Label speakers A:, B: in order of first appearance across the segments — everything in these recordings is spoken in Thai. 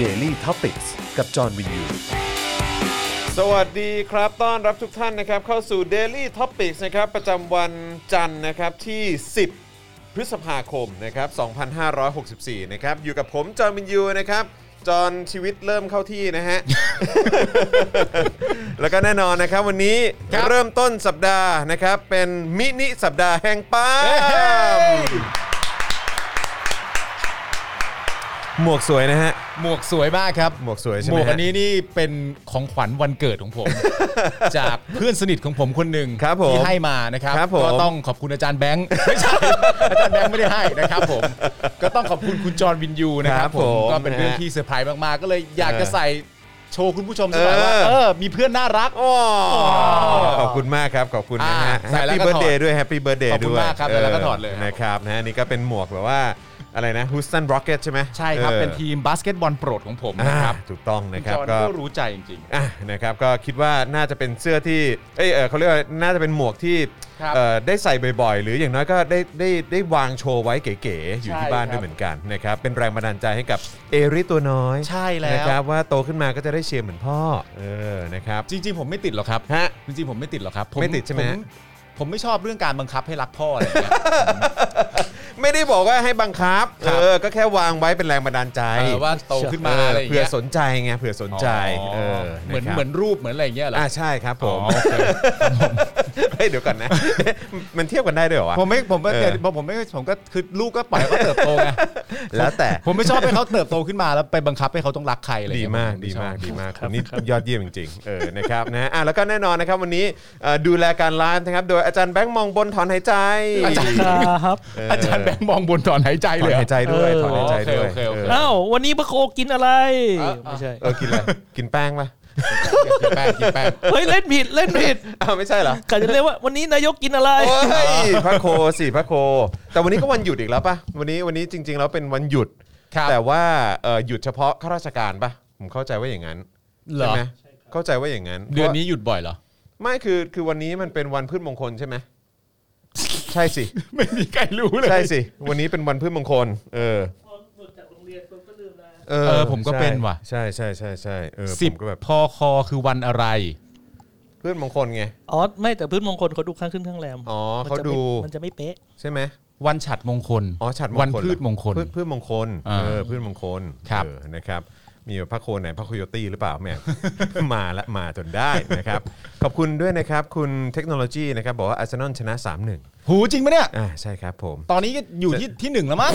A: Daily t o p i c กกับจอห์นวินยู
B: สวัสดีครับ ต้อนรับทุกท่านนะครับ เข้าสู่ Daily Topics นะครับ ประจำวันจันทร์นะครับที่ 10 พฤษภาคมนะครับ 2564 นะครับ อยู่กับผมจอห์นวินยูนะครับ จอห์นชีวิตเริ่มเข้าที่ นะฮะ แล้วก็แน่นอนนะครับวันนี้เริ่มต้นสัปดาห์นะครับ เป็นมินิสัปดาห์แห่งป้าล์มหมวกสวยนะฮะ
C: หมวกสวยมากครับ
B: หมวกสวยใช่ไหม
C: หมวกอัน
B: ฮะ
C: นี้นี่เป็นของขวัญวันเกิด ของผม จากเพื่อนสนิทของผมคนหนึ่ง
B: ครับผม
C: ที่ให้มานะครับ
B: ครับผม
C: ก็ต้องขอบคุณอาจารย์แบงค์ ไม่ใช่อาจารย์แบงค์ไม่ได้ให้นะครับ ผมก็ต้องขอบคุณคุณจอห์นวินยูนะค
B: ครั
C: รั
B: บบ ผ
C: ผม มก็เป็นเรื่อง
B: นะฮะ
C: ที่เซอร์ไพรส์มากๆ ก็เลยอยากจะ
B: เออ
C: ใส่โชว์คุณผู้ชมสักหน่อยว่า
B: เออ
C: เออมีเพื่อนน่ารัก
B: อ๋อขอบคุณมากครับ ขอบคุณนะฮะ
C: อ่าใส่
B: แฮป
C: แล้ว
B: ปี้
C: ก็
B: เบิร์ด
C: ถอด
B: เดย์ด้วยแฮปปี้เบิร์ดเดย์
C: ขอบคุ
B: ด้
C: ณ
B: วย
C: มากครับใส่แล้วก็ถอดเลย
B: นะครับนะฮะนี่ก็เป็นหมวกแบบว่าอะไรนะฮูสตันร็อกเก็ตใช่ไหม
C: ใช่ครับ
B: ออ
C: เป็นทีมบาสเกตบอลโปรดของผม
B: อ่า
C: นะครับ
B: ถูกต้องนะครับ
C: จอห์น
B: ก็
C: ก็รู้ใจจริง
B: อ่ะนะครับก็คิดว่าน่าจะเป็นเสื้อที่เอยเออเขาเรียกว่าน่าจะเป็นหมวกที่
C: ครับ
B: เอ่อได้ใส่บ่อยๆ หรืออย่างน้อยก็ได้ได้ได้วางโชว์ไว้เก๋ๆอยู่
C: ใช่
B: ที่บ้าน
C: ครับ
B: ด้วยเหมือนกันนะครับเป็นแรงบันดาลใจให้กับเอริตัวน้อย
C: ใช่แล้ว
B: นะครับว่าโตขึ้นมาก็จะได้เชียร์เหมือนพ่อเออนะครับ
C: ๆ จริง ๆ ผมไม่ติดหรอกครับ
B: ฮะ
C: จริงๆผมไม่ติดหรอกครับผ
B: ไม่ติดใช่ไหม
C: ผ
B: ฮะ
C: ผมไม่ชอบเรื่องการบังคับให้รักพ่ออะไรอย่างเงี้ ย
B: ไม่ได้บอกว่าให้บังคับ
C: ครับ
B: เออ ก็แค่วางไว้เป็นแรงบันดาลใจ
C: เออว่าโตขึ้นมาอะไรอย่าง
B: เผื่อ
C: เงี้ย
B: สนใจไง เผื่อสนใจ เออ
C: เหมือนะครับ เหมือนรูปเหมือนอะไรอย่างเงี้ยเหรอ
B: อ่า
C: อ่ะ
B: ใช่ครับผ
C: ผม ม
B: เฮ้ย เดี๋ยวก่อนนะ มันเทียบกันได้ด้วยเหรอวะ
C: ผมไม่ผมไม่
B: เออ
C: เดี๋ยวผมไม่ผมก็คือลูกก็ปล่อยให้เขาเติบโตไง
B: แล้วแต่
C: ผมไม่ชอบให้เขาเติบโตขึ้นมาแล้วไปบังคับให้เขาต้องรักใครอะไร
B: ดี
C: เงี้ย
B: มาก
C: ผไ
B: ดีมาก
C: ชอบ
B: ดีมากคุณนี่ยอดเยี่ยมจริงๆเออนะครับนะอ่ะแล้วก็แน่นอนนะครับวันนี้เอ่อดูแลการไลฟ์นะครับ โดยอาจารย์แบงค์มองบนถอนหายใจ
C: อาจารย์
D: ครับ
B: เออ
C: อาจารย์แบงค์มองบนถอนหายใจ
B: ถอ
C: เล
B: น
C: ย
B: หายใจด้วยถอนหายใจด้วย
C: โอเคโอเคโอเค
B: เออ
D: อ้าววันนี้พระโคกินอะไร ไม่ใช่
B: เออกินอะไรกินแป้งปะ
C: กินแป้งกินแป้ง
D: เฮ้ย เล่นผิดเล่นผิด
B: อ้าวไม่ใช่เหรอ
D: กาจะเรียกว่าวันนี้นายกกินอะไร
B: โอ้ยพระโคสิพระโค แต่วันนี้ก็วันหยุดอีกแล้วป่ะวันนี้วันนี้จริง ๆ แล้วเป็นวันหยุด
C: ครับ
B: แต่ว่าเอ่อหยุดเฉพาะข้าราชการป่ะผมเข้าใจว่าอย่างนั้น
C: เหร
B: ใช่
C: อ
B: ไหมเข้าใจว่าอย่างนั้น
C: เดือนนี้หยุดบ่อยเหรอ
B: ไม่คือคือวันนี้มันเป็นวันพืชมงคลใช่ ไหมใช่สิ
C: ไม่มีใครรู้เลย
B: ใช่สิวันนี้เป็นวันพืชมงคล เออ
C: เออผมก็เป็นว่ะ
B: ใช่ใช่ใช่ใช่เออ
C: สิบ
B: ผมก็แบบ
C: พอคอคือวันอะไร
B: พืชมงคลไง
D: อ๋อ ไม่แต่พืชมงคลเขาดูข้างขึ้นข้างแรม
B: อ๋อ
D: มัน
B: เขา
D: จะ
B: ดู
D: ไม่มันจะไม่เป๊ะ
B: ใช่ไหม
C: วันฉัดมงคล
B: อ๋อฉัดมงคล
C: วัน
B: เหรอ
C: พืชมงคล
B: พืชพืชมงคล
C: อ่า
B: เออพืชมงคล
C: ครับ
B: เออนะครับ มีพระโคไหนพระโคโยตี้หรือเปล่าแหม่ มาละมาจนได้นะครับ ขอบคุณด้วยนะครับ คุณเทคโนโลยีนะครับ บอกว่าอาร์เซนอลชนะ 3-1
C: หูจริงไหมเนี่ย
B: อ่าใช่ครับผม
C: ตอนนี้ก็อยู่ที่ที่หนึ่งแล้วมั้ง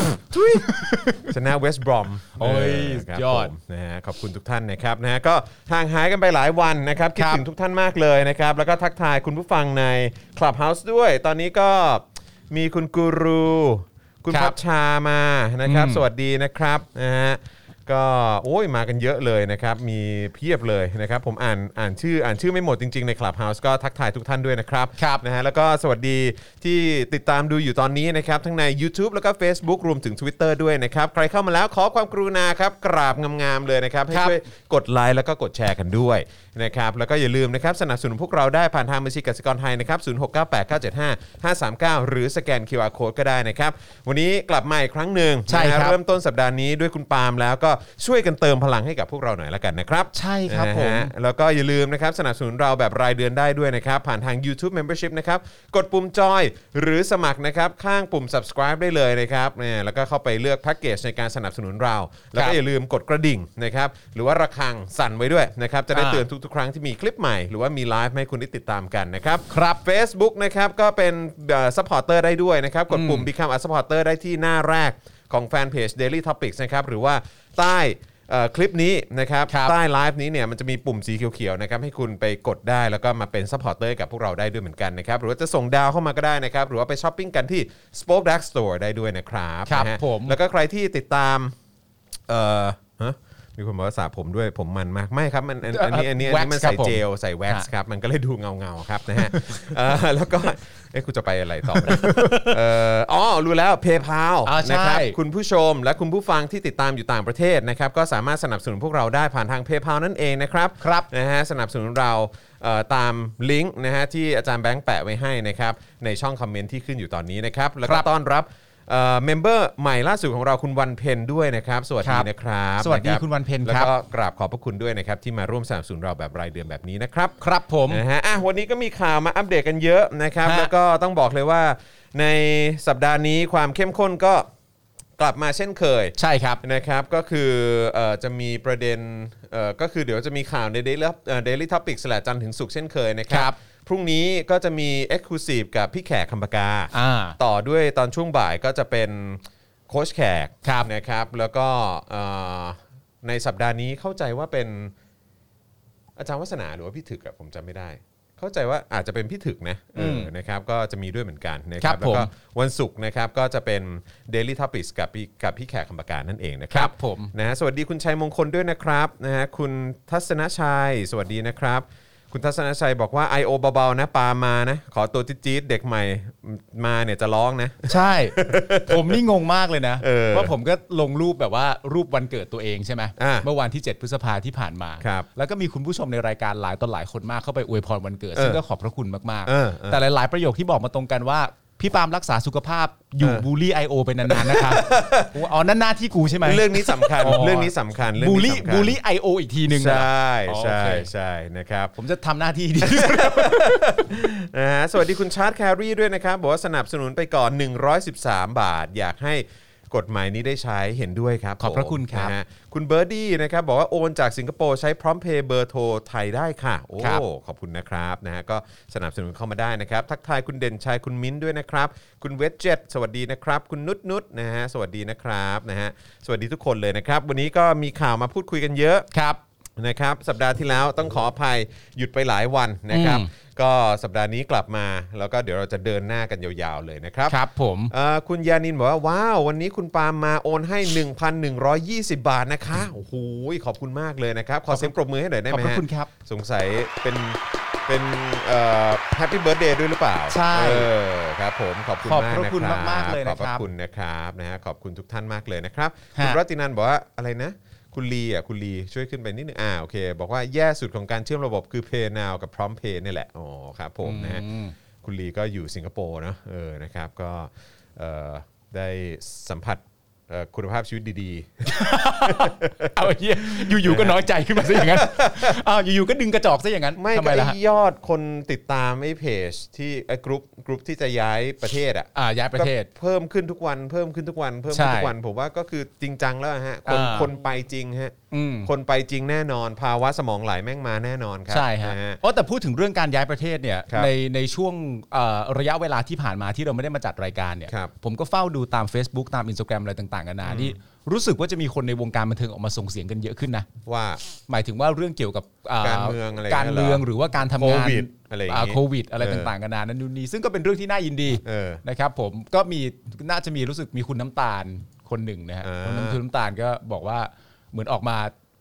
B: ชนะเวสต์บรอม
C: โอ้ย
B: ครับ
C: สุดยอด
B: ผมนะฮะขอบคุณทุกท่านนะครับนะฮะก็ห่างหายกันไปหลายวันนะครับ คิด
C: ครับ
B: ถึงทุกท่านมากเลยนะครับ แล้วก็ทักทายคุณผู้ฟังใน Clubhouse ด้วย ตอนนี้ก็มีคุณกูรู คุณ
C: ครั
B: พั
C: บ
B: บชามานะครับ
C: อืม
B: สวัสดีนะครับนะฮะก็โอ้ยมากันเยอะเลยนะครับ มีเพียบเลยนะครับ ผมอ่านอ่านชื่ออ่านชื่อไม่หมดจริงๆใน Clubhouse ก็ทักทายทุกท่านด้วยนะครับ
C: ครับ
B: นะฮะแล้วก็สวัสดีที่ติดตามดูอยู่ตอนนี้นะครับ ทั้งใน YouTube แล้วก็ Facebook รวมถึง Twitter ด้วยนะครับ ใครเข้ามาแล้วขอความกรุณาครับ กราบงามๆเลยนะครับ ให้ช่วยกดไลค์แล้วก็กดแชร์กันด้วยนะครับ แล้วก็อย่าลืมนะครับ สนับสนุนพวกเราได้ผ่านทางบัญชีกสิกรไทยนะครับ 0698975539 หรือสแกน QR Code ก็ได้นะครับ วันนี้กลับมาอีกครั้งหนึ่ง
C: ใช่ครับ
B: นะฮะเริ่มต้นสัปดาห์นี้ด้วยคุณปาล์มแล้วก็ช่วยกันเติมพลังให้กับพวกเราหน่อยละกันนะครับ
C: ใช่ครับผม
B: นะฮะแล้วก็อย่าลืมนะครับสนับสนุนเราแบบรายเดือนได้ด้วยนะครับ ผ่านทาง YouTube Membership นะครับ กดปุ่มจอยหรือสมัครนะครับ ข้างปุ่ม subscribe ได้เลยนะครับเนี่ยแล้วก็เข้าไปเลือกแพ็กเกจในการสนับสนุนเรา แล้วก็อย่าลืมกดกระดิ่งนะครับ หรือว่าระฆังสั่นไว้ด้วยนะครับ จะได้
C: อ่า
B: เตือนทุกๆ ครั้งที่มีคลิปใหม่ หรือว่ามีไลฟ์ให้คุณได้ติดตามกันนะครับ
C: ครับ
B: f a c e b o o k นะครับก็เป็นซัพพอร์เตอร์ได้ด้วยนะครับ กดปุ่ม Become a supporter ได้ที่หน้าแรกของแฟนเพจ Daily Topics นะครับ หรือว่าใต้เอ่อคลิปนี้นะครับ
C: ครับ
B: ใต้ไลฟ์นี้เนี่ยมันจะมีปุ่มสีเขียวๆนะครับให้คุณไปกดได้แล้วก็มาเป็นซัพพอร์เตอร์กับพวกเราได้ด้วยเหมือนกันนะครับ หรือว่าจะส่งดาวเข้ามาก็ได้นะครับ หรือว่าไปช้อปปิ้งกันที่ Spoke Dark Store ได้ด้วยนะครับ
C: ครับ
B: นะฮะ
C: ผม
B: แล้วก็ใครที่ติดตามเอ่อฮะมีคนบอกว่าสระผมด้วยผมมันมากไม่ครับมันอันอันนี้อันนี้อันนี้มันใส่เจล เจลใส่แว็กซ์
C: ฮะ
B: ครับ มันก็เลยดูเงาๆครับนะฮะเอ่อแล้วก็ เอ๊ะกูจะไปอะไรต่อวะ เนี่ยเอ่ออ๋อ รู้แล้วเพย์พา
C: อ่าใช่
B: นะครับคุณผู้ชมและคุณผู้ฟังที่ติดตามอยู่ต่างประเทศนะครับก็สามารถสนับสนุนพวกเราได้ผ่านทางเพย์พานั่นเองนะครับครับนะฮะสนับสนุนเราเอ่อตามลิงก์นะฮะที่อาจารย์แบงค์แปะไว้ให้นะครับในช่องคอมเมนต์ที่ขึ้นอยู่ตอนนี้นะครับแล้วก็ต้อนรับ เมมเบอร์ใหม่ล่าสุดของเราคุณวันเพ็ญด้วยนะครับ สวัสดีนะครับ
C: สวัสดี
B: นะรับ
C: คุณวันเพ็ญ
B: แล้ว
C: ครับ
B: ก็กราบขอบพระคุณด้วยนะครับที่มาร่วมสนับสนุนเราแบบรายเดือนแบบนี้นะครับ
C: ครับผม
B: นะฮะอ่ะวันนี้ก็มีข่าวมาอัปเดตกันเยอะนะครับ
C: ฮะ
B: แล้วก็ต้องบอกเลยว่าในสัปดาห์นี้ความเข้มข้นก็กลับมาเช่นเคย
C: ใช่ครับ
B: นะครับ ก็คือเอ่อจะมีประเด็นเอ่อก็คือเดี๋ยวจะมีข่าวใน Daily เอ่อ Daily Topics แหละจันทร์ถึงศุกร์เช่นเคยนะค
C: ค
B: รั
C: รับ บ
B: พรุ่งนี้ก็จะมี Exclusive กับพี่แขกคำปากา
C: อ่า
B: ต่อด้วยตอนช่วงบ่ายก็จะเป็นโค้ชแขก
C: ครับ
B: นะครับ แล้วก็เอ่อในสัปดาห์นี้เข้าใจว่าเป็นอาจารย์วัฒนาหรือว่าพี่ถึกอะผมจำไม่ได้ เข้าใจว่าอาจจะเป็นพี่ถึกนะเออ
C: ม
B: นะครับก็จะมีด้วยเหมือนกันนะค
C: ครั
B: รับบ แล้วก็
C: ผม
B: วันศุกร์นะครับก็จะเป็น Daily Topics กับพี่กับพี่แขกคำปากานั่นเองนะครับ
C: ครับผม
B: นะฮะสวัสดีคุณชัยมงคลด้วยนะครับนะฮะคุณทัศนชัย สวัสดีนะครับ คุณทัศนชัยบอกว่า I.O. เบาๆนะปามานะขอตัวจี๊ดๆเด็กใหม่มาเนี่ยจะร้องนะ
C: ใช่ ผมนี่งงมากเลยนะ
B: เออ
C: ว่าผมก็ลงรูปแบบว่ารูปวันเกิดตัวเองใช่ไหม
B: อ่า
C: เมื่อวันที่ 7 พฤษภาที่ผ่านมา
B: ครับ
C: แล้วก็มีคุณผู้ชมในรายการหลายต่อหลายคนมากเข้าไปอวยพรวันเกิด ซึ่งก็ขอบพระคุณมาก
B: เออเออ
C: ๆ แต่หลาย ๆ ประโยคที่บอกมาตรงกันว่า พี่ปาล์มรักษาสุขภาพอยู่บูลลี่ไอโอไปนานๆนะคะผมว่าอ๋อนั่นหน้าที่กูใช่ไหม
B: เรื่องนี้สำคัญ
C: อ๋อ
B: เรื่องนี้สำคัญเอง
C: บูล
B: นี้
C: ลี่
B: สำคัญ
C: บูลลี่ไอโออีกทีหนึ่ง
B: ใช่
C: นะอ๋อ
B: ใช่
C: โอเค
B: ใช่นะครับ
C: ผมจะทำหน้าที่ดีที่สุด
B: นะฮะสวัสดีคุณชาร์ตแครีด้วยนะครับ บอกว่าสนับสนุนไปก่อน 113 บาท อยากให้กฎหมายนี้ได้ใช้เห็นด้วยครับ
C: ขอบพระคุณครับ
B: นฮคุณเบอร์ดี้นะครับ บอกว่าโอนจากสิงคโปร์ใช้พร้อมเพย์เบอร์โทรไทยได้ค่ะ โอ้ขอบคุณนะครับนะฮะก็สนับสนุนเข้ามาได้นะครับ ทักทายคุณเด่นชัยคุณมิ้นท์ด้วยนะครับ คุณเวจเจ็ตสวัสดีนะครับ คุณนุชนุชนะฮะสวัสดีนะครับนะฮะสวัสดีทุกคนเลยนะครับ วันนี้ก็มีข่าวมาพูดคุยกันเยอะ
C: ครับ
B: นะครับสัปดาห์ที่แล้วต้องขออภัยหยุดไปหลายวันนะครับ
C: อืม
B: ก็สัปดาห์นี้กลับมา แล้วก็เดี๋ยวเราจะเดินหน้ากันยาวๆเลยนะครับ
C: ครับผม
B: เอ่อคุณยานินบอกว่า ว้าว วันนี้คุณปาล์มมาโอนให้ 1,120 บาทนะคะโอ้โหขอบคุณมากเลยนะครับ ขอเสียงปรบมือให้หน่อยได้ไหม
C: ขอบพระ
B: ฮะ
C: คุณครับ
B: สงสัยเป็นเป็นแฮปปี้เบิร์ดเดย์ด้วยหรือเปล่า
C: ใช่
B: เออครับผมขอบคุณ
C: ขอบ
B: มาก
C: พระ
B: นะ
C: คุณ
B: ครับ
C: มากๆเลยนะครั
B: ขอบ
C: บ
B: พระคุณนะครับนะฮะขอบคุณทุกท่านมากเลยนะครับ
C: ฮะ
B: คุณรัตตินันบอกว่าอะไรนะ คุณลีอ่ะคุณลีช่วยขึ้นไปนิดนึงอ่าโอเค บอกว่าแย่สุดของการเชื่อมระบบคือ Pay Now กับ Prompt Pay นี่แหละอ๋อครับผมนะฮะคุณลีก็อยู่สิงคโปร์เนอะเออนะครับก็เอ่อได้สัมผัสเอ่อคุณภาพชีวิตดี
C: เอาไอ้เหี้ยอยู่ๆก็น้อยใจขึ้นมาซะอย่างนั้นอ้าวอยู่ๆก็ดึงกระจอกซะอย่างนั้น
B: ๆ ไม่
C: ทำ
B: ก็
C: ไมล่ะฮะ
B: ไอ้ยอดคนติดตามไอ้เพจที่ไอ้กรุ๊ปกรุ๊ปที่จะย้ายประเทศอ่ะ
C: อ่าย้ายประเทศ
B: ก็เพิ่มขึ้นทุกวันเพิ่มขึ้นทุกวันเพิ่มขึ้นทุก
C: ใช่
B: วันผมว่าก็คือจริงจังแล้วฮะคน
C: อ่า
B: คนไปจริงฮะ
C: อืม
B: คนไปจริงแน่นอน ภาวะสมองไหลแม่งมาแน่นอนครั
C: ใช่ฮะ
B: น
C: อ๋อแต่พูดถึงเรื่องการย้ายประเทศเนี่ย
B: ครับ
C: ในในช่วงเอ่อระยะเวลาที่ผ่านมาที่เราไม่ได้มาจัดรายการเนี่ย
B: ครับ
C: ผมก็เฝ้าดูตาม Facebook ตาม Instagram อะไรต่างๆกันานาที่รู้สึกว่าจะมีคนในวงการบันเทิงออกมาส่งเสียงกันเยอะขึ้นนะ
B: ว่า
C: หมายถึงว่าเรื่องเกี่ยวกับ
B: การเมืองอะไร
C: การเมืองหรือว่าการทำงา
B: โค
C: น
B: วิดอะไรอย่างงี้
C: าโควิด อะไร
B: เออ
C: ต่างๆกันานานั้นนู่นนี่ซึ่งก็เป็นเรื่องที่น่ายินดี
B: เออ
C: นะครับผมก็มีน่าจะมีรู้สึกมีคุณน้ำตาลคนหนึ่งนะฮะ
B: อ่า
C: คุณน้ำตาลก็บอกว่าเหมือนออกมา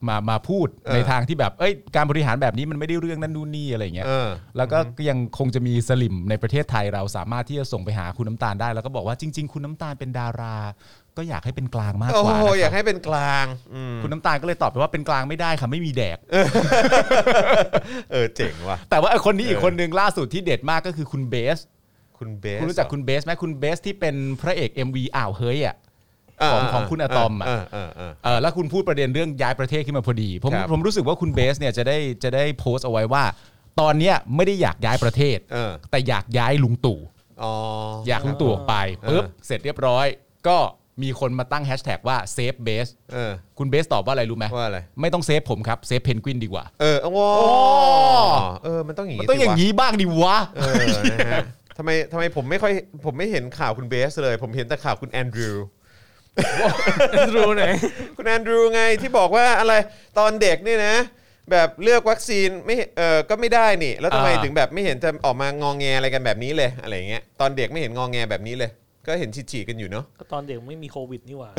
C: มามาพูด
B: เออ
C: ในทางที่แบบเอ้ยการบริหารแบบนี้มันไม่ได้เรื่องนั่นนู่นนี่อะไรอย่างเงี้ย
B: เออ
C: แล้วก็ยังคงจะมีสลิมในประเทศไทยเราสามารถที่จะส่งไปหาคุณน้ำตาลได้ แล้วก็บอกว่าจริง ๆ คุณน้ำตาลเป็นดารา ก็อยากให้เป็นกลางมาก
B: โอ้
C: กว่า
B: โห
C: นะ
B: อยาก
C: ครับ
B: ให้เป็นกลางอืม
C: คุณน้ำตาลก็เลยตอบไปว่าเป็นกลางไม่ได้ค่ะไม่มีแดก
B: เออเจ๋งว่ะ
C: แต่ว่าไอ้คนนี้
B: เอออี
C: อีกคนหนึ่งล่าสุดที่เด็ดมากก็คือคุณเบส
B: คุณเบส
C: คุณรู้จักคุณเบสไหมคุณเบสที่เป็นพระเอก MV อ่าวเฮ้ยอ่ะ ของของคุณอะตอมอะ
B: เเเออ
C: เออแล้วคุณพูดประเด็นเรื่องย้ายประเทศขึ้นมาพอดี ผม
B: ครับ
C: ผมรู้สึกว่าคุณเบสเนี่ยจะได้จะได้โพสต์เอาไว้ว่า ตอนเนี้ยไม่ได้อยากย้ายประเทศ
B: เออ
C: แต่อยากย้ายลุงตู่
B: อ๋อ
C: อยากลุงตู่ออกไปปุ๊บเสร็จเรียบร้อย ก็มีคนมาตั้งแฮชแท็กว่าเซฟเบส
B: เออ
C: คุณเบสตอบว่าอะไรรู้ไหม
B: ว่าอะไร
C: ไม่ต้องเซฟผมครับเซฟเพนกวินดีกว่า
B: เออโอ้โห
C: โอ้
B: เออมันต้องอย่าง
C: มัน
B: นี้
C: ต้องอย่าง
B: นี้
C: นี้บ้างดิวะ
B: เออนะฮะทำไมทำไมผมไม่ค่อยผมไม่เห็นข่าวคุณเบสเลย ผมเห็นแต่ข่าวคุณแอนดรูว์
D: รู้ไหน
B: คุณแอนดรูว์ไงที่บอกว่าอะไรตอนเด็กเนี่ยนะ แบบเลือกวัคซีนไม่เออก็ไม่ได้นี่ แล้วทำไม
C: อ่า
B: ถึงแบบไม่เห็นจะออกมางองแงอะไรกันแบบนี้เลยอะไรอย่างเงี้ยตอนเด็กไม่เห็นงองแงแบบนี้เลย ก็เห็นฉีดๆกันอยู่เนาะ
D: ก็ตอนเด็กไม่มีโควิดนี่หว่า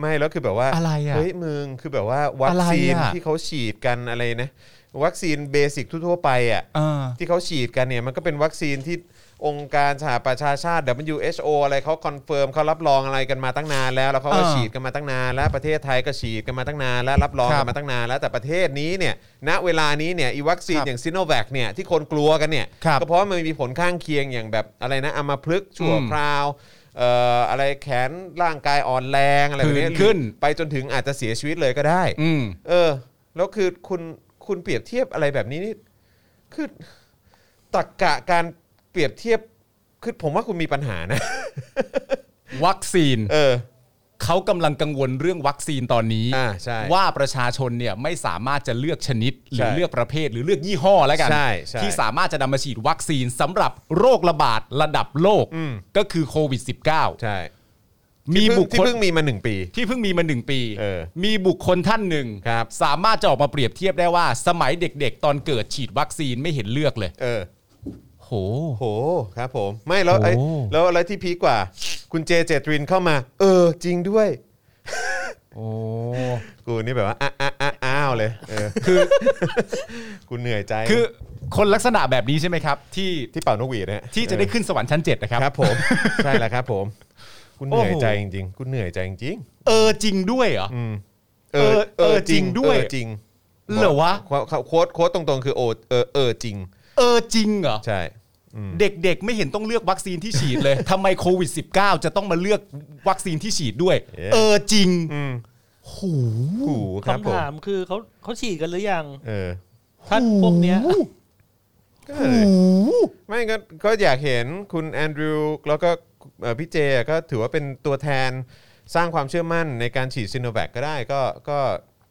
B: ไม่แล้วคือแบบว่า
C: อะไรอะ
B: เฮ้ยมึงคือแบบว่าวัคซีน
C: อะไรอะ
B: ที่เขาฉีดกันอะไรนะ วัคซีนเบสิกทั่วๆไปอ่ะ
C: เออ
B: ที่เขาฉีดกันเนี่ยมันก็เป็นวัคซีนที่ องค์การสหประชาชาติ WHO อะไรเขาคอนเฟิร์มเขารับรองอะไรกันมาตั้งนานแล้วแล้วเขาก็
C: อ่า
B: ฉีดกันมาตั้งนานแล้วประเทศไทยก็ฉีดกันมาตั้งนานแล้วรับรอง
C: ครั
B: กัน
C: บ
B: มาตั้งนานแล้วแต่ประเทศนี้เนี่ยณเวลานี้เนี่ยอีวัคซีน
C: ครับ
B: อย่างซิโนแวคเนี่ยที่คนกลัวกันเนี่ย
C: ครับ
B: ก็เพราะว่ามันมีผลข้างเคียงอย่างแบบอะไรนะอัมพฤกษ์ชั่วคราวเอ่ออะไรแขนร่างกายอ่อนแรงอะไรแบบเนี้ย
C: ผื่นขึ้น
B: ไปจนถึงอาจจะเสียชีวิตเลยก็ได้
C: อืม
B: เออ แล้วคือคุณคุณเปรียบเทียบอะไรแบบนี้นี่คือตรกกะการเปรียบเทียบคือผมว่าคุณมีปัญหานะ
C: วัคซีน
B: เออ
C: เขากำลังกังวลเรื่องวัคซีนตอนนี้
B: อ่าใช่
C: ว่าประชาชนเนี่ยไม่สามารถจะเลือกชนิด หรือ
B: ใช่
C: เลือกประเภทหรือเลือกยี่ห้อแล้วกัน
B: ใช่ใช่
C: ที่สามารถจะนำมาฉีดวัคซีนสำหรับโรคระบาดระดับโลก
B: อืม
C: ก็คือโควิด -19
B: ใช่
C: มี
B: ที่เพิ่ง
C: บุค
B: ที่
C: คล
B: เพิ่งมีมาหนึ่งปี
C: ที่เพิ่งมีมาหนึ่งปี
B: เออ
C: มีบุคคลท่านหนึ่ง
B: ครับ
C: สามารถจะออกมาเปรียบเทียบได้ว่า สมัยเด็กๆ ตอนเกิดฉีดวัคซีนไม่เห็นเลือกเลย
B: เออ
C: โห
B: โห ครับผม ไม่แล้วไอ้
C: โอ้
B: แล้วอะไรที่พีคกว่า คุณเจเจตรินเข้ามา เออ จริงด้วย
C: โอ้
B: กูนี่แบบว่าอ้าอ้าอ้าอ้าวเลย เออ
C: คือ
B: กูเหนื่อยใจ
C: คือคนลักษณะแบบนี้ใช่ไหมครับ ที่
B: ที่เป่านกหวีดเนี่ย
C: ที่จะได้ขึ้นสวรรค์ชั้นเจ็ดนะครับ
B: ครับผม ใช่แล้วครับผม กูเหนื่อยใจจริงๆกูเหนื่อยใจจริงๆ
C: เออจริงด้วยเหรอ
B: อืม
C: เออเออจริงด้วย
B: เออจริง
C: เหรอวะ
B: โค้ดโค้ดโค้ดตรงๆ คือโอเออเออจริง
C: เออจริงเหรอ
B: ใช่
C: เด็กๆ ไม่เห็นต้องเลือกวัคซีนที่ฉีดเลย ทำไมโควิด -19 จะต้องมาเลือกวัคซีนที่ฉีดด้วย
B: เอ๊ะ
C: เออจริง
B: อืม
C: โห
B: หูครับผ
D: คำ
B: ม
D: ถามคือเขาเขาฉีดกันหรือยัง
B: เออ
D: ถ้าพวกเนี้ย
B: ก็เลยไม่ก็ก็อยากเห็นคุณแอนดรูว์แล้วก็เอ่อพี่เจก็ถือว่าเป็นตัวแทนสร้างความเชื่อมั่นในการฉีดซิโนแวคก็ได้ก็ก็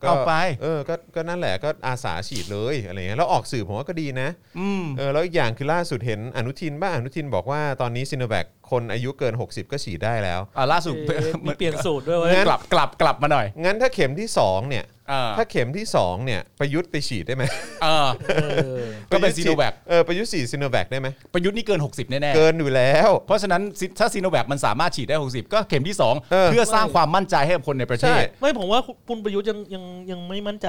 B: ก็
C: เอาไป
B: เออก็ก็นั่นแหละก็อาสาฉีดเลยอะไรเงี้ยแล้วออกสื่อผมว่าก็ดีนะ
C: อืม
B: เออแล้วอีกอย่างคือล่าสุดเห็นอนุทินบ้างอนุทินบอกว่าตอนนี้ซิโนแวคคนอายุเกิน 60 ก็ฉีดได้แล้ว
C: อ่าล่าสุด
D: เอ๊ะมีเปลี่ยนสูตรด้วยเว้ย
B: งั้น
C: กลับกลับกลับมาหน่อย
B: งั้นถ้าเข็มที่สองเนี่ย
C: อ่า
B: ถ้าเข็มที่สองเนี่ยประยุทธ์ไปฉีดได้ไหม
C: เออ
D: เออ
C: ก็เป็นซีโนแวค
B: เออประยุทธ์ฉีดซีโนแวคได้ไหม
C: ประยุทธ์นี่เกิน 60 แน่
B: เกินอยู่แล้ว
C: ๆ เพราะฉะนั้นซิถ้าซีโนแวคมันสามารถฉีดได้ 60 ก็เข็มที่ 2
B: เออ
C: เพื่อสร้างความมั่นใจให้กับคนในประเท
B: ใช่
C: ศ
D: ไม่ผมว่าคุณประยุทธ์ยังยังยังไม่มั่นใจ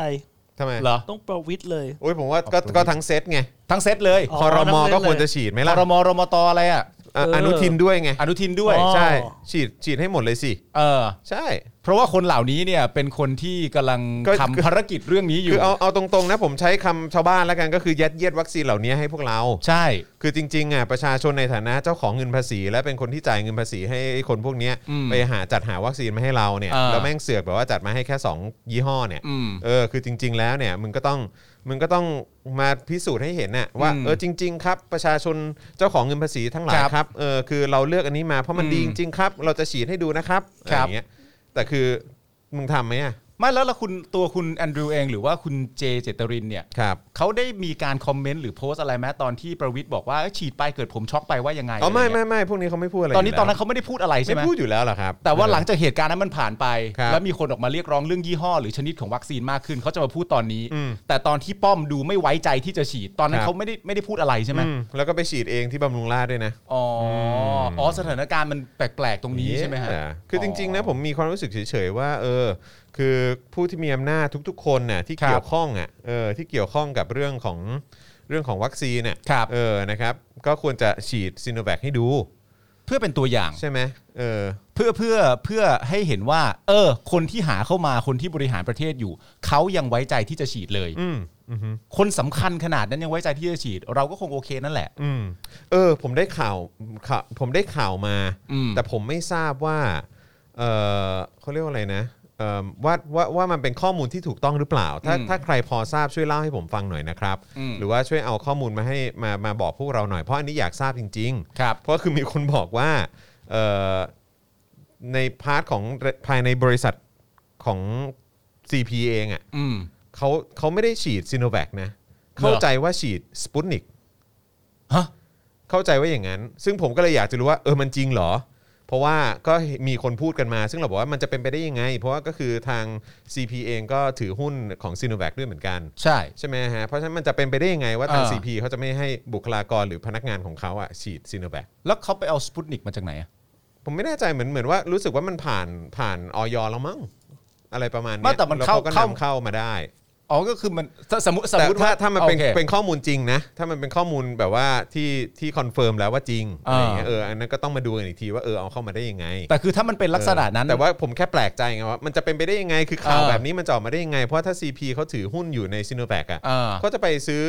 B: ทำไม
C: เหรอ
D: ต้องประวิทย์เลย
B: โอ้ยผมว่าก็ก็ทั้งเซตไง
C: ทั้งเซตเลย
D: อ๋อ
B: คอรมอ
D: ทั้งเซตเลย
B: ก็ควรจะฉีดไหม
C: ค
B: ล่ะ
C: อรมอรมตอะไรอ่ะ
B: อ่ะ
D: เออ
B: อ
D: อ
B: นุทินด้วยไง
C: อนุทินด้วย
D: อ๋อ
B: ใช่ฉีดฉีดให้หมดเลยสิ
C: เออ
B: ใช่
C: เพราะว่าคนเหล่านี้เนี่ยเป็นคนที่กำลัง
B: ก็
C: ทำภารกิจเรื่องนี้อ
B: คื
C: ยู่
B: อเอาเอาตรงๆนะผมใช้คำชาวบ้านแล้วกันก็คือยัดเยียดวัคซีนเหล่านี้ให้พวกเรา
C: ใช่
B: คือจริงๆอ่ะประชาชนในฐานะเจ้าของเงินภาษี และเป็นคนที่จ่ายเงินภาษีให้ไอ้คนพวกเนี้ย
C: อืม
B: ไปหาจัดหาวัคซีนมาให้เราเนี่ย
C: อ่า
B: แล้วแม่งเสือกแบบว่าจัดมาให้แค่ 2 ยี่ห้อเนี่ย
C: อืม
B: เออคือจริง ๆ แล้วเนี่ยมึงก็ต้องมึงก็ต้องมาพิสูจน์ให้เห็นน่ะว่า
C: อืม
B: เออจริง ๆ ครับ ประชาชนเจ้าของเงินภาษีทั้งหลาย
C: ครับ
B: ครับเออคือเราเลือกอันนี้มาเพราะมัน
C: อืม
B: ดีจริงๆครับ เราจะฉีดให้ดูนะครับอะ
C: ค
B: ไร
C: รั
B: อบ ย่างเงี้ยแต่คือมึงทำไหมอ่ะ
C: ไม่แล้วแล้วคุณตัวคุณแอนดรูเอง หรือว่าคุณเจเจตรินเนี่ย
B: ครับ
C: เขาได้มีการคอมเมนต์หรือโพสต์อะไรไหมตอนที่ประวิทย์บอกว่าเอ้ยฉีดไปเกิดผมช็อกไปว่ายังไง
B: อ๋อไม่
C: ะรเงี้
B: ไม่ไม่พวกนี้เขาไม่พูดอะไร
C: ยตอนนี้
B: ยู่
C: ต
B: แล้ว
C: อนนั้นเขาไม่ได้พูดอะไรใช่ไหม
B: ไม่พูดอยู่แล้วเหรอครับ
C: แต่ว่าหลังจากเหตุการณ์นั้นมันผ่านไป
B: ครับ
C: แล้วมีคนออกมาเรียกร้องเรื่องยี่ห้อ หรือชนิดของวัคซีนมากขึ้นเขาจะมาพูดตอนนี้
B: อืม
C: แต่ตอนที่ป้อมดูไม่ไว้ใจที่จะฉีดตอนนั้
B: ครั
C: น
B: บ
C: เขาไม่ได้ไม่ได้พูดอะไรใช่ไหม
B: อืมแล้วก็ไปฉีดเองที่บำรุงราษฎร์ด้วยนะ
C: อ๋ออ๋อสถานการณ์มันแปลกๆตรงนี้ใช่ไหมฮะ
B: Yeah. คือจริงๆนะผมมีความรู้สึกเฉยๆว่าเออคือผู้ที่มีอำนาจทุกๆคนน่ะที่
C: ครับ
B: เกี่ยวข้องอ่ะเออที่เกี่ยวข้องกับเรื่องของเรื่องของวัคซีนน่ะ
C: ครับ
B: เออนะครับก็ควรจะฉีดซิโนแวคให้ดู
C: เพื่อเป็นตัวอย่าง
B: ใช่ไหมเออ
C: เพื่อเพื่อเพื่อให้เห็นว่า เออ คนที่หาเข้ามาคนที่บริหารประเทศอยู่ เขายังไว้ใจที่จะฉีดเลย
B: อืมอือฮึ
C: คนสำคัญขนาดนั้นยังไว้ใจที่จะฉีด เราก็คงโอเคนั่นแหละ
B: อืมเออผมได้ข่าวข่าวผมได้ข่าวมา
C: อืม
B: แต่ผมไม่ทราบว่าเออเขาเรียกว่าอะไรนะเอิ่มว่าว่าว่ามันเป็นข้อมูลที่ถูกต้องหรือเปล่า ถ้า
C: อืม
B: ถ้าใครพอทราบช่วยเล่าให้ผมฟังหน่อยนะครับ
C: อืม
B: หรือว่าช่วยเอาข้อมูลมาให้มามาบอกพวกเราหน่อยเพราะอันนี้อยากทราบจริง
C: ครับ
B: ๆ เพราะคือมีคนบอกว่าเอ่อในพาร์ทของภายในบริษัทของ CP เองอ่ะ
C: อืม
B: เขาเขาไม่ได้ฉีดซีโนแวคนะ เข้าใจว่าฉีดสปุตนิก
C: ฮะ
B: เข้าใจว่าอย่างนั้น ซึ่งผมก็เลยอยากจะรู้ว่าเออมันจริงเหรอ เพราะว่าก็มีคนพูดกันมา ซึ่งเราบอกว่ามันจะเป็นไปได้ยังไง เพราะว่าก็คือทาง CP เองก็ถือหุ้นของซีโนแวคด้วยเหมือนกัน
C: ใช่
B: ใช่ไหมฮะ เพราะฉะนั้นมันจะเป็นไปได้ยังไงว่าทาง
C: เออ
B: CP เขาจะไม่ให้บุคลากรหรือพนักงานของเขาอะฉีดซีโนแวค
C: แล้วเขาไปเอาสปุตนิกมาจากไหนอะ
B: ผมไม่แน่ใจเหมือนเหมือนว่ารู้สึกว่ามันผ่านผ่านออยแล้วมั้งอะไรประมาณเนี้ย
C: ไมาแต่มันเข้า
B: แล้วก็
C: เข้าน
B: ำเข้ามาได้
C: อ๋อก็คือมันถ้าสมมติสม
B: แต่
C: มติ
B: ถ้า
C: ว่า
B: ถ้ามันเป็น
C: โอค
B: เป็นข้อมูลจริงนะ ถ้ามันเป็นข้อมูลแบบว่าที่ที่คอนเฟิร์มแล้วว่าจริงอะ
C: อ่า
B: ไรอย่างเงี้ยเอออันนั้นก็ต้องมาดูกันอีกทีว่าเออเอาเข้ามาได้ยังไง
C: แต่คือถ้ามันเป็นลักษณะนั้น
B: แต่ว่าผมแค่แปลกใจไงว่ามันจะเป็นไปได้ยังไงคือข่าว
C: เออ
B: แบบนี้มันจะออกมาได้ยังไง เพราะถ้า CP เขาถือหุ้นอยู่ในซิโนแวคอะ
C: อ่า
B: เขาจะไปซื้อ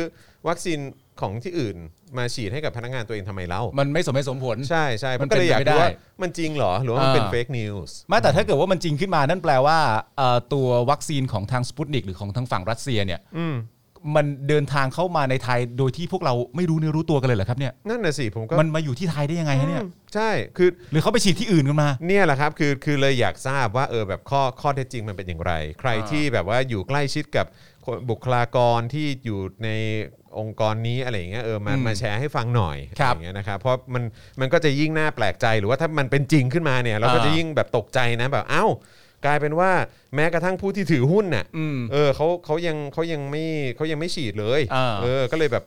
B: วัคซีนของที่อื่นมาฉีดให้กับพนักงานตัวเองทำไมเล่า
C: มันไม่สมเหตุสมผล
B: ใช่ใช่
C: มั
B: มัน
C: น
B: ก็เลยอยาก
C: เป็นไป
B: รู้
C: ไม่ได้
B: ว่ามันจริงเหรอหรือว่ามันเป็น
C: อ่า
B: เฟกนิวส์
C: ไมาแต่ถ้าเกิดว่ามันจริงขึ้นมานั่นแปลว่าเอ่อตัววัคซีนของทางสปุตนิกหรือของทางฝั่งรัสเซียเนี่ย
B: อืม
C: มันเดินทางเข้ามาในไทยโดยที่พวกเราไม่รู้เนื้อรู้ตัวกันเลยเหรอครับเนี่ย
B: นั่นน่ะสิผมก็
C: มันมาอยู่ที่ไทยได้ยังไงฮะเนี่ย
B: ใช่คือ
C: หรือเขาไปฉีดที่อื่นกันมา
B: เนี่ยแหละครับคือคือเลยอยากทราบว่าเออแบบข้อข้อเท็จจริงมันเป็นอย่างไร ใครที่แบบว่าอยู่ใกล้ชิดกับคนบุคลากรที่อยู่ในองค์กรนี้อะไรอย่างเงี้ยเออมา
C: อืม
B: มาแชร์ให้ฟังหน่อย
C: ครั
B: อบ ย่างเงี้ยนะครับเพราะมันมันก็จะยิ่งน่าแปลกใจหรือว่าถ้ามันเป็นจริงขึ้นมาเนี่ยเราก็
C: อ่า
B: จะยิ่งแบบตกใจนะแบบเอ้า กลายเป็นว่าแม้กระทั่งผู้ที่ถือหุ้นน่ะ
C: อืม
B: เออเขาเขายังเขายังไม่เขายังไม่ฉีดเลย
C: อ่า
B: เออก็เลยแบบ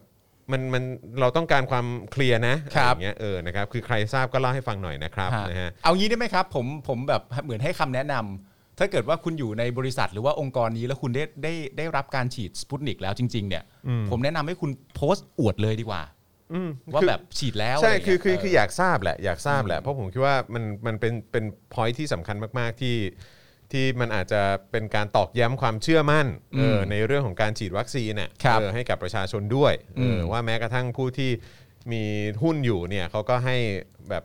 B: มันมันเราต้องการความเคลียร์นะครับ อะไอย่างเงี้ยเออนะครับคือใครทราบก็เล่าให้ฟังหน่อยนะครับ
C: ฮะ
B: นะฮะ
C: เอางี้ได้ไหมครับ ผมผมแบบเหมือนให้คำแนะนำถ้าเกิดว่าคุณอยู่ในบริษัทหรือว่าองค์กรนี้แล้วคุณได้ได้ได้รับการฉีดสปุตนิกแล้วจริง ๆ เนี่ย ผมแนะนำให้คุณโพสต์อวดเลยดีกว่า
B: อืม
C: ว่า
B: คือ
C: แบบฉีดแล้
B: ใช่
C: วะไรย่าง
B: คือ
C: เงี้ย
B: คือ
C: เ
B: คืออยากทราบแหละอยากทราบแหละเพราะผมคิดว่ามันมันเป็นเป็น point ที่สำคัญมากๆที่ที่มันอาจจะเป็นการตอกย้ำความเชื่อมั่นเออ
C: ม
B: ในเรื่องของการฉีดวัคซีนน่ะ
C: ครับ
B: เออให้กับประชาชนด้วยเออ
C: ม
B: ว่าแม้กระทั่งผู้ที่มีหุ้นอยู่เนี่ยเขาก็ให้แบบ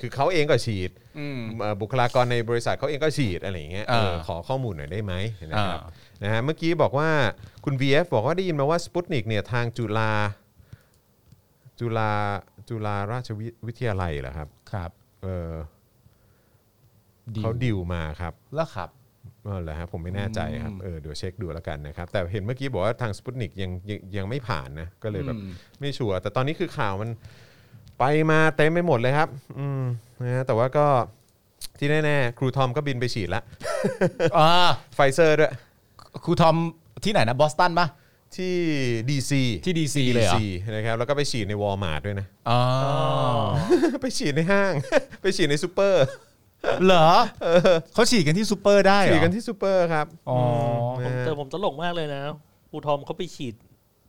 B: คือเขาเองก็ฉีด
C: อืม
B: เอ่อบุคลากรในบริษัทเขาเองก็ฉีดอะไรอย่างเงี้ย
C: อ่า
B: เออขอข้อมูลหน่อยได้ไหมนะครับ
C: อ่
B: นะฮะเมื่อกี้บอกว่าคุณ VF บอกว่าได้ยินมาว่าสปุตนิกเนี่ยทางจุฬา จุฬาจุฬาราชวิวิทยาลัยเหรอครับ
C: ครับ
B: เออ
C: ดี
B: เขาดิวมาครับ
C: แล้วครับ
B: เออเหรอฮะผมไม่แน่ใจครับเออเดี๋ยวเช็คดูแล้วกันนะครับ แต่เห็นเมื่อกี้บอกว่าทางสปุตนิกยังยังยังไม่ผ่านนะก็เลยแบบ
C: อืม
B: ไม่ชัวร์แต่ตอนนี้คือข่าวมันไปมาเต็มไปหมดเลยครับ อืมนะฮะแต่ว่าก็ที่แน่ๆ ครูทอมก็บินไปฉีดละ
C: อ่า
B: ไฟเซอร์ด้วย
C: ครูทอมที่ไหนนะบอสตันปะ
B: ที่ DC
C: ที่ DC เลยเหรอ
B: DC นะครับแล้วก็ไปฉีดในวอลมาร์ทด้วยนะ
C: อ๋อ
B: ไปฉีดในห้าง ไปฉีดในซูเปอร์
C: เหรอเขาฉีดกันที่ซูเปอร์ได้เหรอ
B: ฉีดกันที่ซูเปอร์ครับ
C: อ๋อ
B: นะฮะ
D: แต่ผมตลกมากเลยนะครูทอมเขาไปฉีด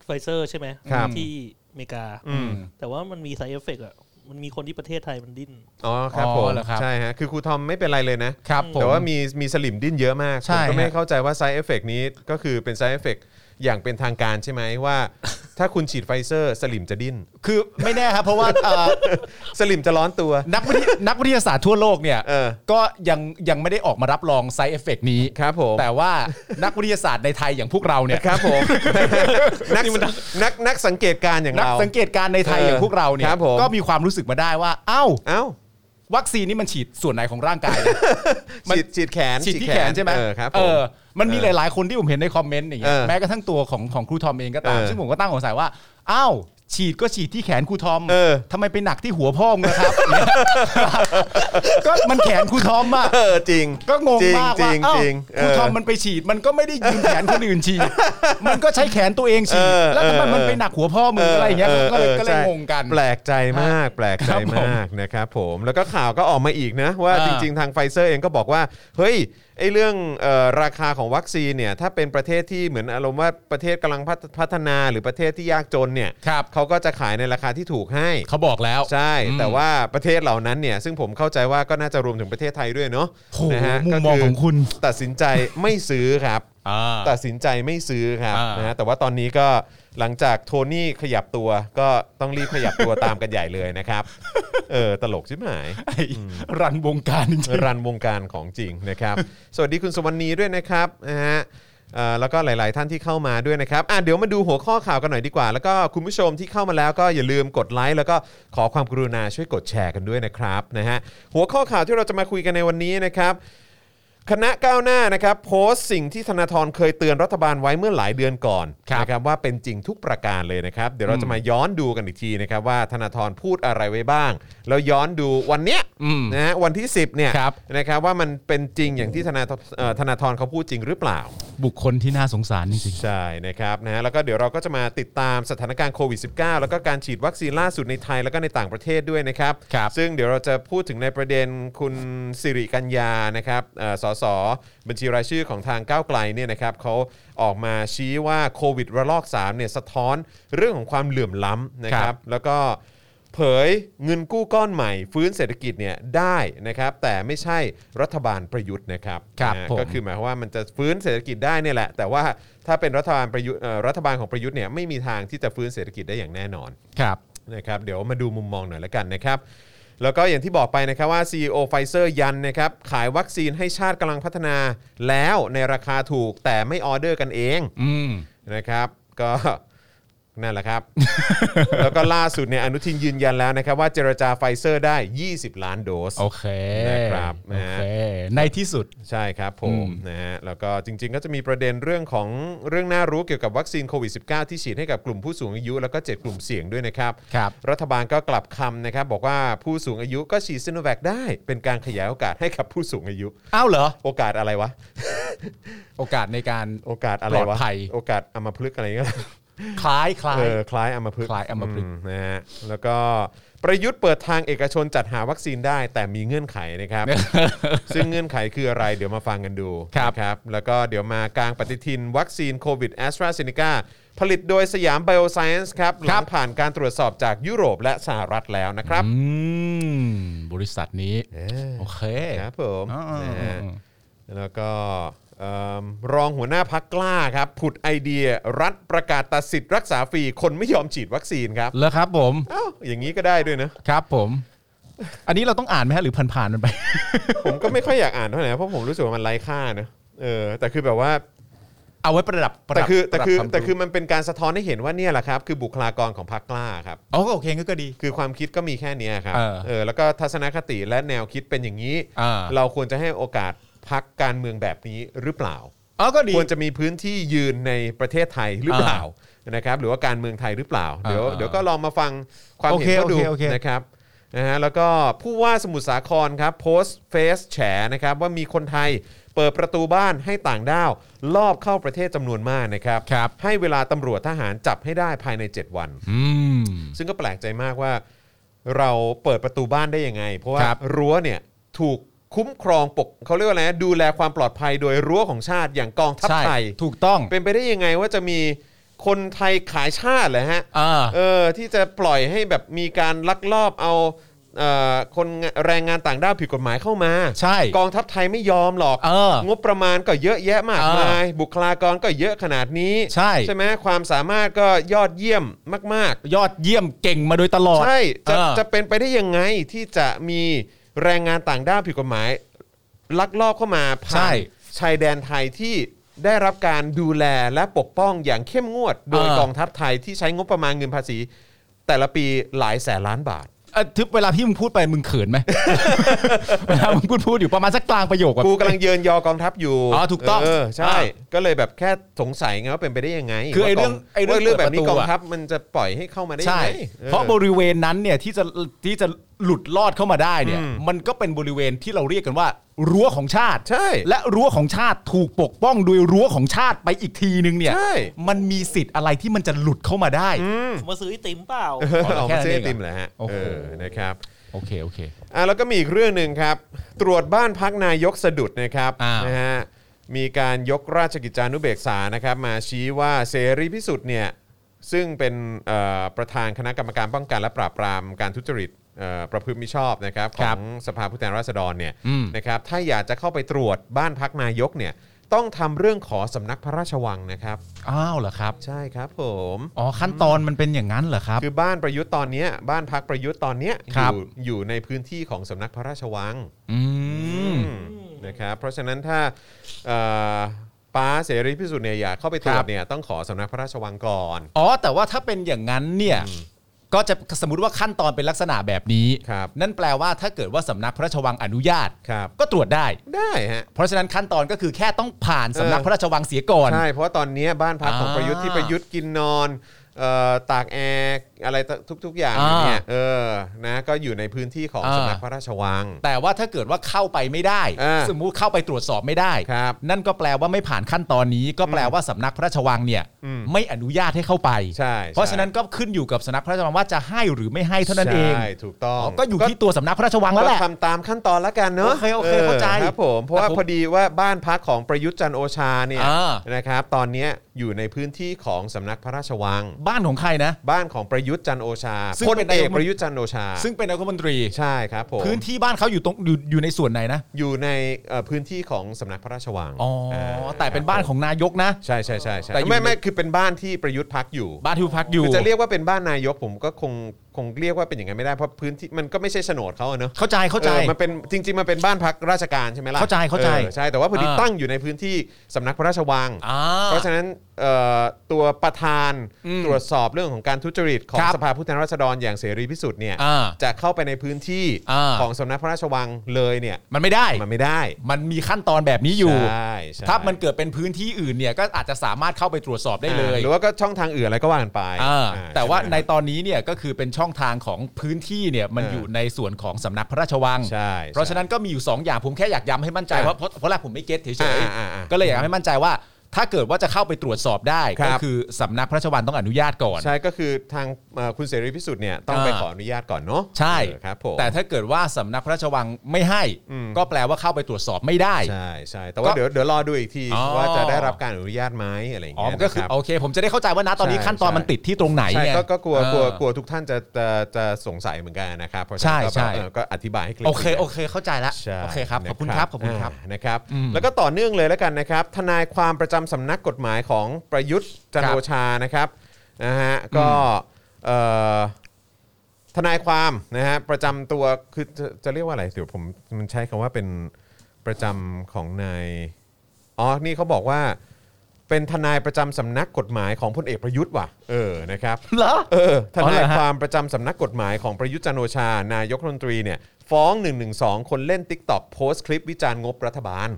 D: ไฟเซอร์ใช่ไหม
B: ครับ
D: ที่อเมริกา
B: อืม
D: แต่ว่ามันมี side effect อ่ะ มันมีคนที่ประเทศไทยมันดิ้น
B: อ๋อครับ
C: อ๋อ
B: ผม
C: เหรอครับ
B: ใช่ฮะคือครูทอมไม่เป็นไรเลยนะครับ
C: ผม
B: แต่ว่ามีมีสลิมดิ้นเยอะมาก
C: ใช่
B: ผมก็ไม่
C: ฮะ
B: เข้าใจว่าไซเอฟเฟกนี้ก็คือเป็นไซเอฟเฟกอย่างเป็นทางการใช่ไหมว่า ถ้าคุณฉีดไฟเซอร์สลิมจะดิ้น
C: คือไม่แน่ครับ เพราะว่าเอ่อ
B: สลิมจะร้อนตัว
C: นักวิทยนักวิทยาศาสตร์ทั่วโลกเนี่ย
B: เออ
C: ก็ยังยังไม่ได้ออกมารับรองไซเอฟเฟกนี้
B: ครับผม
C: แต่ว่านักวิทยาศาสตร์ในไทยอย่างพวกเราเนี่ย
B: ครับผมนักนักนักสังเกตการณ์อย่าง
C: นัก
B: เรา
C: สังเกตการณ์ในไทย
B: เออ
C: อย่างพวกเราเนี่
B: ค
C: ย
B: รับผม
C: ก็มีความรู้สึกมาได้ว่า เอ้า
B: เอ้า
C: วัคซีนนี่มันฉีดส่วนไหนของร่างกายนะ มัน
B: ฉีดฉีดแขน
C: ฉีดที่แขนใช่ไหม
B: เออครับผ
C: เอ
B: ม
C: อมันมีหลาย ๆ คนที่ผมเห็นในคอมเมนต์อย่างเงี้ย
B: เออ
C: แม้กระทั่งตัวของของครูทอมเองก็ตาม
B: เออ
C: ซึ่งผมก็ตั้งสงสัยว่าอ้าวฉีดก็ฉีดที่แขนครูทอม
B: เออ
C: ทำไมไปหนักที่หัวพ่อมึงล่ะครับ ก็มันแขนครูทอมอะ
B: เออจริง
C: ก็งง
B: จริ
C: มาก
B: จริ
C: ว่าง เอ้า
B: จริง
C: ครูทอม
B: เ
C: มันไปฉีดมันก็ไม่ได้ยืมแขนคนอื่นฉีด มันก็ใช้แขนตัวเองฉีด
B: เออ
C: แล้วทำไม
B: เออ
C: มันไปหนักหัวพ่อมึงอะไรอย่างเงี้ยก็เล
B: อ
C: ย
B: อออ
C: ก็เลย
B: ใช่
C: งงกัน
B: แปลกใจมาก แปลกใจ
C: ครับผม
B: มากนะครับผมแล้วก็ข่าวก็ออกมาอีกนะ ว่า
C: อ่า
B: จริง ๆ ทางไฟเซอร์เองก็บอกว่า เฮ้ยไอ้เรื่องเอ่อราคาของวัคซีนเนี่ยถ้าเป็นประเทศที่เหมือนอารมณ์ว่าประเทศกำลังพัฒพัฒนาหรือประเทศที่ยากจนเนี่ย
C: ครับ
B: เขาก็จะขายในราคาที่ถูกให้
C: เขาบอกแล้ว
B: ใช่
C: อืม
B: แต่ว่าประเทศเหล่านั้นเนี่ยซึ่งผมเข้าใจว่าก็น่าจะรวมถึงประเทศไทยด้วยเนาะ
C: โห
B: นะฮะ
C: มุม
B: ก็
C: มองของคุณ
B: ตัดสินใจไม่ซื้อครับ
C: อ่า
B: ตัดสินใจไม่ซื้อครับ
C: อ่าน
B: นะฮะแต่ว่าตอนนี้ก็หลังจากโทนี่ขยับตัวก็ต้องรีบขยับตัว ตามกันใหญ่เลย นะครับ เออตลกชิบหาย
C: ไอ้ รันวงการจริง
B: รันวงการของจริงนะครับ สวัสดีคุณสวรรณีด้วยนะครับนะฮะเอ่อแล้วก็หลาย ๆ ท่านที่เข้ามาด้วยนะครับอ่ะเดี๋ยวมาดูหัวข้อข่าวกันหน่อยดีกว่า แล้วก็คุณผู้ชมที่เข้ามาแล้วก็อย่าลืมกดไลค์แล้วก็ขอความกรุณาช่วยกดแชร์กันด้วยนะครับนะฮะหัวข้อข่าวที่เราจะมาคุยกันในวันนี้นะครับ คณะก้าวหน้านะครับโพสต์สิ่งที่ธนาธรเคยเตือนรัฐบาลไว้เมื่อหลายเดือนก่อน
C: ครับ
B: นะครับว่าเป็นจริงทุกประการเลยนะครับเดี๋ยวเราจะมาย้อนดูกันอีกทีนะครับว่าธนาธรพูดอะไรไว้บ้าง แล้วย้อนดูวันเนี้ย
C: อืม
B: นะฮะวันที่ 10เนี่ย
C: ครับ
B: นะครับว่ามันเป็นจริงอย่างที่ธนาธรเอ่อธนาธรเขาพูดจริงหรือเปล่า
C: บุคคลที่น่าสงสารจริง
B: ใช่นะครับนะฮะแล้วก็เดี๋ยวเราก็จะมาติดตามสถานการณ์โควิด -19 แล้วก็การฉีดวัคซีนล่าสุดในไทยแล้วก็ในต่างประเทศด้วยนะครับ
C: ครับ
B: ซึ่งเดี๋ยวเราจะพูดถึงในประเด็นคุณสิริกัญญานะครับเอ่อสสบัญชีรายชื่อของทางก้าวไกลเนี่ยนะครับเขาออกมาชี้ว่าโควิดระลอก3เนี่ยสะท้อนเรื่องของความเหลื่อมล้ำนะค
C: ค
B: รั
C: รับ บ
B: แล้วก็เผยเงินกู้ก้อนใหม่ ฟื้นเศรษฐกิจเนี่ยได้นะครับ แต่ไม่ใช่รัฐบาลประยุทธ์นะครับ
C: ครับ
B: นะฮะ
C: ผม
B: ก็คือ คือหมายความว่ามันจะฟื้นเศรษฐกิจได้เนี่ยแหละ แต่ว่าถ้าเป็นรัฐบาลประยุทธ์เอ่อรัฐบาลของประยุทธ์เนี่ยไม่มีทางที่จะฟื้นเศรษฐกิจได้อย่างแน่นอน
C: ๆ ครับ
B: นะครับเดี๋ยวมาดูมุมมองหน่อยละกันนะครับ แล้วก็อย่างที่บอกไปนะครับว่า CEO ไฟเซอร์ยันนะครับขายวัคซีนให้ชาติกำลังพัฒนาแล้วในราคาถูกแต่ไม่ออเดอร์กันเอง
C: อืม
B: นะครับ ก็ นั่นแหละค รับ แล้วก็ล่าสุดเนี่ยอนุทินยืนยันแล้วนะครับ ว่าเจรจาไฟเซอร์ได้ 20 ล้านโดส
C: โอเค
B: นะครับ
C: โอ
B: นะฮะ
C: เค ในที่สุด
B: ใช่ครับผ
C: อื
B: ม
C: ม
B: นะฮะแล้วก็จริงๆ ก็จะมีประเด็นเรื่องของเรื่องน่ารู้เกี่ยวกับวัคซีนโควิด -19 ที่ฉีดให้กับกลุ่มผู้สูงอายุ แล้วก็7กลุ่มเสี่ยงด้วยนะครับ
C: ครับ
B: รัฐบาลก็กลับคำนะครับ บอกว่าผู้สูงอายุก็ฉีดซิโนแวคได้ เป็นการขยายโอกาสให้กับผู้สูงอายุ
C: อ้าวเหรอ
B: โอกาสอะไรวะ
C: โอกาสในการ
B: โอกาสอะไร
C: ปล
B: วะ
C: อดภัย
B: โอกาสอัมพฤกษ์อะไรเงี้ย
C: คล้ายคล้าย
B: เออคล้ายอัมพฤกษ์
C: คล้ายอัมพฤกษ์
B: อืนะฮะแล้วก็ประยุทธ์เปิดทางเอกชนจัดหาวัคซีนได้ แต่มีเงื่อนไข นะครับ ซึ่งเงื่อนไขคืออะไรเดี๋ยวมาฟังกันดู
C: ครับ
B: นะครับ แล้วก็เดี๋ยวมากลางปฏิทินวัคซีนโควิดแอสตราเซเนกาผลิตโดยสยามไบโอไซเอนส์ครับห
C: ครั
B: ลั
C: บ
B: งผ่านการตรวจสอบจากยุโรปและสหรัฐแล้วนะครับ
C: อืม บริษัทนี้
B: เออ
C: โอเค
B: ครับผม
C: อ๋ออ๋ออ๋อ
B: นะฮะแล้วก็เอิ่มรองหัวหน้าพักกล้าครับผุดไอเดีย รัฐประกาศตัดสิทธิ์รักษาฟรีคนไม่ยอมฉีดวัคซีนครับ
C: แล้วครับผม
B: เอ้าอย่างนี้ก็ได้ด้วยนะ
C: ครับผม อันนี้เราต้องอ่านไหมฮะหรือผ่านๆมันไป
B: ผมก็ไม่ค่อยอยากอ่านเท่าไหร่เพราะผมรู้สึกว่ามันไร้ค่านะเออแต่คือแบบว่า
C: เอาไว้ประดับประ
B: แต่
C: ดับ
B: คือแต่คือ
C: ประดับวามรู้
B: แต่คือมันเป็นการสะท้อนให้เห็นว่าเนี่ยแหละครับ คือบุคลากรของพรรคกล้าครับ
C: อ๋อก็โอเคก็ดี
B: คือความคิดก็มีแค่เนี้ยครับ
C: เออ
B: เออแล้วก็ทัศนคติและแนวคิดเป็นอย่างนี้
C: อ่า
B: เราควรจะให้โอกาสพักการเมืองแบบนี้หรือเปล่า
C: อ๋อก็ดี
B: ควรจะมีพื้นที่ยืนในประเทศไทยหรือเปล่านะครับ หรือว่าการเมืองไทยหรือเปล่า เดี๋ยว
C: อ่า
B: เดี๋ยวก็ลองมาฟังความ
C: โอ
B: เห็
C: เคน
B: เขาดู
C: โอเคโอเค
B: นะครับนะฮะแล้วก็ผู้ว่าสมุทรสาครครับโพสต์เฟซแฉนะครับ ว่ามีคนไทยเปิดประตูบ้านให้ต่างด้าวลอบเข้าประเทศจำนวนมากนะครับ
C: ครับ
B: ให้เวลาตำรวจทหารจับให้ได้ภายใน 7 วัน
C: อืม
B: ซึ่งก็แปลกใจมากว่าเราเปิดประตูบ้านได้ยังไง เพราะว่า
C: ครับ
B: รั้วเนี่ยถูกคุ้มครองปกเขาเรียกว่าอะไรนะดูแลความปลอดภัยโดยรั้วของชาติอย่างกองทัพ
C: ใช่
B: ไทย
C: ถูกต้อง
B: เป็นไปได้ยังไงว่าจะมีคนไทยขายชาติเหรอฮะ
C: อ่า
B: เออที่จะปล่อยให้แบบมีการลักลอบเอาเอ่อคนแรงงานต่างด้าวผิดกฎหมายเข้ามา
C: ใช่
B: กองทัพไทยไม่ยอมหรอก
C: เออง
B: บประมาณก็เยอะแยะมาก
C: เออ
B: มาย บุคลากรก็เยอะขนาดนี้
C: ใช่
B: ใช่ไหมความสามารถก็ยอดเยี่ยมมาก ๆ
C: ยอดเยี่ยมเก่งมาโดยตลอด
B: ใช่จะ
C: เออ
B: จะเป็นไปได้ยังไงที่จะมีแรงงานต่างด้าวผิดกฎหมาย ลักลอบเข้ามาผ่า
C: ใช่
B: นชายแดนไทยที่ได้รับการดูแลและปกป้องอย่างเข้มงวด โดย
C: เออ
B: กองทัพไทยที่ใช้งบประมาณเงินภาษี แต่ละปีหลายแสนล้านบาท
C: เอ่อทึบเวลาพี่มึงพูดไปมึงเขินไหม เวลามึงพูดพูดอยู่ประมาณสักกลางประโยคแบบ
B: กูกำลังเยินยอกองทัพอยู่
C: อ๋อถูกต้อง
B: เออใช่
C: อ่า
B: ก็เลยแบบแค่สงสัยไงว่าเป็นไปได้ยังไง
C: คือไอ้เรื่อง
B: ว่า
C: ไอ้เรื่อง
B: ว่าเรื่องแบบนี้
C: เปิด
B: ก
C: ประตู
B: อง
C: อะ
B: ทัพมันจะปล่อยให้เข้ามาได้ยัง
C: ใช่
B: ไงออ
C: เพราะบริเวณนั้นเนี่ยที่จะที่จะหลุดลอดเข้ามาได้เนี่ย
B: อืม
C: มันก็เป็นบริเวณที่เราเรียกกันว่า รั้วของชาติ
B: ใช่
C: และรั้วของชาติถูกปกป้องโดยรั้วของชาติไปอีกทีนึงเนี่ย
B: ใช่
C: มันมีสิทธิ์อะไรที่มันจะหลุดเข้ามาได้
D: มาซื้อไอติมเปล่า
B: ออกมาเส้น
C: แค่นั้นเอง
B: ไอติมแหละฮะ
C: โอ้โห
B: เออนะครับ
C: โอเคโอเค
B: อ่ะแล้วก็มีอีกเรื่องหนึ่งครับ ตรวจบ้านพักนายกสะดุดนะครับ
C: อ้าว
B: นะฮะมีการยกราชกิจจานุเบกษานะครับ มาชี้ว่าเสรีพิสุทธิ์เนี่ยซึ่งเป็นเอ่อประธานคณะกรรมการป้องกันและปราบปรามการทุจริตเอ่อประพฤติมิชอบนะครับข
C: ครั
B: อบ งสภาผู้แทนราษฎรเนี่ย
C: อืม
B: นะครับถ้าอยากจะเข้าไปตรวจบ้านพักนายกเนี่ยต้องทำเรื่องขอสำนักพระราชวังนะครับ
C: อ้าวเหรอครับ
B: ใช่ครับผม
C: อ๋อขั้นตอนมันเป็นอย่างนั้นเหรอครับ
B: คือบ้านประยุทธ์ตอนเนี้ยบ้านพักประยุทธ์ตอนเนี้ยอ
C: ครับ
B: ยู่อยู่ในพื้นที่ของสำนักพระราชวัง
C: อืม
B: นะครับเพราะฉะนั้นถ้าเอ่อป้าเสรีพิสุทธิ์เนี่ยอยากเข้าไปตรว
C: ครั
B: จ
C: บ
B: เนี่ยต้องขอสำนักพระราชวังก่อน
C: อ๋อแต่ว่าถ้าเป็นอย่างนั้นเนี่ยก็จะสมมติว่าขั้นตอนเป็นลักษณะแบบนี้
B: ครับ
C: นั่นแปลว่าถ้าเกิดว่าสำนักพระราชวังอนุญาต
B: ครับ
C: ก็ตรวจได้
B: ได้ฮะ
C: เพราะฉะนั้นขั้นตอนก็คือแค่ต้องผ่าน
B: เออ
C: สำนักพระราชวังเสียก่อน
B: ใช่เพราะว่าตอนเนี้ยบ้านพักของ
C: อ่า
B: ประยุทธ์ที่ประยุทธ์กินนอน เอ่อตากแอร์อะไรทุก ๆ อย่างเนี่ย
C: อ่า
B: เออนะก็อยู่ในพื้นที่ของ
C: อ่า
B: สำนักพระราชวัง
C: แต่ว่าถ้าเกิดว่าเข้าไปไม่ได้
B: อ่า
C: สมมุติเข้าไปตรวจสอบไม่ได้
B: ครับ
C: นั่นก็แปลว่าไม่ผ่านขั้นตอนนี้ ก็แปลว่าสำนักพระราชวังเนี่ย
B: อืม
C: ไม่อนุญาตให้เข้าไป
B: ใช่
C: เพราะฉะนั้นก็ขึ้นอยู่กับสำนักพระราชวังว่าจะให้หรือไม่ให้เท่านั้นเอง
B: ใช่ถูกต้อง
C: อ๋อก็อยู่ที่ตัวสำนักพระราชวังแล้วแหละ
B: ก็ทำตามขั้นตอนละกันเนอะ
C: โอเคโอเคเข้าใจ
B: ครับผมเพราะว่า
C: แต่ผม
B: พอดีว่าบ้านพักของประยุทธ์จันทร์โอชาเนี่ย
C: อ่า
B: นะครับตอนเนี้ยอยู่ในพื้นที่ของสำนักพระราชวัง
C: บ้านของใครนะ
B: บ้านของประยุทธ์จันทร์โอชา
C: ซึ่ง
B: พล
C: เป็
B: เอน
C: นาย
B: ก
C: ก
B: ประยุทธ์จันทร์โอชา
C: ซึ่งเป็นนายกรัฐมนตรี
B: ใช่ครับผม
C: พื้นที่บ้านเขาอยู่ตรงอยู่อยู่ในส่วนไหนนะ
B: อยู่ในเอ่อพื้นที่ของสำนักพระราชวัง
C: อ๋อ
B: า
C: แต่เป็นบ้านของนายกนะ
B: ใช่ใช่ใช่ใช่
C: แต่อยู่
B: ไม่
C: ใน
B: ไม่คือเป็นบ้านที่ประยุทธ์พักอยู่
C: บ้านที่พักอยู่
B: คือจะเรียกว่าเป็นบ้านนายกผมก็คงคงเรียกว่าเป็นอย่างนั้นไม่ได้เพราะพื้นที่มันก็ไม่ใช่โฉนดเขาอะเนอะ
C: เข้าใจเข้าใจ
B: ออมันเป็นจริง ๆ มันเป็นบ้านพักราชการใช่ไหมล่ะ
C: เข้าใจเข้าใจ
B: ออใช่แต่ว่าพอดี
C: อ่า
B: ตั้งอยู่ในพื้นที่สำนักพระราชวัง
C: อ่า
B: เพราะฉะนั้นเอ่อตัวประธาน
C: อืม
B: ตรวจสอบเรื่องของการทุจริตของ
C: ครับ
B: สภาผู้แทนราษฎรอย่างเสรีพิสุทธิ์เนี่ย
C: อ่า
B: จะเข้าไปในพื้นที่
C: อ่า
B: ของสำนักพระราชวังเลยเนี่ย
C: มันไม่ได้
B: มันไม่ได้
C: มันมีขั้นตอนแบบนี้อยู่
B: ใช่ใช่
C: ถ้ามันเกิดเป็นพื้นที่อื่นเนี่ยก็อาจจะสามารถเข้าไปตรวจสอบได้เลย
B: อ่าหรือว่าก็ช่องทางอื่นอะไรก็ว่ากันไป
C: อ่า
B: อ่
C: แต่ว่า
B: ช่ไหม
C: ในตอนนี้เนี่ยก็คือเป็นช่องทางของพื้นที่เนี่ยมัน
B: อ่า
C: อยู่ในส่วนของสำนักพระราชวัง
B: ใช่
C: เพราะฉะนั้นก็มีอยู่ 2 อย่างผมแค่อยากย้ำให้มั่นใจ
B: อ่ะ
C: ว่าเพราะเพราะแรกผมไม่เก็ตเฉย
B: อ่ะอ่ะอ่ะ
C: ๆก็เลยอยากให้มั่นใจว่า ถ้าเกิดว่าจะเข้าไปตรวจสอบได้
B: ครั
C: ก็
B: บ
C: คือสำนักพระราชวังต้องอนุญาตก่อน
B: ใช่ก็คือทางเอ่อคุณเสรีพิสุทธิ์เนี่ยต้องไป
C: อ่า
B: ขออนุญาตก่อนเนาะ
C: ใช่
B: เออครับผม
C: แต่ถ้าเกิดว่าสำนักพระราชวังไม่ให้
B: อืม
C: ก็แปลว่าเข้าไปตรวจสอบไม่ได้
B: ใช่ใช่แต่ว่า
C: ก็
B: เดี๋ยวเดี๋ยวรอดูอีกที
C: อ๋อ
B: ว่าจะได้รับการอนุญาตไหมอะไรอย่าง
C: อ๋อ
B: เงี้ย
C: มันก็คือ
B: นะรับ
C: โอเค ผมจะได้เข้าใจว่านะตอนนี้
B: ใช่
C: ขั้นตอน
B: ใช่
C: มันติดที่ตรงไหน
B: ใช่
C: ไง
B: ก็ก็กลัว
C: เออ
B: กลัวกลัวทุกท่านจะจะจะสงสัยเหมือนกันนะครับเพราะฉะนั้นก็
C: ใช่
B: แบบ
C: ใช่
B: เออก็อธิบายให้เคลียร์
C: โอเคโอเคเข้าใจละ
B: ใช่
C: โอเคครับ
B: นะ
C: ขอบคุณครับขอบคุณครับ
B: อ่านะครับ
C: อืม
B: แล้วก็ต่อเนื่องเลยแล้วกันนะครับ ทนายความประจำสำนักกฎหมายของประยุทธ์จันทร์
C: ครับ
B: โอชานะครับนะฮะก็เอ่อทนายความนะฮะประจำตัวคือจะจะเรียกว่าอะไรเดี๋ยวผมมันใช้คำว่าเป็นประจำของนายอ๋อนี่เขาบอกว่า เป็นทนายประจำสำนักกฎหมายของพลเอกประยุทธ์ว่ะเออนะครับ
C: เหรอ
B: เออทนาย
C: อ๋อเหรอฮะ
B: ความประจำสำนักกฎหมายของประยุทธ์จันทร์โอชา นายกรัฐมนตรีเนี่ย ฟ้อง 112 คนเล่น Tik t o อกโพสต์คลิปวิจารณ์งบรัฐบาล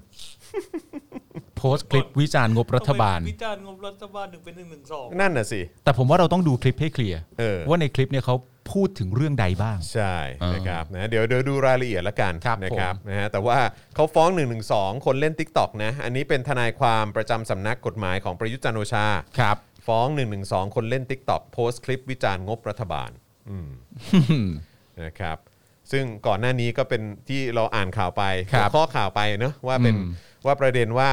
C: โพสต์คลิปวิจารณ์งบรัฐบาล
D: ทำไมวิจารณ์งบรัฐบาลถึงเป็นหนึ่งหนึ่งสอง
B: นั่นน่ะสิ
C: แต่ผมว่าเราต้องดูคลิปให้เคลียร์
B: เออ
C: ว่าในคลิปเนี่ยเขาพูดถึงเรื่องใดบ้าง
B: ใช่
C: เออ
B: นะครับนะเดี๋ยวเดี๋ยวดูรายละเอียดละกัน
C: ครับ
B: นะครับนะฮะแต่ว่าเขาฟ้อง 112 คนเล่น Tik t o อกนะอันนี้เป็นทนายความประจำสำนักกฎหมายของประยุทธ์จันทร์โอชา
C: ครับ
B: ฟ้อง 112 คนเล่น Tik t o อกโพสต์คลิปวิจารณ์งบรัฐบาล นะครับซึ่งก่อนหน้านี้ก็เป็นที่เราอ่านข่าวไป
C: ครั
B: หั
C: บ
B: วข้อข่าวไปเนอะว่าเป็น
C: อืม
B: ว่าประเด็นว่า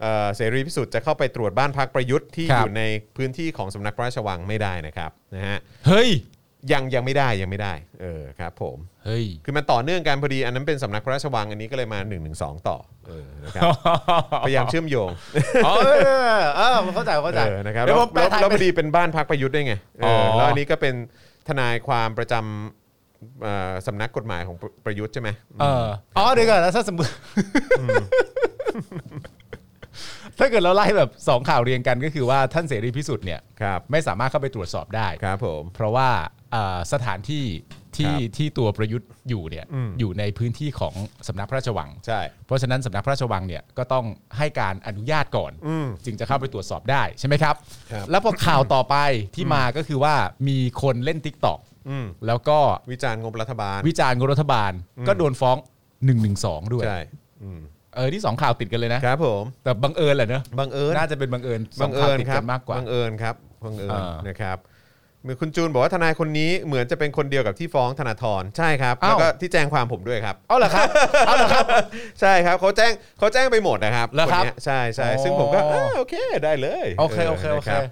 B: เอ่อเสรีพิสุทธิ์จะเข้าไปตรวจบ้านพักประยุทธ์ที่
C: ครั
B: อบ ยู่ในพื้นที่ของสำนักพระราชวังไม่ได้นะครับนะฮะ
C: เฮ้ย
B: ยังยังไม่ได้ยังไม่ได้เออครับผม
C: เฮ้ย
B: คือมันต่อเนื่องกันพอดีอันนั้นเป็นสำนักพระราชวังอันนี้ก็เลยมา1นึต่อเออ นะครับ พยายามเชื่อมโยง
C: อ๋อเออเออผมเข้าใจผมเข้าใจ
B: เออนะครับ
C: เดี๋
B: แล้
C: ยว วผมแปล
B: แล้ว
C: ไทย
B: แล้วพ
C: เป็น
B: อดีเป็นบ้านพักประยุทธ์ด้วยไงเอออ
C: อ
B: แล้วอันนี้ก็เป็นทนายความประจำเอ่อสำนักกฎหมายของประยุทธ์ใช่ไหม
C: เอออ๋อเดี๋ยวก่อนนะถ้าสมมติถ้าเกิดเราไล่แบบสองข่าวเรียงกันก็คือว่าท่านเสรีพิสุทธิ์เนี่ย
B: ครับ
C: ไม่สามารถเข้าไปตรวจสอบได้
B: ครับผม
C: เพราะว่าเอ่อสถานที่ที่
B: ครับ
C: ที่ตัวประยุทธ์อยู่เนี่ย
B: อืม
C: อยู่ในพื้นที่ของสำนักพระราชวัง
B: ใช่
C: เพราะฉะนั้นสำนักพระราชวังเนี่ยก็ต้องให้การอนุญาตก่อน
B: อืม
C: จึงจะเข้าไปตรวจสอบได้ใช่ไหมครับ
B: ครับ
C: แล้วพอข่าวต่อไปที่มาก็คือว่ามีคนเล่น t ิ k t o k
B: อืม
C: แล้วก็
B: วิจารณ์งบรัฐบาล
C: วิจารณ์งบรัฐบาล ก็โดนฟ้อง 112 ด้วย
B: ใช่อืม
C: เออที่สองข่าวติดกันเลยนะ
B: ครับผม
C: แต่บังเอิญแหละเนอะ
B: บังเอิญ
C: น่าจะเป็นบังเอิญส
B: บั
C: อง ง
B: เอิ
C: ข่าว
B: ญ
C: ติด
B: ครั
C: กับ นมากกว่า
B: บังเอิญครับบังเอิญ
C: อ่าน
B: นะครับมีคุณจูนบอกว่าทนายคนนี้เหมือนจะเป็นคนเดียวกับที่ฟ้องธนาธรใช่ครับ
C: อ้า
B: แล้ว วก็ที่แจ้งความผมด้วยครับ
C: เอาเหรอครับ เอาเหรอครับ
B: ใช่ครับเขาแจ้งเขาแจ้งไปหมดนะครับ
C: เหรอครับ
B: นเนี้ยใช่ใช่
C: อ๋อ
B: ซึ่งผมก็อ่าโอเคได้เลย
C: โอเคโอเคโอเค
B: นะครับ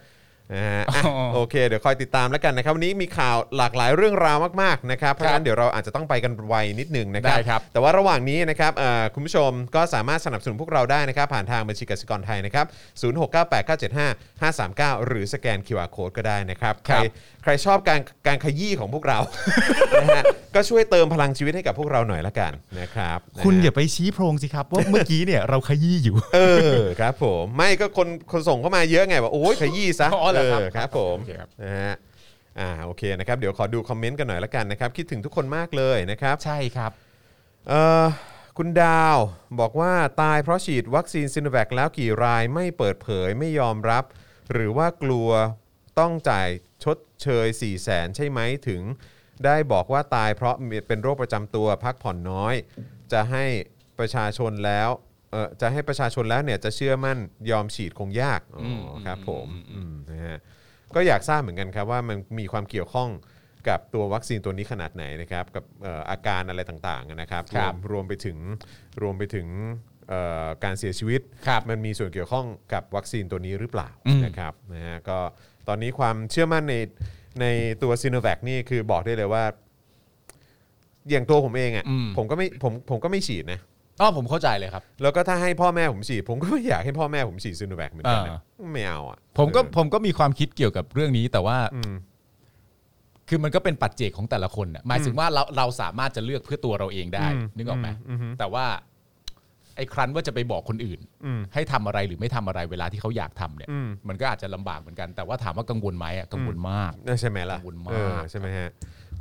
B: นะฮะอ่ะ
C: อ๋อ
B: โอเค เดี๋ยวคอยติดตามแล้วกันนะครับวันนี้มีข่าวหลากหลายเรื่องราวมากๆนะครับเพราะฉะนั้นเดี๋ยวเราอาจจะต้องไปกันไวนิดหนึ่งนะครั
C: ได้ครับ
B: แต่ว่าระหว่างนี้นะครับเอ่อคุณผู้ชมก็สามารถสนับสนุนพวกเราได้นะครับ ผ่านทางบัญชีกสิกรไทยนะครับ 0698975539 หรือสแกน QR Code ก็ได้นะครับ ใคร
C: ครับ
B: ใครชอบการการขยี้ของพวกเรา นะฮะก็ช่วยเติมพลังชีวิตให้กับพวกเราหน่อยละกันนะครับ
C: คุณ
B: นะ
C: อ
B: ฮะ
C: ย่าไปชี้โพรงสิครับ ว่าเมื่อกี้เนี่ยเราขยี้อยู่
B: เออครับผม ไม่ก็คนคนส่งเข้ามาเยอะไงว่าโอ้ยขยี้ซะ
C: อ๋อเหรอครับ
B: ครับผม
C: โอเคครับ
B: นะฮะอ่าโอเคนะครับเดี๋ยวขอดูคอมเมนต์กันหน่อยละกันนะครับคิดถึงทุกคนมากเลยนะครับ
C: ใช่ครับ
B: เอ่อคุณดาวบอกว่าตายเพราะฉีดวัคซีนซิโนแวคแล้วกี่รายไม่เปิดเผยไม่ยอมรับ หรือว่ากลัว ต้องจ่ายชดเชย 4 0 0แสนใช่ไหมถึง ได้บอกว่าตายเพราะเป็นโรคประจำตัวพักผ่อนน้อย จะให้ประชาชนแล้วเออจะให้ประชาชนแล้วเนี่ยจะเชื่อมั่นยอมฉีดคงยากอ๋อ
C: ม
B: อครับผม
C: อืม
B: อืมนะฮะก็อยากทราบเหมือนกันครับว่ามันมีความเกี่ยวข้องกับตัววัคซีนตัวนี้ขนาดไหนนะครับกับเอ่ออาการอะไรต่างๆนะครับ
C: ค
B: ร
C: รั
B: ว
C: บ
B: มรวมไปถึงรวมไปถึงเอ่อการเสียชีวิต
C: ครับ
B: มันมีส่วนเกี่ยวข้องกับวัคซีนตัวนี้หรือเปล่า
C: อืม
B: นะครับนะฮะก็ตอนนี้ความเชื่อมั่นในในตัวซีโนแวคนี่คือบอกได้เลยว่า อย่างตัวผมเองอะ่ะผมก็ไม่ผมผมก็ไม่ฉีดนะ
C: อ๋อผมเข้าใจเลยครับ
B: แล้วก็ถ้าให้พ่อแม่ผมฉีด ผมก็ไม่อยากให้พ่อแม่ผมฉีดซีโนแวคเหมือนกันนะไม่เอาอ่ะ
C: ผมก็
B: เออ
C: ผมก็มีความคิดเกี่ยวกับเรื่องนี้แต่ว่า
B: อืม
C: คือมันก็เป็นปัจเจกของแต่ละคนน่ะหมายถึงว่าเราเราสามารถจะเลือกเพื่อตัวเราเองได้
B: อืม
C: นึกออกไหม
B: อืมอืม
C: แต่ว่า ไอ้ครั้นว่าจะไปบอกคนอื่น
B: อืม
C: ให้ทำอะไรหรือไม่ทำอะไรเวลาที่เขาอยากทำเนี่ย
B: อืม
C: มันก็อาจจะลำบากเหมือนกันแต่ว่าถามว่ากังวลไหมอ่ะกังวลมาก
B: น่าใช่ไหมล่ะ
C: กังวลมาก
B: เออใช่ไหมฮะ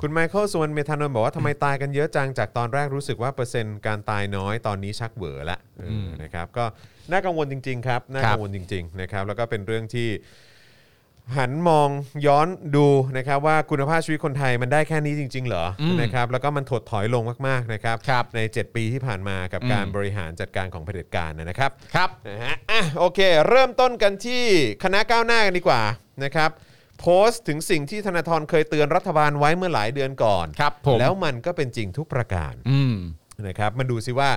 B: คุณไมเคิลส่วนเมธานนท์บอกว่าทำไมตายกันเยอะจัง จากตอนแรกรู้สึกว่าเปอร์เซ็นต์การตายน้อยตอนนี้ชักเบอละเอออนะครับ ก็น่ากังวลจริง ๆ ครับ น่ากังวลจริง ๆ นะครับ แล้วก็เป็นเรื่องที่ หันมองย้อนดูนะครับว่าคุณภาพชีวิตคนไทยมันได้แค่นี้จริง ๆ เหรออ
C: ม
B: นะครับแล้วก็มันถดถอยลงมากๆนะครับ
C: ครับ
B: ใน 7 ปีที่ผ่านมากับ
C: อืม
B: การบริหารจัดการของเผด็จการนะครับ
C: ครับ
B: นะฮะอ่ะโอเค เริ่มต้นกันที่คณะก้าวหน้ากันดีกว่านะครับ โพสต์ถึงสิ่งที่ธนาธรเคยเตือนรัฐบาลไว้เมื่อหลายเดือนก่อน
C: ครับผม
B: แล้วมันก็เป็นจริงทุกประการ
C: อืม
B: นะครับ มาดูซิว่า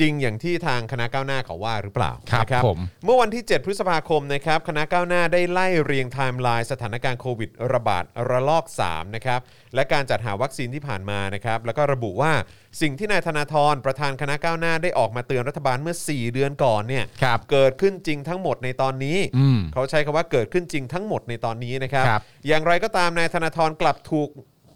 B: จริงอย่างที่ทางคณะก้าวหน้าเขาว่าหรือเปล่า
C: ครับ
B: นะ
C: ผม
B: เมื่อวันที่ 7 พฤษภาคมนะครับ คณะก้าวหน้าได้ไล่เรียงไทม์ไลน์สถานการณ์โควิดระบาดระลอก 3 นะครับ และการจัดหาวัคซีนที่ผ่านมานะครับ แล้วก็ระบุว่าสิ่งที่นายธนาธรประธานคณะก้าวหน้าได้ออกมาเตือนรัฐบาลเมื่อ 4 เดือนก่อนเนี่ย
C: ครับ
B: เกิดขึ้นจริงทั้งหมดในตอนนี้
C: อืม
B: เขาใช้คำว่าเกิดขึ้นจริงทั้งหมดในตอนนี้นะครับ
C: ครับ
B: อย่างไรก็ตามนายธนาธรกลับถูก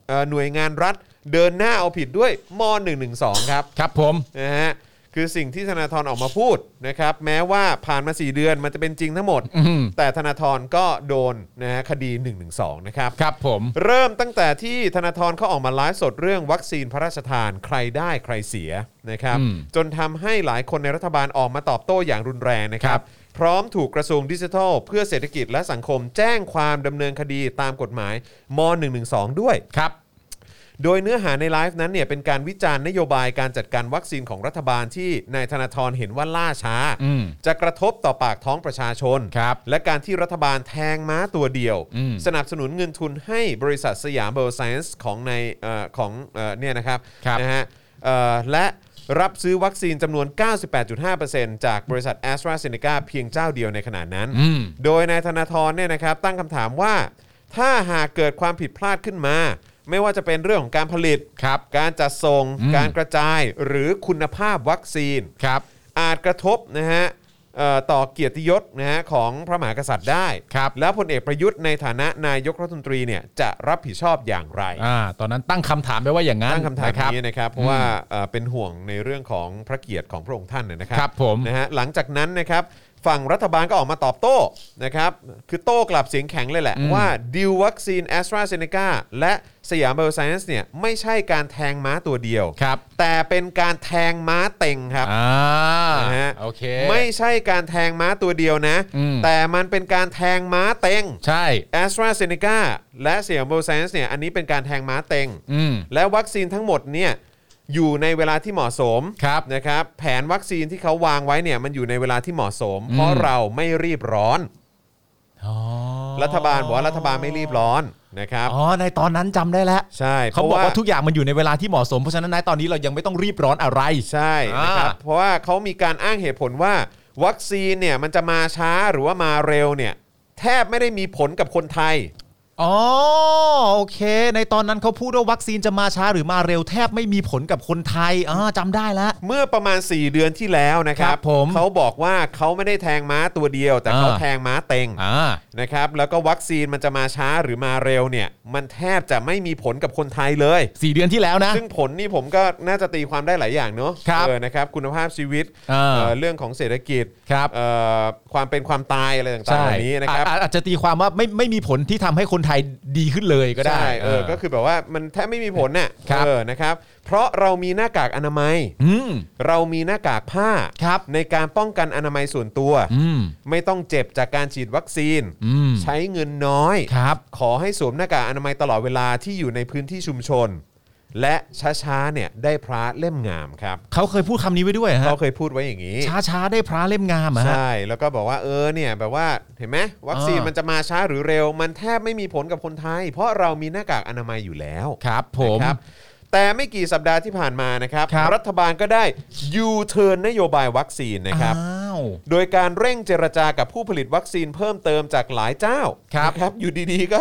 B: เอ่อหน่วยงานรัฐ เดินหน้าเอาผิดด้วยม .112 ครับ
C: ครับผม
B: นะฮะคือสิ่งที่ธนาธรออกมาพูดนะครับ แม้ว่าผ่านมา 4 เดือนมันจะเป็นจริงทั้งหมด
C: อืม
B: แต่ธนาธรก็โดนนะฮะคดี 112 นะครับ
C: ครับผม
B: เริ่มตั้งแต่ที่ธนาธรเขาออกมาไลฟ์สดเรื่องวัคซีนพระราชทานใครได้ใครเสียนะครับ
C: อืม
B: จนทำให้หลายคนในรัฐบาลออกมาตอบโต้อย่างรุนแรงนะค
C: ค
B: รั
C: รับ บ
B: พร้อมถูกกระทรวงดิจิทัล เพื่อเศรษฐกิจและสังคมแจ้งความดำเนินคดีตามกฎหมายม .112 ด้วย
C: ครับ
B: โดยเนื้อหาในไลฟ์นั้นเนี่ยเป็นการวิจารณ์นโยบายการจัดการวัคซีนของรัฐบาลที่นายธนาธรเห็นว่าล่าช้า
C: อืม
B: จะกระทบต่อปากท้องประชาชน
C: ครับ
B: และการที่รัฐบาลแทงม้าตัวเดียว
C: อืม
B: สนับสนุนเงินทุนให้บริษัทสยามเบลไซน์ของในเอ่อของเอ่อเนี่ยนะครับ
C: ครับ
B: นะฮะเอ่อและรับซื้อวัคซีนจำนวน 98.5%จากบริษัท a s t r a z เซ e c a เพียงเจ้าเดียวในขณะนั้น
C: อืม
B: โดยนายธนาธรเนี่ยนะครับตั้งคำถามว่า ถ้าหากเกิดความผิดพลาดขึ้นมา ไม่ว่าจะเป็นเรื่องของการผลิต
C: ครับ
B: การจัดส่ง
C: อืม
B: การกระจายหรือคุณภาพวัคซีน
C: ครับ
B: อาจกระทบนะฮะเอ่อต่อเกียรติยศนะฮะของพระมหากษัตริย์ได้
C: ครับ
B: แล้วพลเอกประยุทธ์ในฐานะนายกรัฐมนตรีเนี่ยจะรับผิดชอบอย่างไร
C: อ่า ตอนนั้นตั้งคำถามไปว่าอย่างนั้น
B: ตั้งคำถาม
C: ะรับ
B: นี้นะครับเพราะว่าเอ่อเป็นห่วงในเรื่องของพระเกียรติของพระองค์ท่านนะครั
C: ครับผม
B: นะฮะหลังจากนั้นนะครับฝั่งรัฐบาลก็ออกมาตอบโต้นะครับคือโต้กลับเสียงแข็งเลยแหละ
C: อืม
B: ว่าดิววัคซีนแอสตราเซเนกาและสยามไบโอไซเอนซ์เนี่ยไม่ใช่การแทงม้าตัวเดียว
C: ครับ
B: แต่เป็นการแทงม้าเต็งครับ
C: อ่า
B: นะฮะ
C: โอเค
B: ไม่ใช่การแทงม้าตัวเดียวนะ
C: อืม
B: แต่มันเป็นการแทงม้าเต็ง
C: ใช่
B: แอสตราเซเนกาและเสียงโบไซน์เนี่ย อันนี้เป็นการแทงม้าเต็ง
C: อืม
B: และวัคซีนทั้งหมดเนี่ย อยู่ในเวลาที่เหมาะสม
C: ครับ
B: นะครับ แผนวัคซีนที่เขาวางไว้เนี่ย มันอยู่ในเวลาที่เหมาะสม เพราะเราไม่รีบร้อน
C: อ๋อ
B: รัฐบาลบอกว่ารัฐบาลไม่รีบร้อนนะครับ
C: อ๋อ ในตอนนั้นจำได้แล้ว
B: ใช่
C: เขาบอก
B: พระ
C: ว่าทุกอย่างมันอยู่ในเวลาที่เหมาะสม เพราะฉะนั้นนะตอนนี้เรายังไม่ต้องรีบร้อนอะไร
B: ใช่นะครับ
C: อ่า
B: เพราะว่าเขามีการอ้างเหตุผลว่า วัคซีนเนี่ยมันจะมาช้าหรือว่ามาเร็วเนี่ยแทบไม่ได้มีผลกับคนไทย
C: ๋อโอเค ในตอนนั้นเขาพูดว่าวัคซีนจะมาช้าหรือมาเร็วแทบไม่มีผลกับคนไทยอ่าจำได้แล้ว
B: เมื่อประมาณ 4 เดือนที่แล้วนะครับ
C: ครับผม
B: เขาบอกว่าเขาไม่ได้แทงม้าตัวเดียว แต่เขา
C: อ่า
B: แทงม้าเต็ง
C: อ่า
B: นะครับแล้วก็วัคซีนมันจะมาช้าหรือมาเร็วเนี่ยมันแทบจะไม่มีผลกับคนไทยเลย
C: สี่เดือนที่แล้วนะ
B: ซึ่งผลนี่ผมก็น่าจะตีความได้หลายอย่างเนอะ
C: ครับ
B: เออนะครับคุณภาพชีวิต
C: อ่า
B: เอ่อเรื่องของเศรษฐกิจ
C: ครับ
B: เอ่อความเป็นความตายอะไรต่างๆเหล่านี้นะครับ
C: อาจอาจจะตีความว่าไม่ไม่มีผลที่ทำให้คนไทยดีขึ้นเลยก็ได้
B: ใช่เออก็คือแบบว่ามันแทบไม่มีผลน่ะ
C: ครับ
B: เออนะครับ เพราะเรามีหน้ากากอนามัย
C: อืม
B: เรามีหน้ากากผ้า
C: ครับ
B: ในการป้องกันอนามัยส่วนตัว
C: อืม
B: ไม่ต้องเจ็บจากการฉีดวัคซีน
C: อืม
B: ใช้เงินน้อย
C: ครับ
B: ขอให้สวมหน้ากากอนามัยตลอดเวลาที่อยู่ในพื้นที่ชุมชน และช้าๆเนี่ยได้พระเล่มงามครับ
C: เขาเคยพูดคำนี้ไว้ด้วยฮะ
B: เขาเคยพูดไว้อย่างนี้
C: ช้าช้าๆได้พระเล่มงามอะฮะ
B: ใช่ แล้วก็บอกว่าเออเนี่ยแบบว่าเห็นไหมวัคซีน
C: อ่ามั
B: มันจะมาช้าหรือเร็ว มันแทบไม่มีผลกับคนไทย เพราะเรามีหน้ากากอนามัยอยู่แล้ว
C: ครับ ผม
B: นะครับแต่ไม่กี่สัปดาห์ที่ผ่านมานะครับ
C: ครับ
B: รัฐบาลก็ได้ยูเทินนโยบายวัคซีนนะครับ
C: อ้าว
B: โดยการเร่งเจรจากับผู้ผลิตวัคซีนเพิ่มเติมจากหลายเจ้า
C: ครับ
B: นะครับอยู่ดีๆก็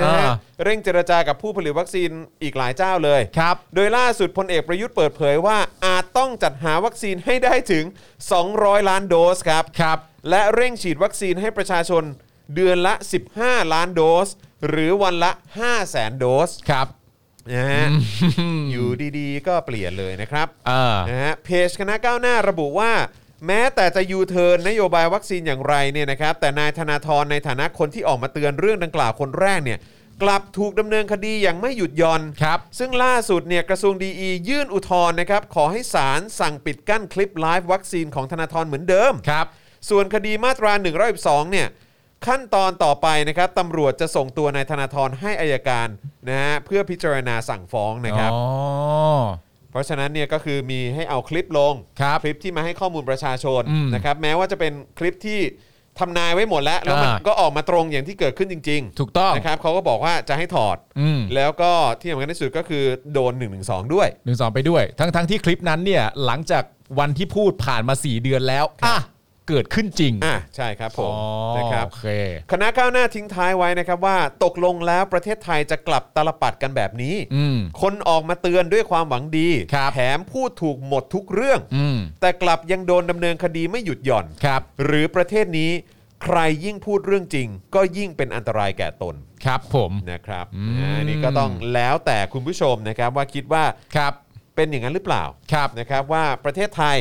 B: นะฮะ
C: อ่า
B: เร่งเจรจากับผู้ผลิตวัคซีนอีกหลายเจ้าเลย
C: ครับ
B: โดยล่าสุดพลเอกประยุทธ์เปิดเผยว่าอาจต้องจัดหาวัคซีนให้ได้ถึง 200 ล้านโดสครับ
C: ครับ
B: และเร่งฉีดวัคซีนให้ประชาชนเดือนละ 15 ล้านโดส หรือวันละ 5 0 0แสนโดส
C: ครับ
B: นะฮะอยู่ดีๆ ก็เปลี่ยนเลยนะครับ
C: เออ
B: นะฮะเพจคณะก้าวหน้าระบุว่า แม้แต่จะยูเทิร์นนโยบายวัคซีนอย่างไรเนี่ยนะครับแต่นายธนาธรในฐานะคนที่ออกมาเตือนเรื่องดังกล่าวคนแรกเนี่ยกลับถูกดำเนินคดีอย่างไม่หยุดหย่อน
C: ครับ
B: ซึ่งล่าสุดเนี่ยกระทรวงดีอียื่นอุทธรณ์นะครับ ขอให้ศาลสั่งปิดกั้นคลิปไลฟ์วัคซีนของธนาธรเหมือนเดิม
C: ครับ
B: ส่วนคดีมาตรา1นึเนี่ยขั้นตอนต่อไปนะครับตำรวจจะส่งตัวนายธนาธรให้อายการนะฮะเพื่อพิจารณาสั่งฟ้องนะครับ
C: อ๋อ
B: เพราะฉะนั้นเนี่ยก็คือมีให้เอาคลิปลง
C: ครับ
B: ลิปที่มาให้ข้อมูลประชาชน
C: อืม
B: นะครับแม้ว่าจะเป็นคลิปที่ทำนายไว้หมดแล้วแล้วมัน
C: อ่า
B: ก็ออกมาตรงอย่างที่เกิดขึ้นจริง
C: ถูกต้อง
B: ๆนะครับเขาก็บอกว่าจะให้ถอด
C: อืม
B: แล้วก็ที่สำคัญที่สุดก็คือโดน1นึด้วย
C: หนึ่งสองไปด้วย ทั้งทั้งที่คลิปนั้นเนี่ย หลังจากวันที่พูดผ่านมา 4 เดือนแล้วอ่ะเกิดขึ้นจริง
B: อ่ะใช่ครับผม
C: อ๋อ
B: นะครับ
C: โอเค
B: คณะก้าวหน้าทิ้งท้ายไว้นะครับว่าตกลงแล้วประเทศไทยจะกลับตาลปัดกันแบบนี้
C: อืม
B: คนออกมาเตือนด้วยความหวังดี
C: ครับ
B: แถมพูดถูกหมดทุกเรื่อง
C: อืม
B: แต่กลับยังโดนดำเนินคดีไม่หยุดหย่อน
C: ครับ
B: หรือประเทศนี้ใครยิ่งพูดเรื่องจริง ก็ยิ่งเป็นอันตรายแก่ตน
C: ครับผม
B: นะครับ
C: อืม
B: อ่านี่ก็ต้องแล้วแต่คุณผู้ชมนะครับว่าคิดว่า
C: ครับ
B: เป็นอย่างนั้นหรือเปล่า
C: ครับ
B: นะครับว่าประเทศไทย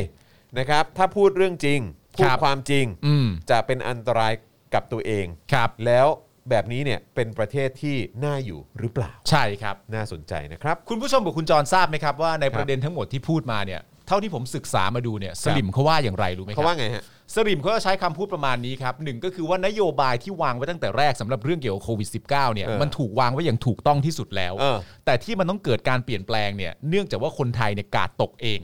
B: นะครับถ้าพูดเรื่องจริง พูด
C: ครับ
B: ความจริง
C: อืม
B: จะเป็นอันตรายกับตัวเอง
C: ครับ
B: แล้วแบบนี้เนี่ยเป็นประเทศที่น่าอยู่หรือเปล่า
C: ใช่ครับ
B: น่าสนใจนะครับ
C: คุณผู้ชมกับคุณจรทราบไหมครับว่าในประเด็นทั้งหมดที่พูดมาเนี่ย เท่าที่ผมศึกษามาดูเนี่ยสลิมเขาว่าอย่างไรรู้ไหมค
B: เขา
C: รับ
B: ว่าไงฮะ
C: สริมเขาก็ใช้คำพูดประมาณนี้ครับหนึ่งก็คือว่านโยบายที่วางไว้ตั้งแต่แรกสำหรับเรื่องเกี่ยวกับโควิด -19 เนี่ย
B: เออ
C: มันถูกวางไว้อย่างถูกต้องที่สุดแล้ว
B: เออ
C: แต่ที่มันต้องเกิดการเปลี่ยนแปลงเนี่ยเนื่องจากว่าคนไทยเนี่ยกาดตกเอง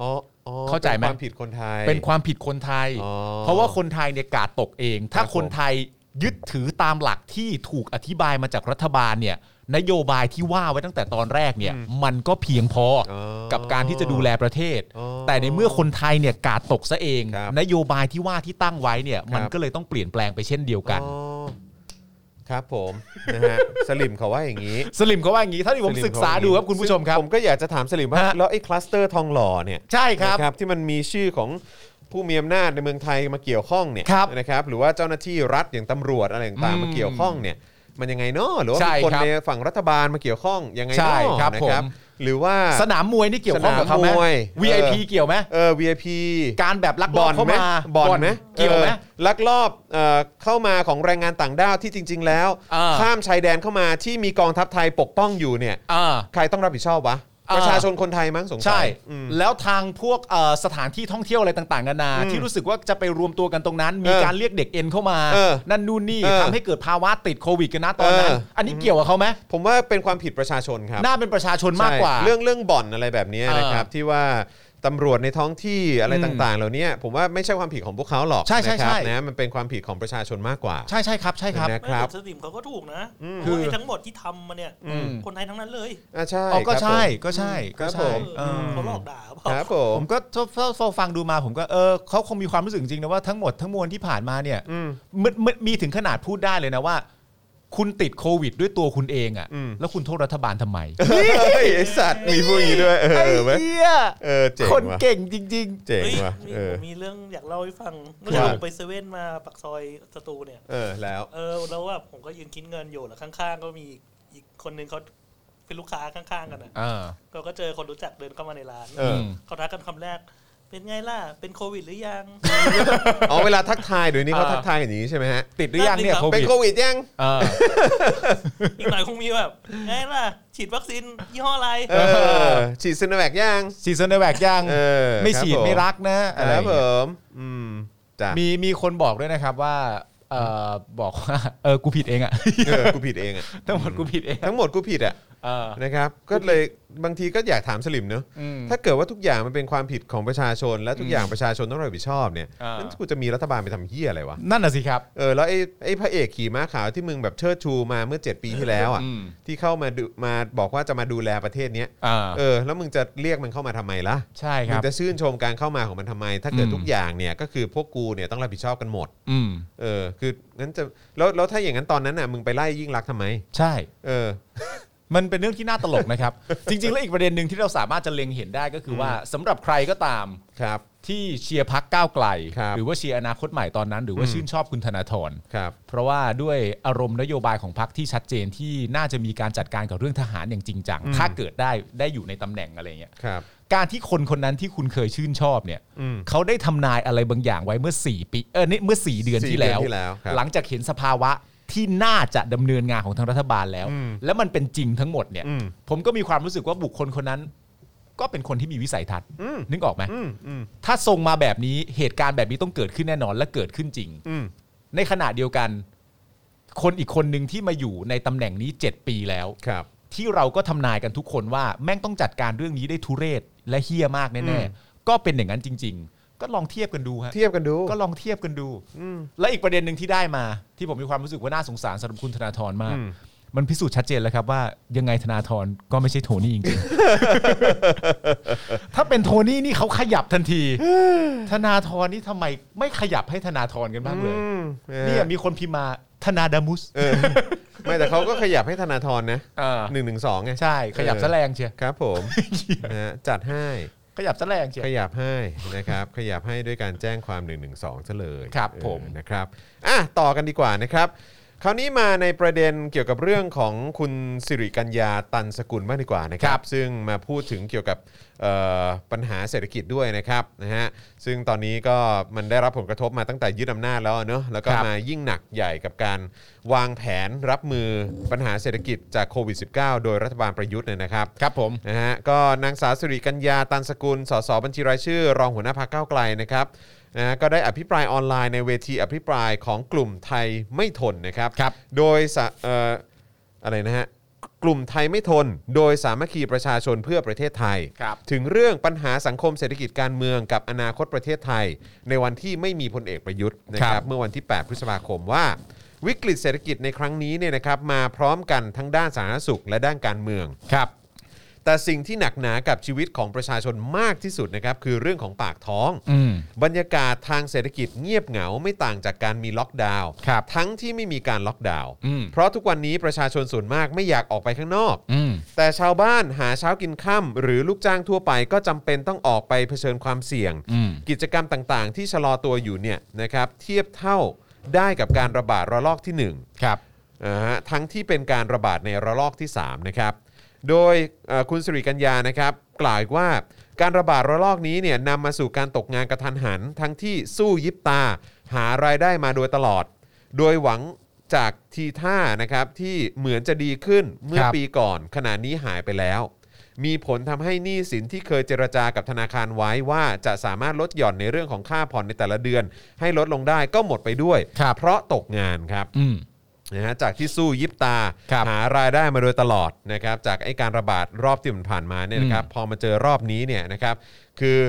B: อ๋ออ๋อ
C: เข้าใจไหม
B: ป็นความผิดคนไทย
C: เป็นความผิดคนไทย
B: อ๋อ
C: เพราะว่าคนไทยเนี่ยกาดตกเอง ถ้า
B: ครับผม
C: คนไทยยึดถือตามหลักที่ถูกอธิบายมาจากรัฐบาลเนี่ยนโยบายที่ว่าไว้ตั้งแต่ตอนแรกเนี่ยมันก็เพียงพออ
B: อ๋อ
C: กับการที่จะดูแลประเทศ
B: อ๋อ
C: แต่ในเมื่อคนไทยเนี่ยกาดตกซะเอง
B: ครับ
C: นโยบายที่ว่าที่ตั้งไว้เนี่ยมัน
B: ครับ
C: ก็เลยต้องเปลี่ยนแปลงไปเช่นเดียวกัน
B: อ๋อครับผม นะฮะ สลิมเขาว่าอย่างนี้
C: สลิมเขาว่าอย่างนี้เท่าที่ผม
B: สลิ
C: ศึกษาดูครับคุณผู้ชมครับ
B: ผมก็อยากจะถามสลิมว่า
C: ฮะ
B: แล้วไอ้คลัสเตอร์ทองหล่อเนี่ย
C: ใช่ครับ
B: นะครับที่มันมีชื่อของผู้มีอำนาจในเมืองไทยมาเกี่ยวข้องเนี่ย
C: ครับ
B: นะครับหรือว่าเจ้าหน้าที่รัฐอย่างตำรวจอะไรต่าง
C: อื
B: ๆ
C: ม
B: มาเกี่ยวข้องเนี่ยมันยังไงเนาะหรือว่า
C: ใช่
B: มีคน
C: ครับ
B: ในฝั่งรัฐบาลมาเกี่ยวข้องยังไง
C: ใช่ครั
B: เนาะ
C: บ
B: นะครับ
C: ผม
B: หรือว่า
C: สนามมวยนี่เกี่ยวข้องกับเขาไห
B: ส
C: ม
B: นามมวย
C: VIP เกี่ยวไหม
B: เออ VIP
C: การแบบลักล
B: บ
C: อ
B: อบ น
C: เข้า
B: ไหม
C: มา
B: บอนไหม
C: เกี่ยวไหม
B: ออลักลอบเอ่อเข้ามาของแรงงานต่างด้าวที่จริง ๆ แล้ว
C: อ่า
B: ข้ามชายแดนเข้ามาที่มีกองทัพไทยปกป้องอยู่เนี่ย
C: อ่า
B: ใครต้องรับผิดชอบวะ
C: อ่า
B: ประชาชนคนไทยมั้งสงสัย
C: ใช่
B: อืม
C: แล้วทางพวกเอ่อสถานที่ท่องเที่ยวอะไรต่างๆกันานาที่รู้สึกว่าจะไปรวมตัวกันตรงนั้น มี
B: เออ
C: การเรียกเด็กเอ็นเข้ามา
B: เออ
C: นั่นนู่นนี่
B: เออ
C: ทำให้เกิดภาวะติดโควิดกันนะตอนนั้น
B: เอออั
C: อันนี้เกี่ยวกับเขาไหม
B: ผมว่าเป็นความผิดประชาชนครับ
C: น่าเป็นประชาชนมากกว่า
B: ใช่เรื่องเรื่องบ่อนอะไรแบบนี้
C: อ่าน
B: นะครับที่ว่าตำรวจในท้องที่อะไร
C: อืม
B: ต่าง ๆ เหล่านี้ผมว่าไม่ใช่ความผิดของพวกเขาหรอก
C: ใช่ใช่
B: นะครับ
C: ใช่
B: นะมันเป็นความผิดของประชาชนมากกว่า
C: ใช่ใช่ครับใช่ครับ
B: นะครับ
D: ไม่แต่สลิมเขาก็ถูกนะ
B: อืม
D: เพราะว่าไอ้ทั้งหมดที่ทำมาเนี่ย
C: อืม
D: คนไทยทั้งนั้นเลย
B: อ่ะใช่
C: อ๋อก็
B: ครับ
C: ใช่
B: ผม
C: ก็ใช่
B: ค
C: ก็
B: รั
C: ใช่
B: บผม
C: เออ
D: เขาหลอกด่าเปล่า
B: ครับผ
C: ผมมก็เฝ้าเฝ้าฟังดูมาผมก็เออเขาคงมีความรู้สึกจริงๆนะว่าทั้งหมดทั้งมวลที่ผ่านมาเนี่ย
B: อืม
C: มันมันมีถึงขนาดพูดได้เลยนะว่า คุณติดโควิด ด้วยตัวคุณเองอ่ะ
B: อืม
C: แล้วคุณโทษรัฐบาลทำไม
B: เฮ้ยไอสัตว์มีพูดอย่างนี้ด้วยเออ
C: ไอ้
B: เว้ย
C: เหี้ย
B: เออเจ๋ง
C: คน
B: ว่ะ
C: เก่งจริง
B: เจ๋ง
D: เฮ้ย
B: ว่ะ
D: มี
B: เอ
D: ผ
B: อ
D: มมีเรื่องอยากเล่าให้ฟังเมื่อ
B: ว่า
D: เช้าผมไปเซเว่นมาปากซอยสตูเนี่ย
B: เออแล้ว
D: เออแล้วว่าผมก็ยืนคิดเงินอยู่แล้วข้างๆ ก็มีอีกคนนึงเขาเป็นลูกค้าข้างๆ กันนะ
C: ๆ อ่า
D: เราก็เจอคนรู้จักเดินเข้ามาในร้าน
B: เออ
D: เขาทักกันคำแรก เป็นไงล่ะ เป็นโควิดหรือยัง
B: อ๋อเวลาทักทายเดี๋ยวนี้เขา
C: เออ
B: ทักทายกันอย่างนี้ใช่ไหมฮะ
C: ติดหรือยังเนี่ยโค
B: เป็น
C: วิด
B: โควิดยัง
C: เออ
D: อีกหน่อยคงมีแบบไงล่ะ ฉีดวัคซีนยี่ห้ออะไร
B: เออ ฉีดซินแวคยัง
C: ซีซันเดอร์แบกยัง
B: เออ
C: ไม่ฉีด
B: ครับผม
C: ไม่รักนะอะไร
B: ค
C: อ
B: รับ
C: ย่าง
B: ผ
C: เงี้ย
B: ม อืมจ้ะ
C: มีมีคนบอกด้วยนะครับว่าเออบอกว่าเออกูผิดเองอะ
B: เออกูผิดเองอะ
C: ทั้งหมดกูผิดเอง
B: ทั้งหมดกูผิดอะ
C: เออ
B: นะครับ ก็เลยบางทีก็อยากถามสลิมเนอะ
C: อืม
B: ถ้าเกิดว่าทุกอย่างมันเป็นความผิดของประชาชน และทุกอย่างประชาชนต้องรับผิดชอบเนี่ย
C: เออ
B: นั่นกูจะมีรัฐบาลไปทำเหี้ยอะไรวะ
C: นั่นน่ะสิครับ
B: เออแล้วไอ้ไอ้พระเอกขี่ม้าขาวที่มึงแบบเชิดชูมาเมื่อ 7 ปีที่แล้วอ่ะ
C: อืม
B: ที่เข้ามาดูมาบอกว่าจะมาดูแลประเทศเนี้ย
C: เออ
B: เออแล้วมึงจะเรียกมันเข้ามาทำไมล่ะ
C: ใช่ค
B: มึ
C: รับ
B: งจะชื่นชมการเข้ามาของมันทำไม ถ้าเกิด
C: อืม
B: ทุกอย่างเนี่ยก็คือพวกกูเนี่ยต้องรับผิดชอบกันหมด
C: อืม
B: เออคืองั้นจะแล้วแล้วถ้าอย่างนั้นตอนนั้นน่ะมึงไปไล่ยิ่งรักษณ์ทำไม
C: ใช่
B: เออ
C: มันเป็นเรื่องที่น่าตลกนะครับ จริงๆ แล้วอีกประเด็นหนึ่งที่เราสามารถจะเล็งเห็นได้ก็คือว่าสำหรับใครก็ตาม
B: ครับ
C: ที่เชียร์พักก้าวไกล
B: ครับ
C: หรือว่าเชียร์อนาคตใหม่ตอนนั้น หรือว่า
B: อืม
C: ชื่นชอบคุณธนาธร
B: ครับ
C: เพราะว่าด้วยอารมณ์นโยบายของพักที่ชัดเจนที่น่าจะมีการจัดการกับเรื่องทหารอย่างจริงจัง
B: อืม
C: ถ้าเกิดได้ได้อยู่ในตำแหน่งอะไรเงี้ย
B: ครับ
C: การที่คนคนนั้นที่คุณเคยชื่นชอบเนี่ย
B: อืม
C: เขาได้ทำนายอะไรบางอย่างไว้เมื่อ4ปีเออนี่เมื่อ 4 เดือน
B: สี่
C: ที่
B: เดือน
C: แล้ว
B: ที่แล้วครับ
C: หลังจากเห็นสภาวะที่น่าจะดำเนินงานของทางรัฐบาลแล้ว
B: อืม
C: แล้วมันเป็นจริงทั้งหมดเนี่ย
B: อืม
C: ผมก็มีความรู้สึกว่าบุคคลคนนั้น ก็เป็นคนที่มีวิสัยทัศน์
B: อืม
C: นึกออกไหม
B: อืมอืม
C: ถ้าทรงมาแบบนี้เหตุการณ์แบบนี้ต้องเกิดขึ้นแน่นอนและเกิดขึ้นจริง
B: อืม
C: ในขณะเดียวกัน คนอีกคนหนึ่งที่มาอยู่ในตำแหน่งนี้ 7 ปีแล้ว
B: ครับ
C: ที่เราก็ทำนายกันทุกคนว่า แม่งต้องจัดการเรื่องนี้ได้ทุเรศและเฮี้ยมากแน่ๆก็เป็นอย่างนั้นจริง ๆ ก็ลองเทียบกันดูฮะ
B: เทียบกันดู
C: ก็ลองเทียบกันดู
B: อืม
C: และอีกประเด็นหนึ่งที่ได้มา ที่ผมมีความรู้สึกว่าน่าสงสารสำหรับคุณธนาธรมาก
B: อืม
C: มันพิสูจน์ชัดเจนแล้วครับว่ายังไงธนาธรก็ไม่ใช่โทนี่จริง ๆ ถ้าเป็นโทนี่นี่เขาขยับทั นที ธนาธรนี่ทำไมไม่ขยับให้ธนาธรกันบ้างเลย
B: อืมออ
C: เนี่ยมีคนพิมพ์มาธนาดามุส
B: เออไม่แต่เขาก็ขยับให้ธนาธรนะ
C: เออ
B: หนึ่งหนึ่งสองไง
C: ใช่ขยับซะแรงเชียว
B: ครับผมนะฮะจัดให้
C: ขยับซะแรงเชียว
B: ขยับให้นะครับ ขยับให้ด้วยการแจ้งความ 1 1 2ซะเลย
C: ครับ
B: เออ
C: ผม
B: นะครับอ่ะต่อกันดีกว่านะครับ คราวนี้มาในประเด็นเกี่ยวกับเรื่องของคุณสิริกัญญาตันสกุลมากดีกว่านะครับ ซึ่งมาพูดถึงเกี่ยวกับเอ่อปัญหาเศรษฐกิจด้วยนะครับนะฮะซึ่งตอนนี้ก็มันได้รับผลกระทบมาตั้งแต่ยึดอำนาจแล้วเนอะแล้วก็
C: ครับ
B: มายิ่งหนักใหญ่กับการวางแผนรับมือปัญหาเศรษฐกิจจากโควิด -19 โดยรัฐบาลประยุทธ์เนี่ยนะครับ
C: ครับผม
B: นะฮะก็นางสาวสิริกัญญาตันสกุลสสบัญชีรายชื่อ รองหัวหน้าพรรคก้าวไกลนะครับนะฮะก็ได้อภิปรายออนไลน์ในเวทีอภิปรายของกลุ่มไทยไม่ทนนะครับ
C: ครับ
B: โดยสะเอ่ออะไรนะฮะกลุ่มไทยไม่ทน โดยสามัคคีประชาชนเพื่อประเทศไทย
C: ครับ
B: ถึงเรื่องปัญหาสังคมเศรษฐกิจการเมืองกับอนาคตประเทศไทย ในวันที่ไม่มีพลเอกประยุทธ์นะค
C: ครั
B: รับบ เมื่อวันที่ 8 พฤษภาคมว่า วิกฤตเศรษฐกิจในครั้งนี้เนี่ยนะครับมาพร้อมกันทั้งด้านสาธารณสุขและด้านการเมือง
C: ครับ
B: แต่สิ่งที่หนักหนากับชีวิตของประชาชนมากที่สุดนะครับ คือเรื่องของปากท้อง
C: อืม
B: บรรยากาศทางเศรษฐกิจเงียบเหงาไม่ต่างจากการมีล็อกดาวน์
C: ครับ
B: ทั้งที่ไม่มีการล็อกดาวน์
C: อืม
B: เพราะทุกวันนี้ประชาชนส่วนมากไม่อยากออกไปข้างนอก
C: อืม
B: แต่ชาวบ้านหาเช้ากินค่ำหรือลูกจ้างทั่วไปก็จำเป็นต้องออกไปเผชิญความเสี่ยง
C: อืม
B: กิจกรรมต่างๆ ที่ชะลอตัวอยู่เนี่ยนะครับเทียบเท่าได้กับการระบาดระลอกที่หนึ่ง
C: ครับ
B: นะฮะทั้งที่เป็นการระบาดในระลอกที่ 3 นะครับ โดยเอ่อคุณสิริกัญญานะครับ กล่าวอีกว่าการระบาดระลอกนี้เนี่ยนำมาสู่การตกงานกระทันหัน ทั้งที่สู้ยิบตา หารายได้มาโดยตลอด โดยหวังจากทีท่านะครับที่เหมือนจะดีขึ้นเมื่อ
C: ครับ
B: ปีก่อน ขณะนี้หายไปแล้ว มีผลทำให้หนี้สินที่เคยเจรจากับธนาคารไว้ว่าจะสามารถลดหย่อนในเรื่องของค่าผ่อนในแต่ละเดือน ให้ลดลงได้ก็หมดไปด้วย
C: ครับ
B: เพราะตกงานครับ
C: อืม
B: นะฮะจากที่สู้ยิบตา
C: ครับ
B: หารายได้มาโดยตลอดนะครับจากไอการระบาดรอบที่มันผ่านมาเนี่ยนะครับ
C: อืม
B: พอมาเจอรอบนี้เนี่ยนะครับคือ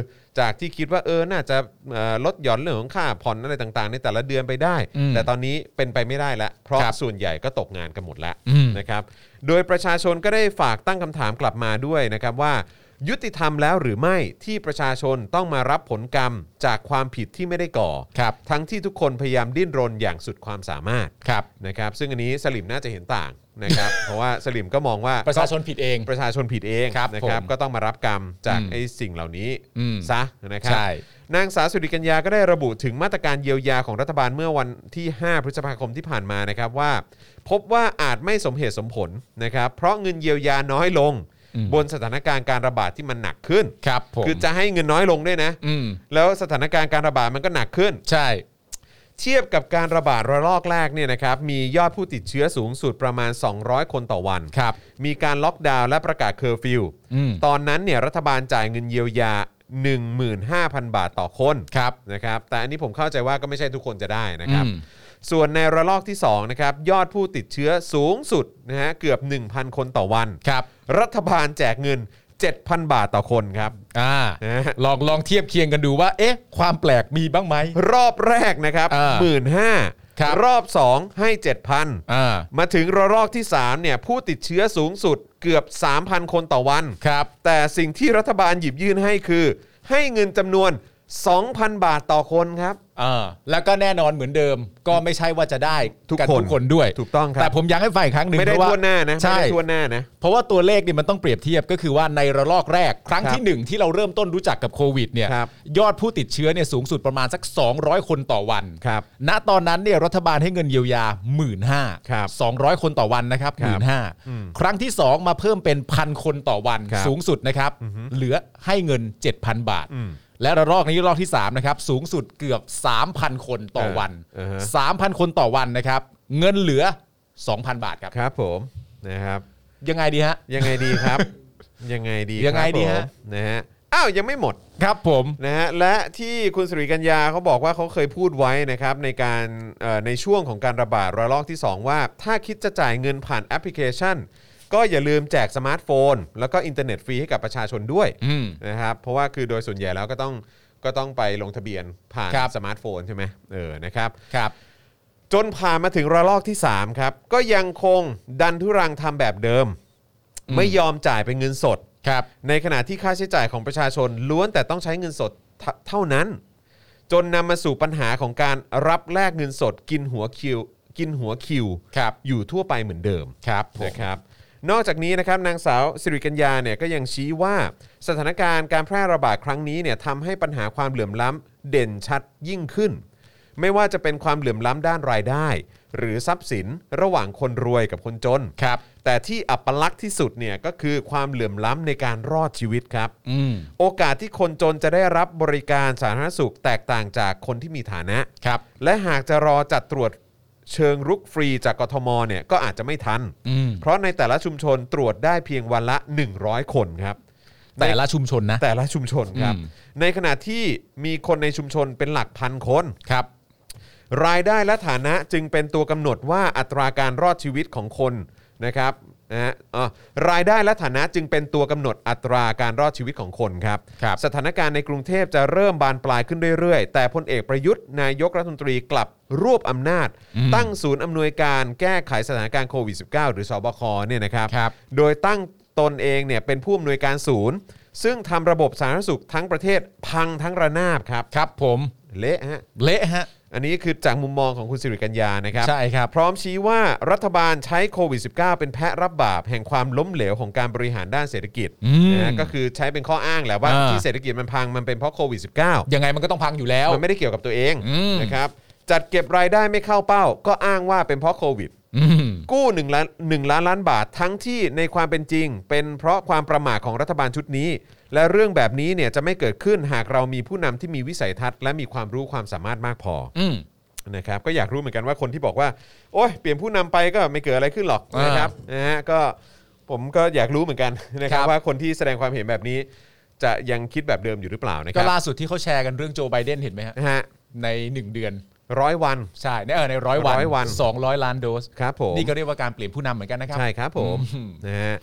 B: จากที่คิดว่าเออน่าจะเอ่อลดหย่อนเรื่องของค่าผ่อนอะไรต่างๆ ในแต่ละเดือนไปได้
C: อืม
B: แต่ตอนนี้เป็นไปไม่ได้ละเพราะ
C: ครับ
B: ส่วนใหญ่ก็ตกงานกันหมดแล้ว
C: อืม
B: นะครับโดยประชาชนก็ได้ฝากตั้งคำถามกลับมาด้วยนะครับว่า ยุติธรรมแล้วหรือไม่ที่ประชาชนต้องมารับผลกรรมจากความผิดที่ไม่ได้ก่อ
C: ครับ
B: ทั้งที่ทุกคนพยายามดิ้นรนอย่างสุดความสามารถ
C: ครับ
B: นะครับซึ่งอันนี้สลิมน่าจะเห็นต่าง นะครับ เพราะว่าสลิมก็มองว่า
C: ประชาชนผิดเอง
B: ประชาชนผิดเอง
C: ครับ
B: นะครับ
C: ผม
B: ก็ต้องมารับกรรมจาก
C: อืม
B: ไอ้สิ่งเหล่านี้
C: อืม
B: ซะนะครั
C: ใช่
B: นางสาวสุริกัญญาก็ได้ระบุถึงมาตรการเยียวยาของรัฐบาลเมื่อวันที่ 5 พฤษภาคมที่ผ่านมานะครับว่า พบว่าอาจไม่สมเหตุสมผลนะครับ เพราะเงินเยียวยาน้อยลง
C: อืม
B: บนสถานการณ์การระบาดที่มันหนักขึ้น
C: ครับผม
B: คือจะให้เงินน้อยลงด้วยนะ
C: อืม
B: แล้วสถานการณ์การระบาดมันก็หนักขึ้น
C: ใช่
B: เทียบกับการระบาดระลอกแรกเนี่ยนะครับมียอดผู้ติดเชื้อสูงสุดประมาณ 200 คนต่อวัน
C: ครับ
B: มีการล็อกดาวน์และประกาศเคอร์ฟิว
C: อืม
B: ตอนนั้นเนี่ยรัฐบาลจ่ายเงินเยียวยา 15,000 บาทต่อคน
C: ครับ
B: นะครับแต่อันนี้ผมเข้าใจว่าก็ไม่ใช่ทุกคนจะได้นะครับ
C: อืม
B: ส่วนในระลอกที่2นะครับยอดผู้ติดเชื้อสูงสุดนะฮะเกือบ 1,000 คนต่อวัน
C: ครับ
B: รัฐบาลแจกเงิน 7,000 บาทต่อคนครับ
C: อ่า
B: นะฮะ
C: ลองลองเทียบเคียงกันดูว่า เอ๊ะ ความแปลกมีบ้างไหม
B: รอบแรกนะครับ
C: อ่า
B: หมื่นห้า
C: ครับ
B: รอบ 2 ให้ 7,000
C: อ่า
B: มาถึงระลอกที่3เนี่ยผู้ติดเชื้อสูงสุดเกือบ 3,000 คนต่อวัน
C: ครับ
B: แต่สิ่งที่รัฐบาลหยิบยื่นให้คือ ให้เงินจำนวน 2,000 บาทต่อคนครับ
C: อ่าแล้วก็แน่นอนเหมือนเดิม ก็ไม่ใช่ว่าจะได้
B: ทุก
C: น
B: คน
C: ทุกคนด้วย
B: ถูกต้องครับ
C: แต่ผมย้ำให้ฝ่ายครั้งหนึ่ง
B: ไม่ได้
C: เพราะว่า
B: ทั่วหน้านะ
C: ใช่
B: ไม่ได้ทั่วหน้านะ
C: เพราะว่าตัวเลขเนี่ยมันต้องเปรียบเทียบก็คือว่าในระลอกแรก ครั้ง
B: ครับ
C: ที่หนึ่งที่เราเริ่มต้นรู้จักกับโควิดเนี่ย
B: ครับ
C: ยอดผู้ติดเชื้อเนี่ยสูงสุดประมาณสัก 200 คนต่อวัน
B: ครับ
C: ณตอนนั้นเนี่ยรัฐบาลให้เงินเยียวยา 1 5ื่นห้า
B: ครับ
C: สองร้อยคนต่อวันนะครับ
B: ค
C: ห
B: รั
C: มื่
B: บ
C: นห้าครั้งที่ 2 มาเพิ่มเป็นพันคนต่อวัน
B: ครับ
C: สูงสุดนะครับเหลือให้เงิน 7,000 บาท
B: อืม
C: และระลอกนี้ระลอกที่3นะครับสูงสุดเกือบ 3,000 คนต่อวัน
B: เออเออฮะ
C: 3,000 คนต่อวันนะครับเงินเหลือ 2,000 บาทครับ
B: ครับผมนะครับ
C: ยังไงดีฮะ
B: ยังไงดีค รับ ยังไงดี
C: ยัง
B: ค
C: ไง
B: รับ
C: ดีฮะ
B: ผมนะฮะอ้าวยังไม่หมด
C: ครับผม
B: นะฮะและที่คุณสุริกัญญาเขาบอกว่าเขาเคยพูดไว้นะครับในการเอ่อในช่วงของการระบาดระลอกที่ 2 ว่า ถ้าคิดจะจ่ายเงินผ่านแอปพลิเคชัน ก็อย่าลืมแจกสมาร์ทโฟน แล้วก็อินเทอร์เน็ตฟรีให้กับประชาชนด้วย
C: อืม
B: นะครับเพราะว่าคือโดยส่วนใหญ่แล้วก็ต้องก็ต้องไปลงทะเบียนผ่าน
C: ครับ
B: สมาร์ทโฟนใช่ไหมเออนะครับ
C: ครับ
B: จนผ่านมาถึงระลอกที่ 3 ครับ ก็ยังคงดันทุรังทำแบบเดิม
C: อืม
B: ไม่ยอมจ่ายเป็นเงินสด
C: ครับ
B: ในขณะที่ค่าใช้จ่ายของประชาชนล้วนแต่ต้องใช้เงินสดเท่าเท่านั้น จนนำมาสู่ปัญหาของการรับแลกเงินสด กินหัวคิว กินหัวคิว
C: ครับ
B: อยู่ทั่วไปเหมือนเดิม
C: ครับผม
B: นะครับนอกจากนี้นะครับนางสาวสิริกัญญาเนี่ยก็ยังชี้ว่าสถานการณ์การแพร่ระบาดครั้งนี้เนี่ยทำให้ปัญหาความเหลื่อมล้ำเด่นชัดยิ่งขึ้น ไม่ว่าจะเป็นความเหลื่อมล้ำด้านรายได้ หรือทรัพย์สินระหว่างคนรวยกับคนจน
C: ครับ
B: แต่ที่อัปลักษณ์ที่สุดเนี่ยก็คือความเหลื่อมล้ำในการรอดชีวิตครับ
C: อืม
B: โอกาสที่คนจนจะได้รับบริการสาธารณสุขแตกต่างจากคนที่มีฐานะ
C: ครับ
B: และหากจะรอจัดตรวจเชิงรุกฟรีจากกทมเนี่ยก็อาจจะไม่ทัน
C: อืม
B: เพราะในแต่ละชุมชนตรวจได้เพียงวันละ 100 คนครับ
C: แต่
B: ใน
C: ละชุมชนนะ
B: แต่ละชุมชนครับ
C: อืม
B: ในขณะที่มีคนในชุมชนเป็นหลักพันคน
C: ครับ
B: รายได้และฐานะจึงเป็นตัวกำหนดว่าอัตราการรอดชีวิตของคนนะครับนะฮะอ่ารายได้และฐานะจึงเป็นตัวกำหนดอัตราการรอดชีวิตของคนครับ
C: ครับ
B: สถานการณ์ในกรุงเทพจะเริ่มบานปลายขึ้นเรื่อยๆ แต่พลเอกประยุทธ์นายกรัฐมนตรีกลับรวบอำนาจ ตั้งศูนย์อำนวยการแก้ไขสถานการณ์โควิด -19 หรือสบคเนี่ยนะครับ
C: ครับ
B: โดยตั้งตนเองเนี่ยเป็นผู้อำนวยการศูนย์ ซึ่งทำระบบสาธารณสุขทั้งประเทศพังทั้งระนาบครับ
C: ครับผม
B: เละฮะ
C: เละฮะ
B: อันนี้คือจากมุมมองของคุณสิริกัญญานะครับ
C: ใช่ครับ
B: พร้อมชี้ว่ารัฐบาลใช้โควิด -19 เป็นแพะรับบาป แห่งความล้มเหลวของการบริหารด้านเศรษฐกิจ
C: อืม
B: นะฮะก็คือใช้เป็นข้ออ้างแหละว่า
C: อ่า
B: ที่เศรษฐกิจมันพังมันเป็นเพราะโควิด -19
C: ยังไงมันก็ต้องพังอยู่แล้ว
B: มันไม่ได้เกี่ยวกับตัวเอง
C: อืม
B: นะครับจัดเก็บรายได้ไม่เข้าเป้า ก็อ้างว่าเป็นเพราะโควิด
C: อืม
B: กู้1ล้าน1ล้านล้านบาททั้งที่ในความเป็นจริง เป็นเพราะความประมาทของรัฐบาลชุดนี้ และเรื่องแบบนี้เนี่ยจะไม่เกิดขึ้นหากเรามีผู้นำที่มีวิสัยทัศน์และมีความรู้ความสามารถมากพอ
C: อืม
B: นะครับก็อยากรู้เหมือนกันว่าคนที่บอกว่า โอ้ยเปลี่ยนผู้นำไปก็ไม่เกิดอะไรขึ้นหรอก
C: อ่าน
B: นะครับนะฮะก็ผมก็อยากรู้เหมือนกัน นะครับ
C: ครับ
B: ว่าคนที่แสดงความเห็นแบบนี้ จะยังคิดแบบเดิมอยู่หรือเปล่านะค
C: ก็
B: รับ
C: ล่าสุดที่เขาแชร์กันเรื่องโจไบเดนเห็นไหมฮะ
B: นะฮะ
C: ใน 1 เดือน
B: ร้อยวัน
C: ใช่ในเออในร้อยวัน
B: ร้อยวัน
C: สองร้อยล้านโดส
B: ครับผม
C: นี่ก็เรียกว่าการเปลี่ยนผู้นำเหมือนกันนะครับ
B: ใช่ครับผมนะฮะ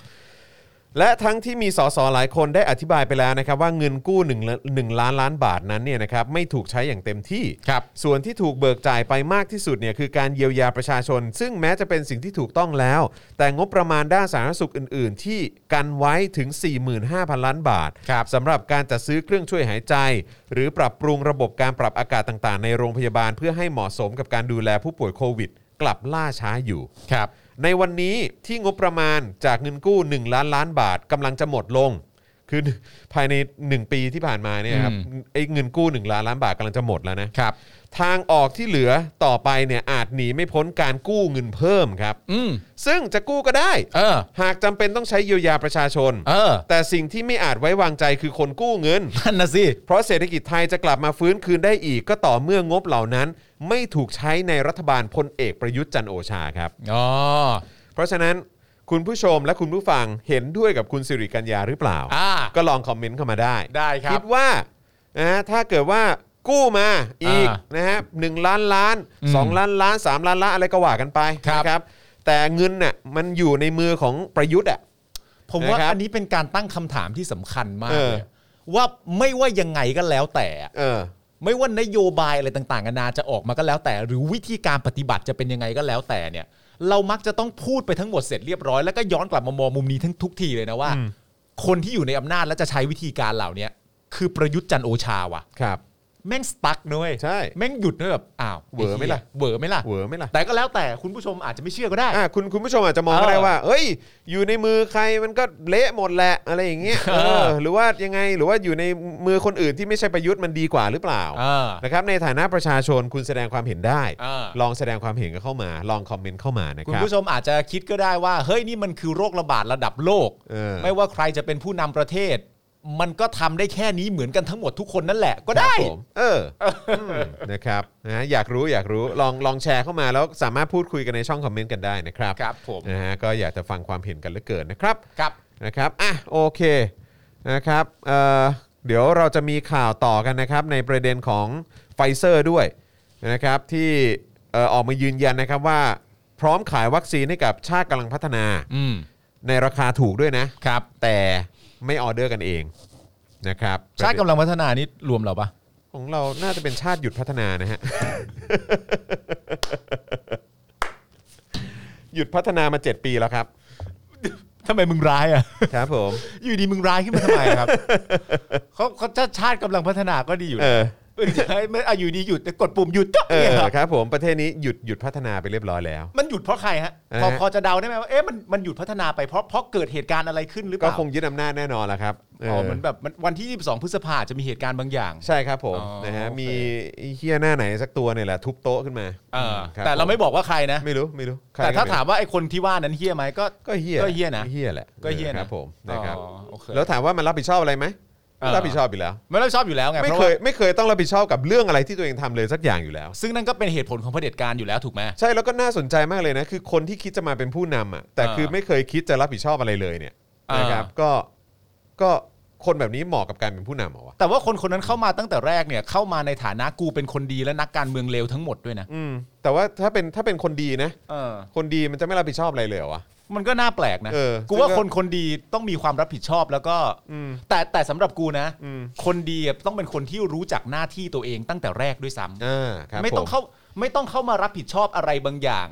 B: และทั้งที่มีสสหลายคนได้อธิบายไปแล้วนะครับ ว่าเงินกู้1นึ่งล้านล้านบาทนั้นเนี่ยนะครับไม่ถูกใช้อย่างเต็มที่
C: ครับ
B: ส่วนที่ถูกเบิกจ่ายไปมากที่สุดเนี่ยคือการเยียวยาประชาชน ซึ่งแม้จะเป็นสิ่งที่ถูกต้องแล้ว แต่งบประมาณด้านสาธารณสุขอื่น ๆ ที่กันไว้ถึง 45,000 ล้านบาท
C: ครับ
B: สำหรับการจัดซื้อเครื่องช่วยหายใจ หรือปรับปรุงระบบการปรับอากาศต่าง ๆ ในโรงพยาบาล เพื่อให้เหมาะสมกับการดูแลผู้ป่วยโควิด กลับล่าช้าอยู่
C: ครับ
B: ในวันนี้ที่งบประมาณจากเงินกู้ 1 ล้านล้านบาทกำลังจะหมดลง คือภายใน 1 ปีที่ผ่านมาเนี่ยครับไอ้เงินกู้ 1 ล้านล้านบาทกำลังจะหมดแล้วนะ
C: ครับ
B: ทางออกที่เหลือต่อไปเนี่ยอาจหนีไม่พ้นการกู้เงินเพิ่มครับ
C: อืม
B: ซึ่งจะกู้ก็ได้
C: เออ
B: หากจำเป็นต้องใช้เยียวยาประชาชน
C: เออ
B: แต่สิ่งที่ไม่อาจไว้วางใจคือคนกู้เงิน
C: นั่นนะสิ
B: เพราะเศรษฐกิจไทยจะกลับมาฟื้นคืนได้อีก ก็ต่อเมื่องบเหล่านั้น ไม่ถูกใช้ในรัฐบาลพลเอกประยุทธ์จันทร์โอชาครับ
C: อ๋อ
B: เพราะฉะนั้นคุณผู้ชมและคุณผู้ฟังเห็นด้วยกับคุณสิริกัญญาหรือเปล่า
C: อ่า
B: ก็ลองคอมเมนต์เข้ามาได้
C: ได้ครับ
B: ดว่านะฮะถ้าเกิดว่ากู้มาอีก
C: อ่า
B: นะฮะหนึ่งล้านล้าน
C: อืม
B: สองล้านล้านสามล้านล้านอะไรก็ว่ากันไป
C: ครับ
B: นะครับ แต่เงินน่ะมันอยู่ในมือของประยุทธ์อ่ะ
C: ผมว่า
B: นะครับ
C: อันนี้เป็นการตั้งคำถามที่สำคัญมาก
B: เออ
C: เลยว่าไม่ว่ายังไงก็แล้วแต่
B: เออ
C: ไม่ว่านโยบายอะไรต่างๆนานาจะออกมาก็แล้วแต่ หรือวิธีการปฏิบัติจะเป็นยังไงก็แล้วแต่เนี่ย เรามักจะต้องพูดไปทั้งหมดเสร็จเรียบร้อยแล้วก็ย้อนกลับมามองมุมนี้ทั้งทุกทีเลยนะว่า
B: อืม
C: คนที่อยู่ในอำนาจและจะใช้วิธีการเหล่าเนี้ยคือประยุทธ์จันทร์โอชาว่ะ
B: ครับ
C: แม่งสตั๊กนะเว้ย
B: ใช่
C: แม่งหยุดนะแบบอ้าว
B: เหวอไหมล่ะ
C: เหวอไหมล่ะ
B: เหวอไหมล่ะ
C: แต่ก็แล้วแต่คุณผู้ชมอาจจะไม่เชื่อก็ได้
B: อ่ะคุณคุณผู้ชมอาจจะมอง
C: เออ
B: ก็ได้ว่า เอ้ย อยู่ในมือใครมันก็เละหมดแหละอะไรอย่างเงี้ย
C: เออ
B: เออหรือว่ายังไงหรือว่าอยู่ในมือคนอื่นที่ไม่ใช่ประยุทธ์มันดีกว่าหรือเปล่า
C: อ่า
B: นะครับในฐานะประชาชนคุณแสดงความเห็นได้
C: อ่า
B: ลองแสดงความเห็นกันเข้ามา ลองคอมเมนต์เข้ามานะ
C: คุ
B: ค
C: ณ
B: รับ
C: ผู้ชมอาจจะคิดก็ได้ว่า เฮ้ยนี่มันคือโรคระบาดระดับโลก
B: เออ
C: ไม่ว่าใครจะเป็นผู้นำประเทศ มันก็ทำได้แค่นี้เหมือนกันทั้งหมดทุกคนนั่นแหละก็ได้
B: ครับผมเออมนะครับนะอยากรู้อยากรู้ลองลองแชร์เข้ามาแล้วสามารถพูดคุยกันในช่องคอมเมนต์กันได้นะครับ
C: ครับผม
B: นะฮะก็อยากจะฟังความเห็นกันเหลือเกินนะครับ
C: ครับ
B: นะครับอ่ะโอเคนะครับเอ่อเดี๋ยวเราจะมีข่าวต่อกันนะครับ ในประเด็นของไฟเซอร์ด้วยนะครับที่เอ่อออกมายืนยันนะครับว่า พร้อมขายวัคซีนให้กับชาติกำลังพัฒนา
C: อืม
B: ในราคาถูกด้วยนะ
C: ครับ
B: แต่ไม่ออเดอร์กันเองนะครับ
C: ชาติกำลังพัฒนานี่รวมเราปะ
B: ของเราน่าจะเป็นชาติหยุดพัฒนานะฮะ หยุดพัฒนามา 7 ปีแล้วครับ
C: ทำไมมึงร้ายอ่ะ
B: ครับผม
C: อยู่ดีมึงร้ายขึ้นมาทำไมครับ เขาเขาชาติชาติกำลังพัฒนาก็ดีอยู่
B: เออ
C: เฮ้ยไม่เอาอยู่ดีหยุดแต่กดปุ่มหยุดก็
B: เอ
C: เนี่ย
B: อ
C: ครับ
B: ครับผมประเทศนี้หยุดหยุดพัฒนาไปเรียบร้อยแล้ว
C: มันหยุดเพราะใครฮะ
B: เออ
C: พอพอจะเดาได้ไหมว่าเอ๊ะมันมันหยุดพัฒนาไปเพราะเพราะเกิดเหตุการณ์อะไรขึ้นหรือเป
B: ก็
C: ล่า
B: คงยึดอำนาจแน่นอนละครับเ
C: อ๋อเหมือนแบบมันวันที่ 22 พฤษภาจะมีเหตุการณ์บางอย่าง
B: ใช่ครับผม
C: อ๋อ
B: นะฮะ
C: โอเค
B: มีไอ้เฮี้ยหน้าไหนสักตัวเนี่ยแหละทุบโต๊ะขึ้นมา
C: เออ
B: คบ
C: แต่เราไม่บอกว่าใครนะ
B: ไม่รู้ไม่รู้ใคร
C: แต่ถ้า
B: ก็ไ
C: ถามว่าไอ้คนที่ว่านั้นเฮี้ยไหมก็
B: ก็เฮี้ย
C: ก็เหี้ยนะ
B: เฮี้ยแหละ
C: ก็เหี้ย
B: ค
C: นะ
B: รับผมนะครับ
C: อ๋อโอเค
B: แล้วถามว่ามันรับผิดชอบอะไรไหม
C: เออ
B: รับผิดชอบอยู่แล้ว
C: ไม่รับผิดชอบอยู่แล้วไง
B: ไม่
C: เพราะ
B: เคย
C: ว่า
B: ไม่เคยต้องรับผิดชอบกับเรื่องอะไรที่ตัวเองทำเลยสักอย่างอยู่แล้ว
C: ซึ่งนั่นก็เป็นเหตุผลของเผด็จการอยู่แล้วถูกไหม
B: ใช่แล้วก็น่าสนใจมากเลยนะ คือคนที่คิดจะมาเป็นผู้นำอ่ะแต่
C: เออ
B: คือไม่เคยคิดจะรับผิดชอบอะไรเลยเนี่ย
C: เออ
B: นะครับก็ก็คนแบบนี้เหมาะกับการเป็นผู้นำเหรอวะ
C: แต่ว่าคนคนนั้นเข้ามาตั้งแต่แรกเนี่ยเข้ามาในฐานะกูเป็นคนดีและนักการเมืองเลวทั้งหมดด้วยนะ
B: อืมแต่ว่าถ้าเป็นถ้าเป็นคนดีนะ
C: เออ
B: คนดีมันจะไม่รับผิดชอบอะไรเลยเหรอวะ
C: มันก็น่าแปลกนะ
B: เออ
C: กูว่า
B: ซึ่งก็
C: คนคนดีต้องมีความรับผิดชอบแล้วก็
B: อืม
C: แต่แต่สำหรับกูนะ
B: อืม
C: คนดีอะต้องเป็นคนที่รู้จักหน้าที่ตัวเองตั้งแต่แรกด้วยซ้ำ
B: อ่าครับ
C: ไม่ต้อง
B: ผ
C: เข้าไม่ต้องเข้ามารับผิดชอบอะไรบางอย่าง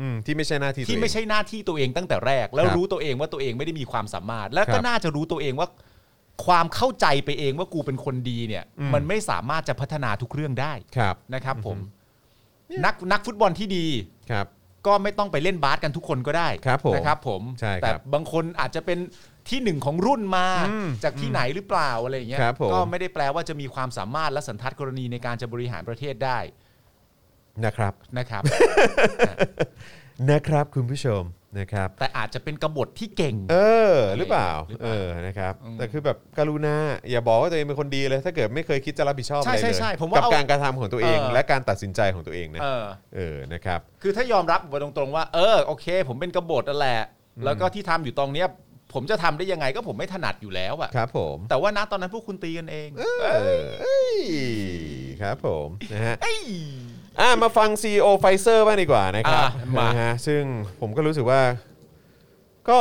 B: อืมที่ไม่ใช่หน้าที่
C: ที่
B: ตัวเอง
C: ไม่ใช่หน้าที่ตัวเองตั้งแต่แรก แล้ว
B: ครับ
C: รู้ตัวเองว่าตัวเองไม่ได้มีความสามารถ แล้ว
B: ค
C: ก็
B: รับ
C: น่าจะรู้ตัวเองว่า ความเข้าใจไปเองว่ากูเป็นคนดีเนี่ย
B: อืม
C: มันไม่สามารถจะพัฒนาทุกเรื่องได้
B: ครับ
C: นะครับ ผม
B: เนี่ย
C: นักนักฟุตบอลที่ดี
B: ครับ
C: ก็ไม่ต้องไปเล่นบาสกันทุกคนก็ได้
B: ครับผม
C: นะครับ ผม
B: ใช่ครับ
C: แต่บางคนอาจจะเป็นที่หนึ่งของรุ่นมา
B: อืม
C: จากที่ไหนหรือเปล่าอะไรอย่างเงี้ย
B: ครับผม
C: ก็ไม่ได้แปลว่าจะมีความสามารถและสันทัดกรณีในการจะบริหารประเทศได้
B: นะครับ
C: นะครั บ
B: นะครับคุณผู้ชมนะครับ
C: แต่อาจจะเป็นกบฏที่เก่ง
B: เออหรือเปล่า
C: หรือเป
B: เอ
C: ล่า
B: อนะครับ
C: อืม
B: แต่คือแบบกรุณาอย่าบอกว่าตัวเองเป็นคนดีเลย ถ้าเกิดไม่เคยคิดจะรับผิดชอบ
C: ใช่
B: อะไร
C: ใช่
B: เลย
C: ใช่ผมว่า
B: กับ
C: เอา
B: การกระทำของตัวเอง
C: เออ
B: และการตัดสินใจของตัวเองนะ
C: เออ
B: เออนะครับ
C: คือถ้ายอมรับไปตรงๆว่าเออโอเค ผมเป็นกบฏนั่นแหละแล้วก็ที่ทำอยู่ตรงเนี้ย ผมจะทำได้ยังไงก็ผมไม่ถนัดอยู่แล้วอะ
B: ครับผม
C: แต่ว่าณตอนนั้นพวกคุณตีกันเอง
B: เออเอ้ยครับผมนะฮะ
C: เอ้ย
B: อ่ะมาฟัง CEO ไฟเซอร์บ้างดีกว่านะครับ
C: อ่ะมาน
B: ฮะซึ่งผมก็รู้สึกว่า ก็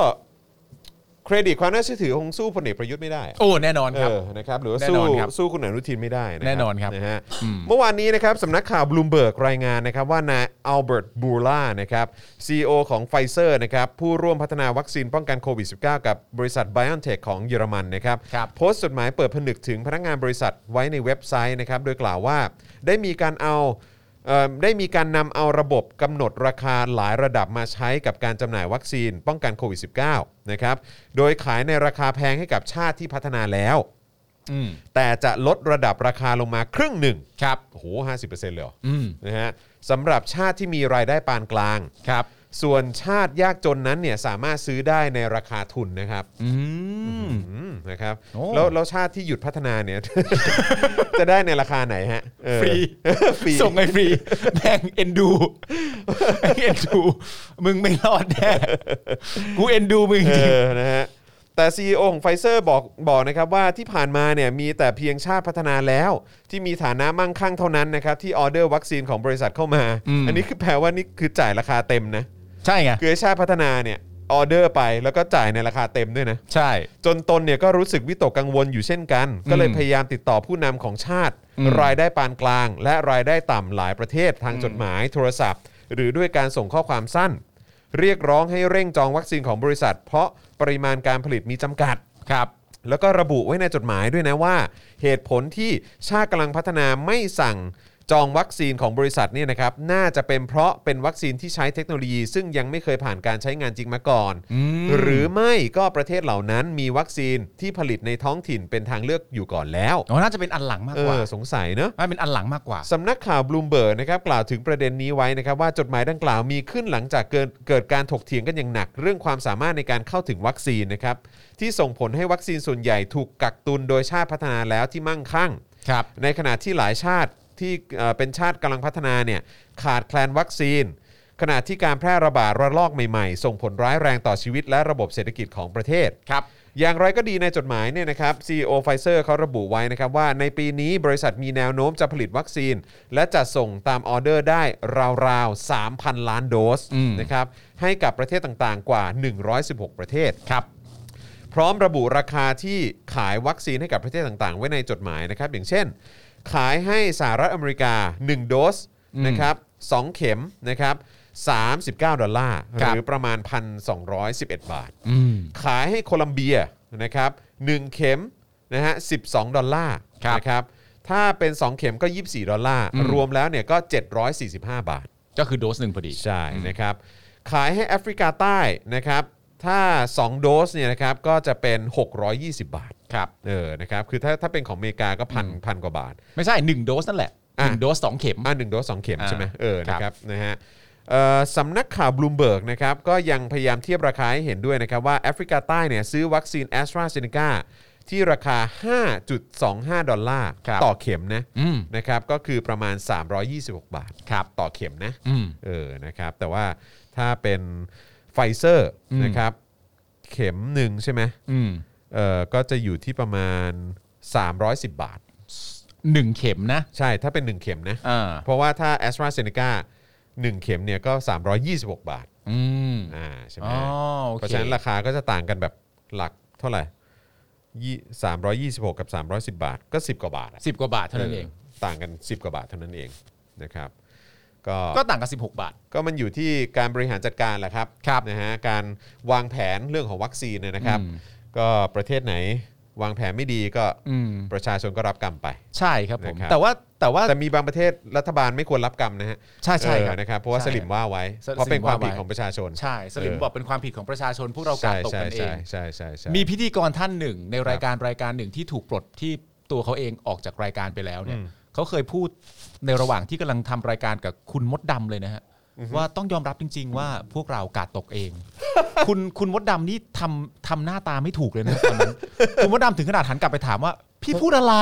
B: เครดิตความน่าเชื่อถือคงสู้พลเอกประยุทธ์ไม่ได้อะ
C: โอ้แน่นอนครับ
B: เออนะครับหรือว่า
C: แน่
B: สู้
C: นอนครับ
B: สู้คุณอนุทินไม่ได้ะ
C: แน่นอนครับ
B: นะฮะ
C: อืม
B: เมื่อวานนี้นะครับสำนักข่าวบลูมเบิร์กรายงานนะครับว่านายอัลเบิร์ตบูล่านะครับซีอของไฟเซอร์นะครับผู้ร่วมพัฒนาวัคซีนป้องกันโควิด -19 กับบริษัท b i o n t e c h ของเยอรมันนะครับ
C: ครับ
B: โพสต์จดหมายเปิดผนึกถึงพนักงานบริษัทไว้ในเว็บไซต์นะครับ โดยกล่าวว่าได้มีการเอาเอ่อได้มีการนำเอาระบบกำหนดราคาหลายระดับมาใช้กับการจำหน่ายวัคซีนป้องกันโควิด -19 นะครับ โดยขายในราคาแพงให้กับชาติที่พัฒนาแล้ว
C: อืม
B: แต่จะลดระดับราคาลงมาครึ่งหนึ่ง
C: ครับ
B: โอ้โหห้าสิบเปอร์เซ็นต์เลยเหรอ
C: อืม
B: นะฮะสำหรับชาติที่มีรายได้ปานกลาง
C: ครับ
B: ส่วนชาติยากจนนั้นเนี่ยสามารถซื้อได้ในราคาทุนนะครับ
C: อืม
B: อืมนะครับ
C: โอ้
B: แล้วแล้วชาติที่หยุดพัฒนาเนี่ย จะได้ในราคาไหนฮะเออ
C: ฟรี
B: ฟรี
C: ส่งไงฟรีแม่งเอ็นดูแม่งเอ็นดูมึงไม่รอดแน่กูเอ็นดูมึงจ
B: เอ
C: ริง
B: อนะฮะแต่ CEO ของไฟเซอร์บอกบอกนะครับว่าที่ผ่านมาเนี่ยมีแต่เพียงชาติพัฒนาแล้ว ที่มีฐานะมั่งคั่งเท่านั้นนะครับที่ออเดอร์วัคซีนของบริษัทเข้ามา
C: อืม
B: อันนี้คือแปลว่านี่คือจ่ายราคาเต็มนะ
C: ใช่ไง
B: คือไอ้ชาติพัฒนาเนี่ยออเดอร์ไปแล้วก็จ่ายในราคาเต็มด้วยนะ
C: ใช่
B: จนตนเนี่ยก็รู้สึกวิตกกังวลอยู่เช่นกัน ก็เลยพยายามติดต่อผู้นำของชาติ
C: อืม
B: รายได้ปานกลาง และรายได้ต่ำหลายประเทศทางจดหมายโทรศัพท์ หรือด้วยการส่งข้อความสั้น เรียกร้องให้เร่งจองวัคซีนของบริษัท เพราะปริมาณการผลิตมีจำกัด
C: ครับ
B: แล้วก็ระบุไว้ในจดหมายด้วยนะว่า เหตุผลที่ชาติกำลังพัฒนาไม่สั่งจองวัคซีนของบริษัทเนี่ยนะครับน่าจะเป็นเพราะเป็นวัคซีนที่ใช้เทคโนโลยี ซึ่งยังไม่เคยผ่านการใช้งานจริงมาก่อน
C: ม
B: หรือไม่ก็ประเทศเหล่านั้นมีวัคซีนที่ผลิตในท้องถิ่นเป็นทางเลือกอยู่ก่อนแล้ว
C: อ๋อน่าจะเป็นอันหลังมาก
B: เอก
C: ว่า
B: อสงสัยเนอะ
C: น่าเป็นอันหลังมากกว่า
B: สำนักข่าวบลูมเบิร์กนะครับกล่าวถึงประเด็นนี้ไว้นะครับว่าจดหมายดังกล่าวมีขึ้นหลังจากเกิดเกิดการถกเถียงกันอย่างหนัก เรื่องความสามารถในการเข้าถึงวัคซีนนะครับที่ส่งผลให้วัคซีนส่วนใหญ่ถูกกักตุนโดยชาติพัฒนาแล้วที่มั่งคั่ง
C: ครับ
B: ในขณะที่หลายชาติที่เอ่อเป็นชาติกำลังพัฒนาเนี่ยขาดแคลนวัคซีน ขณะที่การแพร่ระบาดระลอกใหม่ๆ ส่งผลร้ายแรงต่อชีวิตและระบบเศรษฐกิจของประเทศ
C: ครับ
B: อย่างไรก็ดีในจดหมายเนี่ยนะครับ CEO Pfizer เขาระบุไว้นะครับว่าในปีนี้บริษัทมีแนวโน้มจะผลิตวัคซีน และจะส่งตามออเดอร์ได้ราวๆ 3,000 ล้านโดส
C: อืม
B: นะครับให้กับประเทศต่างๆ กว่า 116 ประเทศ
C: ครับ
B: พร้อมระบุราคาที่ขายวัคซีนให้กับประเทศต่างๆ ไว้ในจดหมายนะครับ อย่างเช่น ขายให้สหรัฐอเมริกา 1 โดส
C: อืม
B: นะครับ2เข็มนะครับ39 ดอลลาร์ ห
C: ครับ
B: รือประมาณ 1,211 บาท
C: อืม
B: ขายให้โคลัมเบียนะครับ1เข็มนะฮะ12 ดอลลาร์
C: ครับ
B: นะครับถ้าเป็น 2 เข็มก็ 24 ดอลลาร์
C: อืม
B: รวมแล้วเนี่ยก็ 745 บาท
C: ก็คือโดสหนึ่งพอดี
B: ใช่นะครับขายให้แอฟริกาใต้นะครับถ้า 2 โดสเนี่ยนะครับก็จะเป็น 620 บาท
C: ครับ
B: เออนะครับคือถ้าถ้าเป็นของอเมริกาก็พันพันกว่าบาท
C: ไม่ใช่หนึ่งโดสนั่นแหละห
B: อ่ะ
C: นึ่งโดสสองเข็ม
B: อ่าหนึ่งโดสสองเข็ม
C: อ่า
B: ใช่ไหมเออ
C: ครับ
B: นะครับนะฮะเอ่อสำนักข่าวบลูมเบิร์กนะครับก็ยังพยายามเทียบราคาให้เห็นด้วยนะครับว่าแอฟริกาใต้เนี่ยซื้อวัคซีนแอสตราเซเนกาที่ราคา 5.25 ดอลลาร์ ต่อเข็มนะ
C: อืม
B: นะครับก็คือประมาณ 326 บาทครับต่อเข็มนะ
C: อืม
B: เออ นะครับ แต่ว่าถ้าเป็นไฟเซอร์
C: อืม
B: นะครับ เข็มหนึ่งใช่ไหม
C: อืม
B: เออก็จะอยู่ที่ประมาณ 310 บาท
C: หนึ่งเข็มนะ
B: ใช่ ถ้าเป็น 1 เข็มนะ
C: อ่า
B: เพราะว่าถ้า a s t r a z เซ e c a 1 เข็มเนี่ยก็ 326 บาท
C: อืม
B: อ่า ใช่ไหม
C: อ๋อ โอ
B: เพ
C: เค
B: ราะฉะนั้นราคาก็จะต่างกันแบบหลักเท่าไหร่ยี่สามร้อยยี่สิบหกกับ 310 บาท ก็ 10 กว่าบาทอะ
C: สิบกว่าบาทเท่านั้นเอง
B: ต่างกัน 10 กว่าบาทเท่านั้นเองนะครับ ก็
C: ก็ต่างกับสิบหกบาท
B: ก็มันอยู่ที่การบริหารจัดการแหละครับ
C: ครับ
B: นะฮะการวางแผนเรื่องของวัคซีนเนยนะครับ
C: อืม
B: ก็ประเทศไหนวางแผนไม่ดีก็
C: อืม
B: ประชาชนก็รับกรรมไป
C: ใช่ครับผม
B: นะครับ
C: แต่ว่าแต่ว่า
B: แต่มีบางประเทศรัฐบาลไม่ควรรับกรรมนะฮะ
C: ใช่ใช่ครับ
B: เออนะครับเพราะว่า
C: ใช่
B: สลิมว่าไว้
C: สลิม
B: เพราะเป็นความผิด
C: ว่าไว้
B: ของประชาชน
C: ใช่ สลิม
B: เออ
C: บอกเป็นความผิดของประชาชน พวกเรากา
B: ใช่
C: ดตก
B: ใช่
C: กันเอ
B: ใช่
C: ง
B: ใช่ใช่ใช่
C: มีพิธีกรท่านหนึ่ง ในรายการรายการหนึ่งที่ถูกปลดที่ตัวเขาเองออกจากรายการไปแล้วเนี่ย
B: อืม
C: เขาเคยพูดในระหว่างที่กำลังทำรายการกับคุณมดดำเลยนะฮะว่าต้องยอมรับจริง ๆ ว่าพวกเรากาดตกเอง คุณคุณมดดำนี่ทำทำหน้าตาไม่ถูกเลยนะต อนนั้นคุณมดดำถึงขนาดหันกลับไปถามว่า พี่พูด อะไร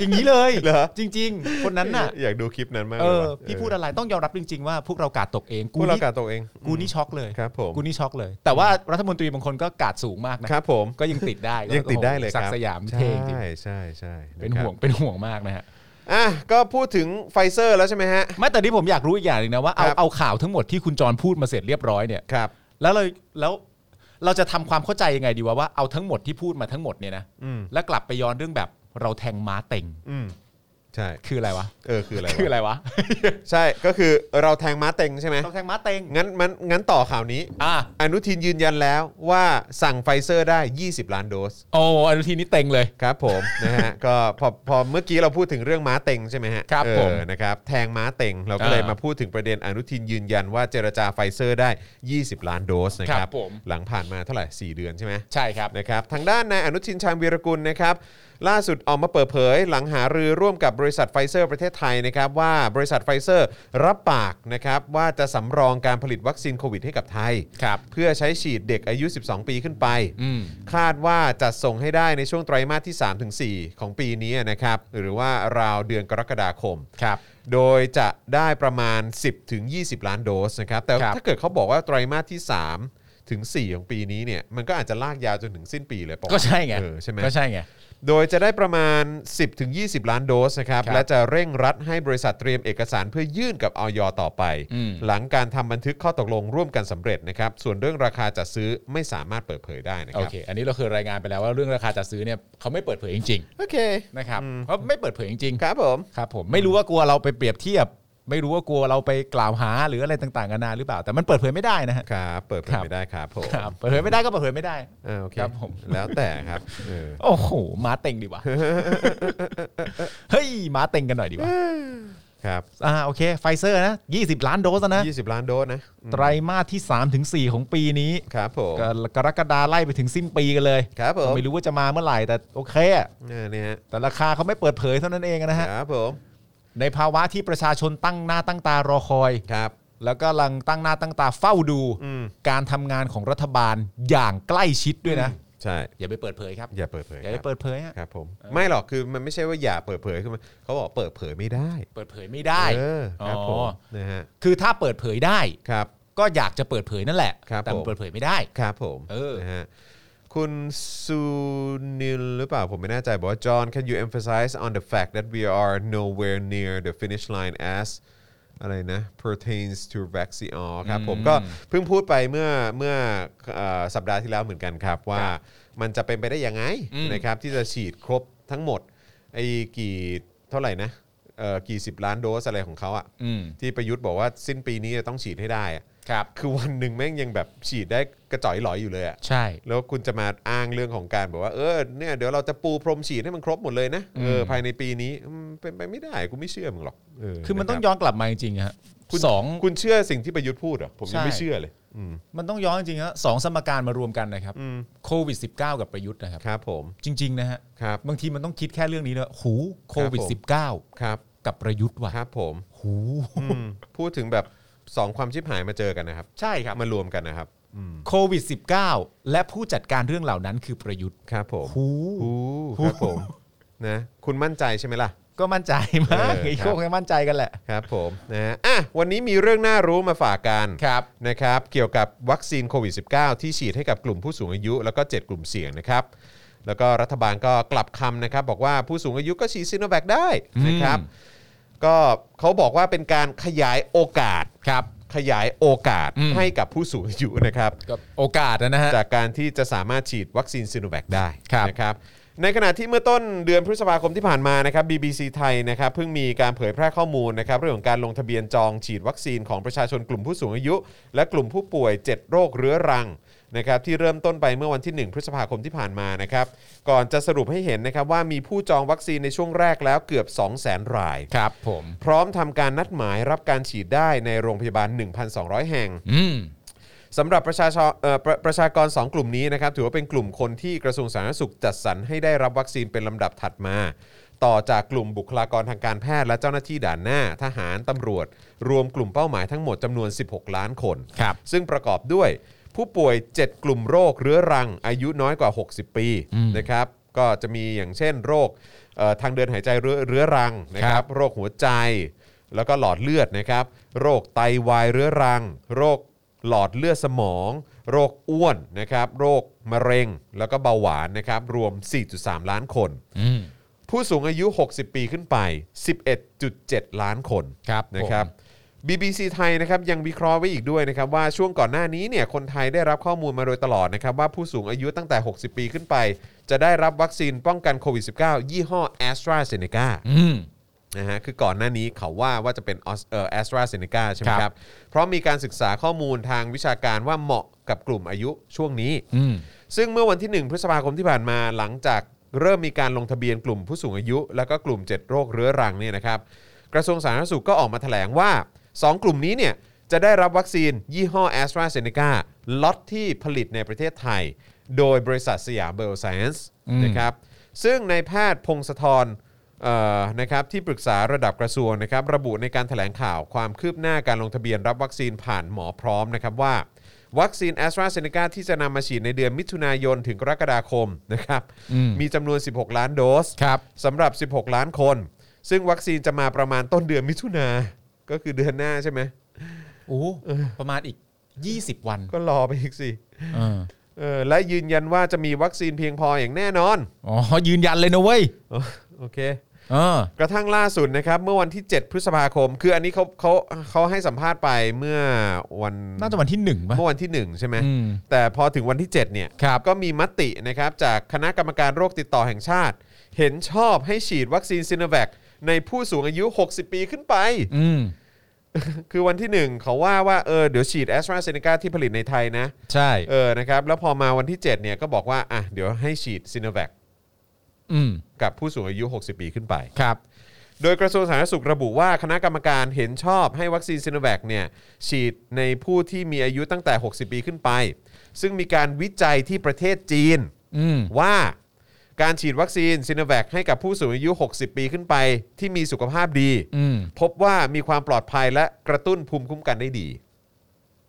C: อย่างนี้เลย
B: เหรอ
C: จริง ๆ คนนั้นน่ะ
B: อยากดูคลิปนั้นมาก
C: เอ
B: เลย
C: อ
B: ว่ะ
C: พี่
B: เออ
C: พูดอะไรต้องยอมรับจริง ๆ ว่าพวกเรากาดตกเอง
B: พวกเรา
C: นี่
B: กาดตกเอง
C: กูนี่ช็อกเลย
B: ครับผม
C: กูนี่ช็อกเลย แต่ว่ารัฐมนตรีบางคนก็กาดสูงมากนะ
B: ครับผม
C: ก็ยังติดได้
B: ยังติดได้เลยค
C: สั
B: รับ
C: กสยาม
B: ใช่
C: เท่จริง
B: ใช่ใช่ใช่
C: เป็น
B: นะครับ
C: ห่วงเป็นห่วงมากนะฮะ
B: อ่ะก็พูดถึงไฟเซอร์แล้วใช่ไหมฮะ
C: ไม่แต่ที่ผมอยากรู้อีกอย่างหนึงนะว่าเอา
B: ครับ
C: เอาข่าวทั้งหมดที่คุณจรพูดมาเสร็จเรียบร้อยเนี่ย
B: ครับ
C: แล้วเลยแล้วเราจะทำความเข้าใจยังไงดีวะว่าเอาทั้งหมดที่พูดมาทั้งหมดเนี่ยนะ
B: อืม
C: แล้วกลับไปย้อนเรื่องแบบเราแทงม้าเต็ง
B: อืมใช่
C: คืออะไรวะ
B: เออคืออะไรวะ
C: คืออะไรวะ
B: ใช่ก็คือเราแทงม้า เต็งใช่ไหม
C: เราแทงม้าเต็ง
B: งั้นมันงั้นต่อข่าวนี้
C: อ่ะ
B: อนุทินยืนยันแล้วว่าสั่งไฟเซอร์ได้ 20 ล้านโดส
C: โอ้อนุทีนี้เต็งเลย
B: ครับผม นะฮะก็พอพอเมื่อกี้เราพูดถึงเรื่องม้าเต็งใช่ไหมฮะ
C: ครับผม
B: เออนะครับแทงม้าเต็งเราก็เลย
C: อ่าม
B: มาพูดถึงประเด็นอนุทินยืนยันว่าเจรจาไฟเซอร์ได้ 20 ล้านโดสนะค
C: ค
B: รั
C: รั
B: บบ
C: ผม
B: หลังผ่านมาเท่าไหร่ 4 เดือนใช่ไหม
C: ใช่ครับ
B: นะครับทางด้านนายอนุชินชาญวีรกุลนะครับ ล่าสุดออกมาเปิดเผย หลังหารือร่วมกับบริษัทไฟเซอร์ประเทศไทยนะครับว่าบริษัทไฟเซอร์รับปากนะครับว่าจะสำรองการผลิตวัคซีนโควิดให้กับไทย
C: ครับ
B: เพื่อใช้ฉีดเด็กอายุ 12 ปีขึ้นไป
C: อืม
B: คาดว่าจะส่งให้ได้ในช่วงไตรมาสที่ 3-4 ของปีนี้นะครับ หรือว่าราวเดือนกรกฎาคม
C: ครับ
B: โดยจะได้ประมาณ 10ถึง20 ล้านโดสนะครับ แต่
C: ครับ
B: ถ้าเกิดเขาบอกว่าไตรมาสที่ 3 ถึง 4 ของปีนี้เนี่ย มันก็อาจจะลากยาวจนถึงสิ้นปีเลยปะ
C: ก็ใช่ไง
B: เออใช่ไหม
C: ก็ใช่ไง
B: โดยจะได้ประมาณ 10ถึง20 ล้านโดสนะครับ
C: ครับ
B: และจะเร่งรัดให้บริษัทเตรียมเอกสารเพื่อยื่นกับออยต่อไป
C: อืม
B: หลังการทำบันทึกข้อตกลงร่วมกันสำเร็จนะครับ ส่วนเรื่องราคาจัดซื้อไม่สามารถเปิดเผยได้นะค
C: โอ
B: รับ
C: เค อันนี้เราเคยรายงานไปแล้วว่าเรื่องราคาจัดซื้อเนี่ยเขาไม่เปิดเผยจริง
B: โอเค
C: ๆนะครับเขาไม่เปิดเผยจริงๆ
B: ครับผม
C: ครับผมไม่รู้ว่ากลัวเราไปเปรียบเทียบ ไม่รู้ว่ากลัวเราไปกล่าวหาหรืออะไรต่างๆกันานาหรือเปล่า แต่มันเปิดเผยไม่ได้นะฮะ
B: ครับ เปิดเผย
C: ครับ
B: ไม่ได้ครับผม
C: ครับเปิดเผยไม่ได้ก็เปิดเผยไม่ได้
B: อ่าโอเค
C: ครับผม
B: แล้วแต่ครับเออ
C: โอ้โหมาเต็งดี ว่ะ เฮ้ยมาเต็งกันหน่อยดีว่ะ
B: ครับ
C: อ่าโอเคไฟเซอร์นะ20 ล้านโดสนะ
B: ยี่สิบล้านโดสนะอืม
C: ไตรมาสที่3ถึง4ของปีนี้
B: ครับผม
C: กรกรกฎาไล่ไปถึงสิ้นปีกันเลย
B: ครับผม
C: ไม่รู้ว่าจะมาเมื่อไหร่แต่โอเคอะ
B: อ่าเนี่ยฮะ
C: แต่ราคาเขาไม่เปิดเผยเท่านั้นเองนะฮะ
B: ครับผม
C: ในภาวะที่ประชาชนตั้งหน้าตั้งตารอคอย
B: ครับ
C: แล้วก็กำลังตั้งหน้าตั้งตาเฝ้าดู
B: อืม
C: การทำงานของรัฐบาลอย่างใกล้ชิดด้วยนะ
B: ใช่
C: อย่าไปเปิดเผยครับ
B: อย่าเปิดเผย
C: อย่า
B: ค
C: ไป
B: รับ
C: เปิดเผยฮะ
B: ครับผมไม่หรอกคือมันไม่ใช่ว่าอย่าเปิดเผยคือมันเขาบอกเปิดเผยไม่ได้
C: เปิดเผยไม่ได้
B: เออครับผม
C: อ๋อ
B: นะฮะ
C: คือถ้าเปิดเผยได้
B: ครับ
C: ก็อยากจะเปิดเผยนั่นแหละ
B: ครับ
C: แต่มัน
B: ผม
C: เปิดเผยไม่ได้
B: ครับผม
C: เออ
B: นะฮะคุณซูนิลหรือเปล่าผมไม่แน่ใจบอกว่า John can you emphasize on the fact that we are nowhere near the finish line as อะไรนะ pertains to vaccine อ๋อครับผมก็เพิ่งพูดไปเมื่อเมื่อเอ่อสัปดาห์ที่แล้วเหมือนกันครับ ว่ามันจะเป็นไปได้ยังไงนะครับที่จะฉีดครบทั้งหมดไอ้กี่เท่าไหร่นะเอ่อกี่สิบล้านโดสอะไรของเขาอะ
C: อืม
B: ที่ประยุทธ์บอกว่าสิ้นปีนี้จะต้องฉีดให้ได้อะ
C: ครับ
B: คือวันหนึ่งแม่งยังแบบฉีดได้กระจ่อยหลอยอยู่เลยอะ
C: ใช่
B: แล้วคุณจะมาอ้างเรื่องของการแบบว่า เออเนี่ยเดี๋ยวเราจะปูพรมฉีดให้มันครบหมดเลยนะเออภายในปีนี้อืมเป็นไปไม่ได้กูไม่เชื่อมึงหรอกเ
C: คือมันต้อ
B: ะ
C: ง
B: รับ
C: ย้อนกลับมาจริงๆฮะ
B: คุณ
C: สอง
B: คุณเชื่อสิ่งที่ประยุทธ์พูดเหรอผมยั
C: ใช่
B: งไม่เชื่อเลยอืม
C: มันต้องย้อนจริงๆฮะสองสมการมารวมกันนะครับ
B: อืม
C: โควิด -19 กับประยุทธ์นะครับ
B: ครับผม
C: จริง ๆ นะฮะ
B: ครับ
C: บางทีมันต้องคิดแค่เรื่องนี้นะหูโควิ
B: ค
C: ด
B: รับผม
C: -19
B: ครับ
C: กับประยุทธ์ว่ะ
B: ครับผม
C: หู
B: อืมพูดถึงแบบสองความชิบหายมาเจอกันนะครับ
C: ใช่ครับ
B: มารวมกันนะครับอืม
C: โควิด -19 และผู้จัดการเรื่องเหล่านั้นคือประยุทธ์
B: ครับผม
C: หู
B: หูครับผมนะคุณมั่นใจใช่ไหมล่ะ
C: ก็มั่นใจมาก
B: เออ
C: ไอ้
B: ครับ
C: พวกนี้มั่นใจกันแหละ
B: ครับผมนะฮะอ่ะวันนี้มีเรื่องน่ารู้มาฝากกัน
C: ครับ
B: นะครับเกี่ยวกับวัคซีนโควิด -19 ที่ฉีดให้กับกลุ่มผู้สูงอายุ แล้วก็ 7 กลุ่มเสี่ยงนะครับแล้วก็รัฐบาลก็กลับคำนะครับบอกว่าผู้สูงอายุก็ฉีดซิโนแวคได้นะครับ
C: อืม
B: ก็เขาบอกว่าเป็นการขยายโอกาส
C: ครับ
B: ขยายโอกาส
C: อืม
B: ให้กับผู้สูงอายุนะครับ
C: ก็โอกาสนะฮะ
B: จากการที่จะสามารถฉีดวัคซีนซิโนแวคได้
C: ครับ
B: นะครับในขณะที่เมื่อต้นเดือนพฤษภาคมที่ผ่านมานะครับ BBC ไทยนะครับเพิ่งมีการเผยแพร่ข้อมูลนะครับเรื่องของการลงทะเบียนจองฉีดวัคซีนของประชาชนกลุ่มผู้สูงอายุ และกลุ่มผู้ป่วย 7 โรคเรื้อรังนะครับที่เริ่มต้นไปเมื่อวันที่ 1 พฤษภาคมที่ผ่านมานะครับก่อนจะสรุปให้เห็นนะครับว่ามีผู้จองวัคซีนในช่วงแรกแล้วเกือบ 200,000 ราย
C: ครับผม
B: พร้อมทำการนัดหมายรับการฉีดได้ในโรงพยาบาล 1,200 แห่ง
C: อืม
B: สำหรับประชาชนเอ่อประประชากร 2 กลุ่มนี้นะครับ ถือว่าเป็นกลุ่มคนที่กระทรวงสาธารณสุขจัดสรรให้ได้รับวัคซีนเป็นลำดับถัดมา ต่อจากกลุ่มบุคลากรทางการแพทย์และเจ้าหน้าที่ด่านหน้า ทหารตำรวจ รวมกลุ่มเป้าหมายทั้งหมดจำนวน 16 ล้านคน
C: ครับ
B: ซึ่งประกอบด้วยผู้ป่วย 7 กลุ่มโรคเรื้อรัง อายุน้อยกว่า 60 ปีนะครับก็จะมีอย่างเช่นโรคเอ่อทางเดินหายใจเรื้อเรื้อรังนะค
C: ครั
B: รับบ โรคหัวใจ แล้วก็หลอดเลือดนะครับโรคไตวายเรื้อรัง โรคหลอดเลือดสมอง โรคอ้วนนะครับโรคมะเร็ง แล้วก็เบาหวานนะครับรวม 4.3 ล้านคน
C: อืม
B: ผู้สูงอายุ 60 ปีขึ้นไป 11.7 ล้านคน
C: ครับ
B: นะครับ
C: ผม
B: BBC ไทยนะครับยังวิเคราะห์ไว้อีกด้วยนะครับว่าช่วงก่อนหน้านี้เนี่ยคนไทยได้รับข้อมูลมาโดยตลอดนะครับว่าผู้สูงอายุตั้งแต่ 60 ปีขึ้นไป จะได้รับวัคซีนป้องกันโควิด -19 ยี่ห้อ a s t r a z เซ e c a
C: อืม
B: นะฮะคือก่อนหน้านี้เขาว่าว่าจะเป็นแอสตราเซเนกาใช่ไหม
C: ค
B: ครั
C: รับ
B: บ เพราะมีการศึกษาข้อมูลทางวิชาการว่าเหมาะกับกลุ่มอายุช่วงนี้
C: อืม
B: ซึ่งเมื่อวันที่ 1 พฤษภาคมที่ผ่านมาหลังจากเริ่มมีการลงทะเบียนกลุ่มผู้สูงอายุ และก็กลุ่ม 7 โรคเรื้อรังเนี่ยนะครับกระทรวงสาธารณสุขก็ออกมาแถลงว่า 2 กลุ่มนี้เนี่ยจะได้รับวัคซีนยี่ห้อ a s t r a z เซ e c a ล็อตที่ผลิตในประเทศไทย โดยบริษัทสยามเบลไซเอนส์นะครับ ซึ่งในายแพทย์พงศธรเอ่อนะครับที่ปรึกษาระดับกระทรวงนะครับระบุในการแถลงข่าวความคืบหน้าการลงทะเบียนรับวัคซีนผ่านหมอพร้อมนะครับว่า วัคซีนแอสตราเซเนกาที่จะนำมาฉีดในเดือนมิถุนายนถึงกรกฎาคมนะครับ
C: อืม
B: มีจำนวน 16 ล้านโดส
C: ครับ
B: สำหรับ 16 ล้านคน ซึ่งวัคซีนจะมาประมาณต้นเดือนมิถุนา ก็คือเดือนหน้าใช่ไหม
C: โอ้ประมาณอีก 20 วัน
B: ก็รอไปอีกสิ
C: เออ
B: เออและยืนยันว่าจะมีวัคซีนเพียงพออย่างแน่นอน
C: อ๋อยืนยันเลยนะเว้ย
B: อ๋อโอเค
C: เออก
B: ระทั่งล่าสุดนะครับ เมื่อวันที่ 7 พฤษภาคม คืออันนี้เขาเขาเขาให้สัมภาษณ์ไปเมื่อวัน
C: น่าจะวันที่หนึ่งป่ะ
B: เมื่อวันที่ 1 ใช่ไหม
C: อืม
B: แต่พอถึงวันที่ 7 เนี่ย
C: ครับ
B: ก็มีมตินะครับจากคณะกรรมการโรคติดต่อแห่งชาติ เห็นชอบให้ฉีดวัคซีนซิโนแวคในผู้สูงอายุ 60 ปีขึ้นไป
C: อืม
B: คือวันที่ 1 เขาว่าว่าเออเดี๋ยวฉีดแอสตราเซเนกาที่ผลิตในไทยนะ
C: ใช่
B: เออนะครับแล้วพอมาวันที่ 7 เนี่ยก็บอกว่า อ่ะ เดี๋ยวให้ฉีดซ i โนแวค
C: อืม
B: กับผู้สูงอายุ 60 ปีขึ้นไป
C: ครับ
B: โดยกระทรวงสาธารณสุขระบุว่าคณะกรรมการเห็นชอบให้วัคซีนซ i โนแวคเนี่ยฉีดในผู้ที่มีอายุตั้งแต่ 60 ปีขึ้นไป ซึ่งมีการวิจัยที่ประเทศจีน
C: อืม
B: ว่าการฉีดวัคซีนซ i โนแวคให้กับผู้สูงอายุ 60 ปีขึ้นไป ที่มีสุขภาพดี
C: อืม
B: พบว่ามีความปลอดภัยและกระตุ้นภูมิคุ้มกันได้ดี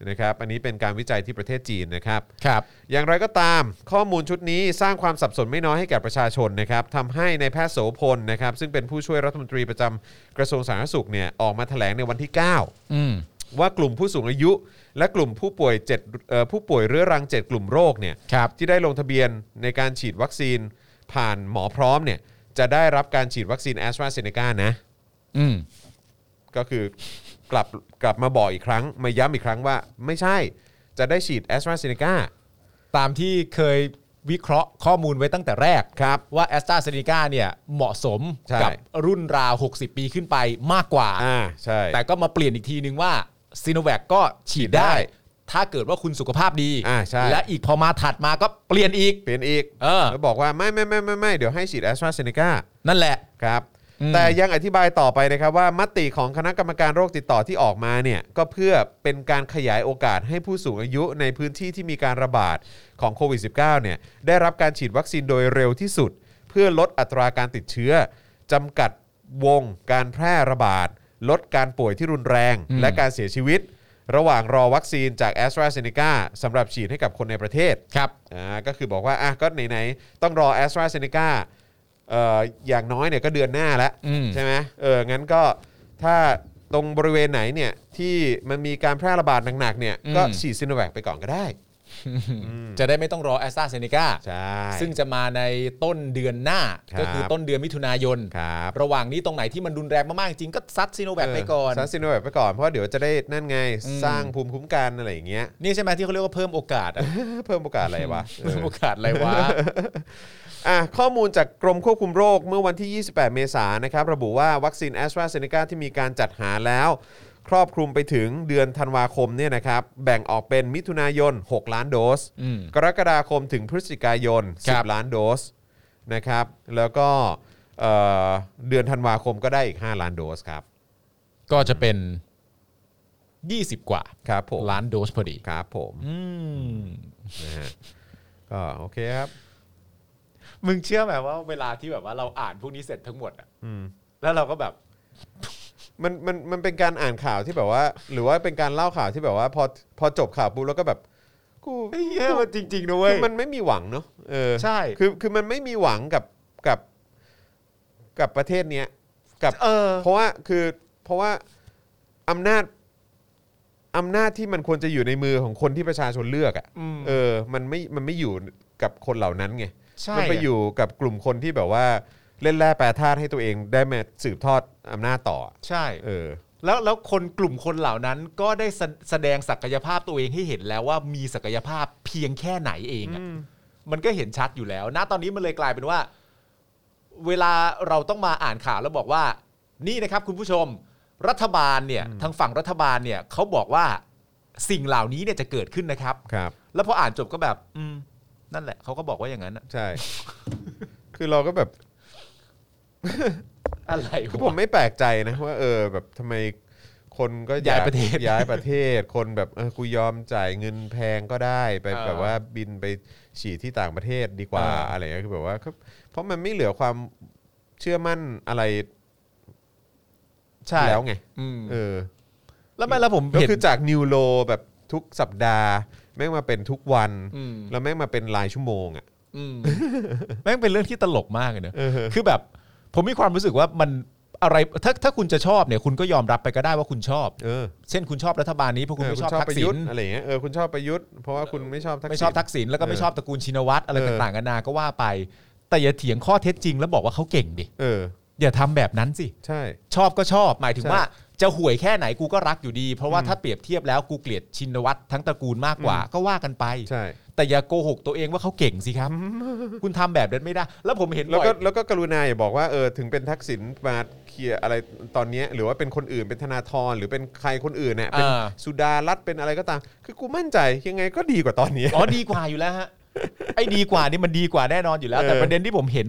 B: นะครับอันนี้เป็นการวิจัยที่ประเทศจีนนะครับ
C: ครับ
B: อย่างไรก็ตามข้อมูลชุดนี้สร้างความสับสนไม่น้อยให้แก่ประชาชนนะครับทำให้ในายแพทย์โสพลนะครับซึ่งเป็นผู้ช่วยรัฐมนตรีประจำกระทรวงสาธารณสุขเนี่ยออกมาแถลงในวันที่ 9
C: อืม
B: ว่ากลุ่มผู้สูงอายุ และกลุ่มผู้ป่วย7เอ่อผู้ป่วยเรื้อรัง 7 กลุ่มโรคเนี่ย
C: ครับ
B: ที่ได้ลงทะเบียนในการฉีดวัคซีนผ่านหมอพร้อมเนี่ยจะได้รับการฉีดวัคซีนแอสตราเซเนกานะ
C: อืม
B: ก็คือกลับกลับมาบอกอีกครั้ง มาย้ำอีกครั้งว่าไม่ใช่จะได้ฉีดแอสตราเซเนกา
C: ตามที่เคยวิเคราะห์ข้อมูลไว้ตั้งแต่แรก
B: ครับ
C: ว่าแอสตราเซเนกาเนี่ยเหมาะสม
B: ใช่
C: กัรุ่นราว 60 ปีขึ้นไปมากกว่า
B: อ่าใช่
C: แต่ก็มาเปลี่ยนอีกทีนึงว่าซีโนแวคก็ฉีดได้
B: ได้
C: ถ้าเกิดว่าคุณสุขภาพดี
B: อ่าใช่
C: และอีกพอมาถัดมาก็เปลี่ยนอีก
B: เปลี่ยนอีก
C: เออ
B: แล้วบอกว่าไม่ไม่ไม่ไม่ไม่เดี๋ยวให้ฉีดแอสตราเซเนกา
C: นั่นแหละ
B: ครับ
C: อืม
B: แต่ยังอธิบายต่อไปนะครับว่ามติของคณะกรรมการโรคติดต่อที่ออกมาเนี่ยก็เพื่อเป็นการขยายโอกาสให้ผู้สูงอายุในพื้นที่ที่มีการระบาดของโควิด -19 เนี่ยได้รับการฉีดวัคซีนโดยเร็วที่สุด เพื่อลดอัตราการติดเชื้อจำกัดวงการแพร่ระบาด ลดการป่วยที่รุนแรง และการเสียชีวิต ระหว่างรอวัคซีนจากแอสตราเซเนกาสำหรับฉีดให้กับคนในประเทศ
C: ครับ
B: อ่าก็คือบอกว่าอ่ะก็ไหนๆต้องรอแอสตราเซเนกาเอ่ออย่างน้อยเนี่ยก็เดือนหน้าแล้ว
C: อืม
B: ใช่ไหมเอองั้นก็ถ้าตรงบริเวณไหนเนี่ยที่มันมีการแพร่ระบาดหนักๆเนี่ยก็ฉีดซิโนแวคไปก่อนก็ได้
C: จะได้ไม่ต้องรอแอสตราเซเนกา
B: ใช่
C: ซึ่งจะมาในต้นเดือนหน้า
B: ครับ
C: ก็คือต้นเดือนมิถุนายน
B: ครับ
C: ระหว่างนี้ตรงไหนที่มันรุนแรงมากๆจริงก็ซัดซีโนแวคไปก่อน
B: ซัดซิโนแวคไปก่อน เพราะว่าเดี๋ยวจะได้นั่นไง
C: อืม
B: สร้างภูมิคุ้มกันอะไรอย่างเงี้ย
C: นี่ใช่ไหมที่เขาเรียกว่าเพิ่มโอกาสอะ
B: เพิ่มโอกาสอะไรวะเอ
C: เพิ่ม
B: อ
C: โอกาสอะไรวะ
B: อ่ะข้อมูลจากกรมควบคุมโรคเมื่อวันที่ 28 เมษายนนะครับระบุว่าวัคซีนแอสตราเซเนกาที่มีการจัดหาแล้ว ครอบคลุมไปถึงเดือนธันวาคมเนี่ยนะครับแบ่งออกเป็นมิถุนายน 6 ล้านโดส
C: อืม
B: กรกฎาคมถึงพฤศจิกายน
C: ครับ
B: 10 ล้านโดสนะครับแล้วก็เอ่อเดือนธันวาคมก็ได้อีก 5 ล้านโดสครับ
C: ก็จะเป็น 20 กว่า
B: ครับผม
C: ล้านโดสพอดี
B: ครับผม
C: อืม
B: นะฮะก็โอเคครับ
C: มึงเชื่อไหมว่าเวลาที่แบบว่าเราอ่านพวกนี้เสร็จทั้งหมดอะ
B: อืม
C: แล้วเราก็แบบ
B: มันมันมันเป็นการอ่านข่าวที่แบบว่า หรือว่าเป็นการเล่าข่าวที่แบบว่า พอพอจบข่าวปุ๊บแล้วก็แบบกู
C: ไอ้เหี้ยมันจริงๆนะเว้
B: คื
C: ย
B: อมันไม่มีหวังเนอะเออ
C: ใช่
B: คือคือมันไม่มีหวังกับกับกับประเทศเนี้ยกับ
C: เออ
B: เพราะว่าคือเพราะว่าอำนาจอำนาจที่มันควรจะอยู่ในมือของคนที่ประชาชนเลือกอะ
C: อืม
B: เออ มันไม่มันไม่อยู่กับคนเหล่านั้นไง
C: ใช่
B: มันไปอยู่กับกลุ่มคนที่แบบว่าเล่นแร่แปรธาตุให้ตัวเองได้มาสืบทอดอำนาจต่ออะ
C: ใช่
B: เออ
C: แล้วแล้วคนกลุ่มคนเหล่านั้นก็ได้แสแสดงศักยภาพตัวเองให้เห็นแล้วว่ามีศักยภาพเพียงแค่ไหนเองอะมันก็เห็นชัดอยู่แล้ว ณตอนนี้มันเลยกลายเป็นว่า เวลาเราต้องมาอ่านข่าวแล้วบอกว่า นี่นะครับคุณผู้ชม รัฐบาลเนี่ยทางฝั่งรัฐบาลเนี่ยเขาบอกว่าสิ่งเหล่านี้เนี่ยจะเกิดขึ้นนะครับ
B: ครับ
C: แล้วพออ่านจบก็แบบ อืม นั่นแหละเขาก็บอกว่าอย่างนั้นอะ
B: ใช่ คือเราก็แบบ
C: อะไร
B: คือผม
C: วะ
B: ไม่แปลกใจนะว่าเออแบบทำไม คนก็อ
C: ย้ายประเทศ
B: ย้ายประเทศ คนแบบเออกูยอมจ่ายเงินแพงก็ได้ไป
C: เออ
B: แบบว่าบินไปฉีดที่ต่างประเทศดีกว่า
C: เอออ
B: อะไรเงี้ยคือแบบว่าครับเพราะมันไม่เหลือความเชื่อมั่นอะไร
C: ใช่
B: แล้วไง
C: อืม
B: เออ
C: แล้วไม่แล้วผม
B: ก็
C: เห็น
B: คือจากนิวโลแบบทุกสัปดาห์ แม่งมาเป็นทุกวัน
C: อืม
B: แล้วแม่งมาเป็นรายชั่วโมงอ่ะ
C: อืมแม่งเป็นเรื่องที่ตลกมากเลยเนอะ
B: เออฮะ
C: คือแบบผมมีความรู้สึกว่ามันอะไรถ้าถ้าคุณจะชอบเนี่ย คุณก็ยอมรับไปก็ได้ว่าคุณชอบ
B: เออ
C: เช่นคุณชอบรัฐบาลนี้เพราะคุณ
B: เ
C: ไม่ชอบทั
B: ป
C: ก
B: ระ
C: ษิ
B: ยุท
C: ณ
B: ธ์อะไรเงี้ยเออคุณชอบประยุทธ์เพราะว่าคุณไม่ชอบทักษิณ
C: ไม่ชอบทักษิณแล้วก็ไม่
B: เออ
C: ชอบตระกูลชินวัตรอะไร
B: เออ
C: ต่างๆกันานาก็ว่าไป แต่อย่าเถียงข้อเท็จจริงแล้วบอกว่าเขาเก่งดิ
B: เออ
C: อย่าทำแบบนั้นสิ
B: ใช่
C: ชอบก็ชอบ หมายถึง
B: ใช่
C: ว่าจะห่วยแค่ไหนกูก็รักอยู่ดี เพราะว่าถ้าเปรียบเทียบแล้วกูเกลียดชินวัตรทั้งตระกูลมากกว่า
B: อืม
C: ก็ว่ากันไป
B: ใช่
C: แต่อย่าโกหกตัวเองว่าเขาเก่งสิ ครับ คุณทำแบบนั้นไม่ได้ แล้วผมเห็น
B: แล้ว
C: บ่อย
B: ก็แล้วก็กรุณาอย่าบอกว่าเออถึงเป็นทักษิณมาเคลียร์อะไรตอนเนี้ยหรือว่าเป็นคนอื่นเป็นธนาธรหรือเป็นใครคนอื่นเนี่ยเป็น
C: อ่า
B: สุดารัตน์เป็นอะไรก็ตาม คือกูมั่นใจยังไงก็ดีกว่าตอน นี้
C: อ๋อดีกว่าอยู่แล้วฮะไอ้ดีกว่านี่มันดีกว่าแน่นอนอยู่แล้ว แต่
B: เออ
C: ประเด็นที่ผมเห็น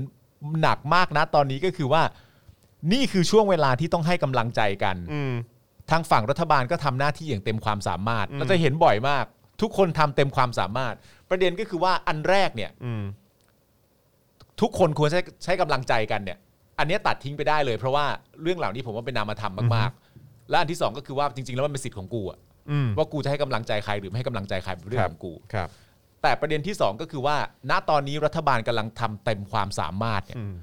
C: หนักมากนะตอนนี้ก็คือว่า นี่คือช่วงเวลาที่ต้องให้กำลังใจกัน
B: อืม
C: ทางฝั่งรัฐบาลก็ทำหน้าที่อย่างเต็มความสามารถเราจะเห็นบ่อยมาก ทุกคนทำเต็มความสามารถ ประเด็นก็คือว่าอันแรกเนี่ย
B: อืม
C: ทุกคนควรใช้ใช้กำลังใจกันเนี่ย อันเนี้ยตัดทิ้งไปได้เลย เพราะว่าเรื่องเหล่านี้ผมว่าเป็นนามธรรมมากๆ และอันที่สองก็คือว่าจริงๆ แล้วมันเป็นสิทธิ์ของกูอะ
B: อืม
C: ว่ากูจะให้กำลังใจใครหรือไม่ให้กำลังใจใครเป็นเรื่องของกู
B: ครับ
C: แต่ประเด็นที่สองก็คือว่า ณตอนนี้รัฐบาลกำลังทำเต็มความสามารถเนี่ย
B: อืม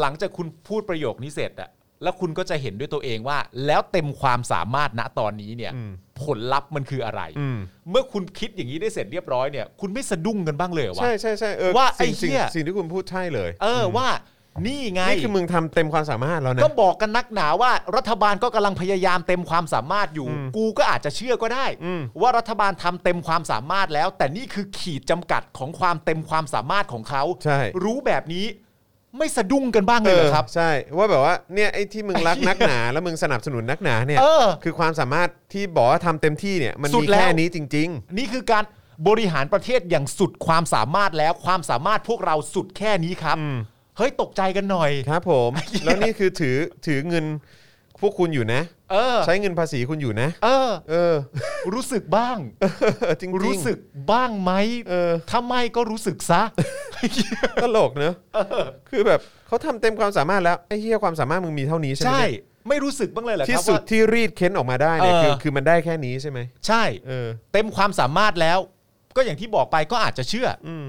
C: หลังจากคุณพูดประโยคนี้เสร็จอะแล้วคุณก็จะเห็นด้วยตัวเองว่า แล้วเต็มความสามารถณตอนนี้เนี่ย
B: อืม
C: ผลลัพธ์มันคืออะไร
B: อืม
C: เมื่อคุณคิดอย่างนี้ได้เสร็จเรียบร้อยเนี่ย คุณไม่สะดุ้งกันบ้างเลยเหรอวะ
B: ใช่ใช่ใช่เออ
C: ว่าไอ้
B: สิ่งสิ่ง
C: เหี้ย
B: สิ่งที่คุณพูดใช่เลย
C: เออว่านี่ไง
B: นี่คือมึงทำเต็มความสามารถแล้วนะ
C: ก็บอกกันนักหนาว่ารัฐบาลก็กำลังพยายามเต็มความสามารถอยู่
B: อืม
C: กูก็อาจจะเชื่อก็ได้
B: อืม
C: ว่ารัฐบาลทำเต็มความสามารถแล้ว แต่นี่คือขีดจำกัดของความเต็มความสามารถของเขา
B: ใช่
C: รู้แบบนี้ไม่สะดุ้งกันบ้างเลยเหรอครับ
B: ใช่ว่าแบบว่าเนี่ยไอ้ที่มึงรัก นักหนา แล้วมึงสนับสนุนนักหนาเนี่ย
C: เออ
B: คือความสามารถที่บอกว่าทำเต็มที่เนี่ยมัน
C: สุ
B: มี
C: ดแล้ว
B: แค่นี้จริง
C: นี่คือการบริหารประเทศอย่างสุดความสามารถแล้วความสามารถพวกเราสุดแค่นี้ครับ
B: อืม
C: เฮ้ยตกใจกันหน่อย
B: ๆ ครับผม แล้วนี่คือถือถือเงินพวกคุณอยู่นะ
C: เออ
B: ใช้เงินภาษีคุณอยู่นะ
C: เออ
B: เออ
C: รู้สึกบ้าง
B: จริงๆ
C: รู้สึกบ้างไหม
B: เออ
C: ถ้าไม่ก็รู้สึกซะ
B: ตลกเนอะคือแบบเขาทำเต็มความสามารถแล้วไอ้เหี้ยความสามารถมึงมีเท่านี้ใช่ไหม
C: ใช่
B: เนี่ย
C: ไม่รู้สึกบ้างเลยเหรอค
B: ที่
C: รับ
B: สุด
C: ว่า
B: ที่รีดเค้นออกมาได้เนี่ยคือ
C: เออ
B: คือมันได้แค่นี้ใช่ไหม
C: ใช่
B: เออ
C: เต็มความสามารถแล้ว ก็อย่างที่บอกไปก็อาจจะเชื่อ
B: อืม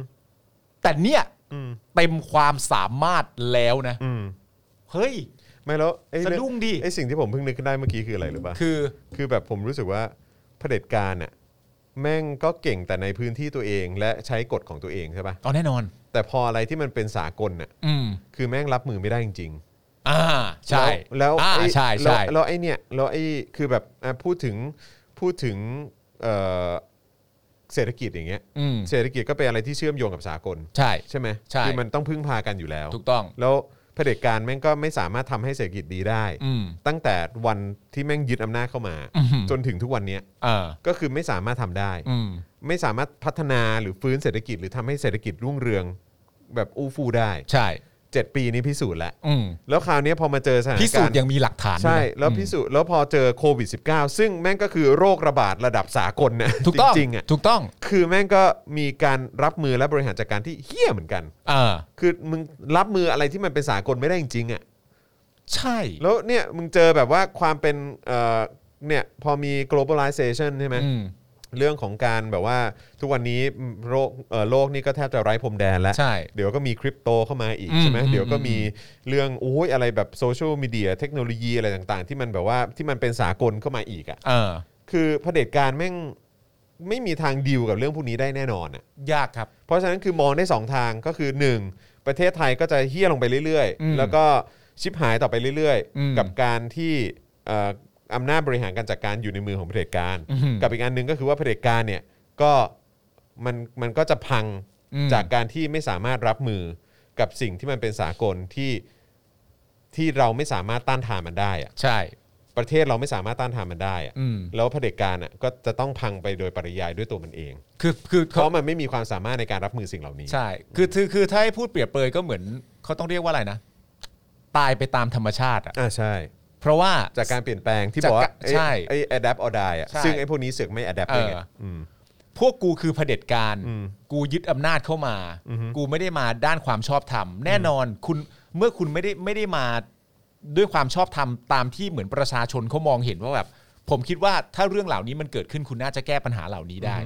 C: แต่เนี่ย
B: อืม
C: เต็มความสามารถแล้วนะ
B: อืม
C: เฮ้ย
B: ไม่แล้วไอ้
C: สะ
B: เรื่อง
C: ดุ้งดิ
B: ไอ้สิ่งที่ผมเพิ่งนึกขึ้นได้เมื่อกี้คืออะไรหรือปะ
C: คือ
B: คือแบบผมรู้สึกว่าเผด็จการน่ะแม่งก็เก่งแต่ในพื้นที่ตัวเอง และใช้กฎของตัวเองใช่ปะ
C: เอาแน่นอน
B: แต่พออะไรที่มันเป็นสากลน่ะ
C: อืม
B: คือแม่งรับมือไม่ได้จริง
C: อ่า
B: ๆ
C: ใช่
B: แล้ว
C: อ่า
B: แล้วไอ้
C: ใช่
B: แล้
C: ใช่
B: วแล้วไอ้เนี่ยแล้วไอ้คือแบบอ่ะพูดถึงพูดถึงเอ่อเศรษฐกิจอย่างเงี้ย
C: อืม
B: เศรษฐกิจก็เป็นอะไรที่เชื่อมโยงกับสากล
C: ใช่
B: ใช่ไหม
C: ใช่
B: คือมันต้องพึ่งพากันอยู่แล้ว
C: ถูกต้อง
B: แล้วเผด็จการแม่งก็ไม่สามารถทำให้เศรษฐกิจดีได้
C: อืม
B: ตั้งแต่วันที่แม่งยึดอำนาจเข้ามา
C: อื้อหือ
B: จนถึงทุกวันเนี้ย
C: เออ
B: ก็คือไม่สามารถทำได้
C: อืม
B: ไม่สามารถพัฒนาหรือฟื้นเศรษฐกิจหรือทำให้เศรษฐกิจรุ่งเรือง แบบอู้ฟู่ได้
C: ใช่
B: เจ็ดปีนี้พิสูจน์แล้ว
C: อืม
B: แล้วคราวเนี้ยพอมาเจอสถาน
C: พิสู
B: กา
C: จ
B: ร
C: น์
B: ณ์
C: ยังมีหลักฐาน
B: ใช่
C: ด้วยนะ
B: แล้ว
C: อืม
B: พิสูจน์แล้วพอเจอโควิด -19 ซึ่งแม่งก็คือโรคระบาดระดับสากลนะ
C: ถูกต้อง
B: จริงๆอ่ะ
C: ถูกต้อง
B: คือแม่งก็มีการรับมือและบริหารจัดการที่เฮี้ยเหมือนกัน
C: เออ
B: คือมึงรับมืออะไรที่มันเป็นสากลไม่ได้จริงๆอ่ะ
C: ใช่
B: แล้วเนี่ยมึงเจอแบบว่าความเป็นเอ่อเนี่ยพอมี globalization ใช่ไหม
C: อืม
B: เรื่องของการแบบว่าทุกวันนี้โลกเอ่อโลกนี่ก็แทบจะไร้พรมแดนแล้ว
C: ใช่
B: เดี๋ยวก็มีคริปโตเข้ามาอีก
C: อืม
B: ใช่ไหม
C: อืม
B: เดี๋ยวก็มีเรื่องโอ้ยอะไรแบบโซเชียลมีเดียเทคโนโลยีอะไรต่างๆ ที่มันแบบว่าที่มันเป็นสากลเข้ามาอีกอะ่ะ
C: เออ
B: คือเผด็จการแม่งไม่มีทางดีลกับเรื่องพวกนี้ได้แน่นอนอ่ะ
C: ยากครับ
B: เพราะฉะนั้นคือมองได้สองทางก็คือหนึ่งประเทศไทยก็จะเฮี้ยลงไปเรื่อย
C: อืม
B: ๆ แล้วก็ชิบหายต่อไปเรื่อย
C: อืม
B: ๆ กับการที่เอ่ออำนาจบริหารการจัดการอยู่ในมือของเผด็จการ
C: อืม
B: กับอีกอันหนึ่งก็คือว่าเผด็จการเนี่ยก็มันมันก็จะพัง
C: อืม
B: จากการที่ไม่สามารถรับมือกับสิ่งที่มันเป็นสากลที่ที่เราไม่สามารถต้านทานมันได้อะ
C: ใช่
B: ประเทศเราไม่สามารถต้านทานมันได้อะ
C: อืม
B: แล้วเผด็จการอ่ะก็จะต้องพังไปโดยปริยายด้วยตัวมันเอง
C: คือคือ
B: เพ
C: เขา
B: ราะมันไม่มีความสามารถในการรับมือสิ่งเหล่านี้
C: ใช่ คือคือคือถ้าให้พูดเปรียบเปรยก็เหมือนเขาต้องเรียกว่าอะไรนะ ตายไปตามธรรมชาติอะ
B: อ่าใช่
C: เพราะว่า
B: จากการเปลี่ยนแปลงที่
C: จาก
B: บอกว่า
C: การใช่
B: ไอ้ไอ้ adapt or die อะ
C: ใช่
B: ซึ่งไอ้พวกนี้เสือกไม่ adapt เลยไง
C: เอออื
B: ม
C: พวกกูคือเผด็จการ
B: อืม
C: กูยึดอำนาจเข้ามา
B: อือฮึ
C: กูไม่ได้มาด้านความชอบธรรม แน่นอนคุณเมื่อคุณไม่ได้ไม่ได้มาด้วยความชอบธรรมตามที่เหมือนประชาชนเขามองเห็นว่าแบบผมคิดว่าถ้าเรื่องเหล่านี้มันเกิดขึ้นคุณน่าจะแก้ปัญหาเหล่านี้ได้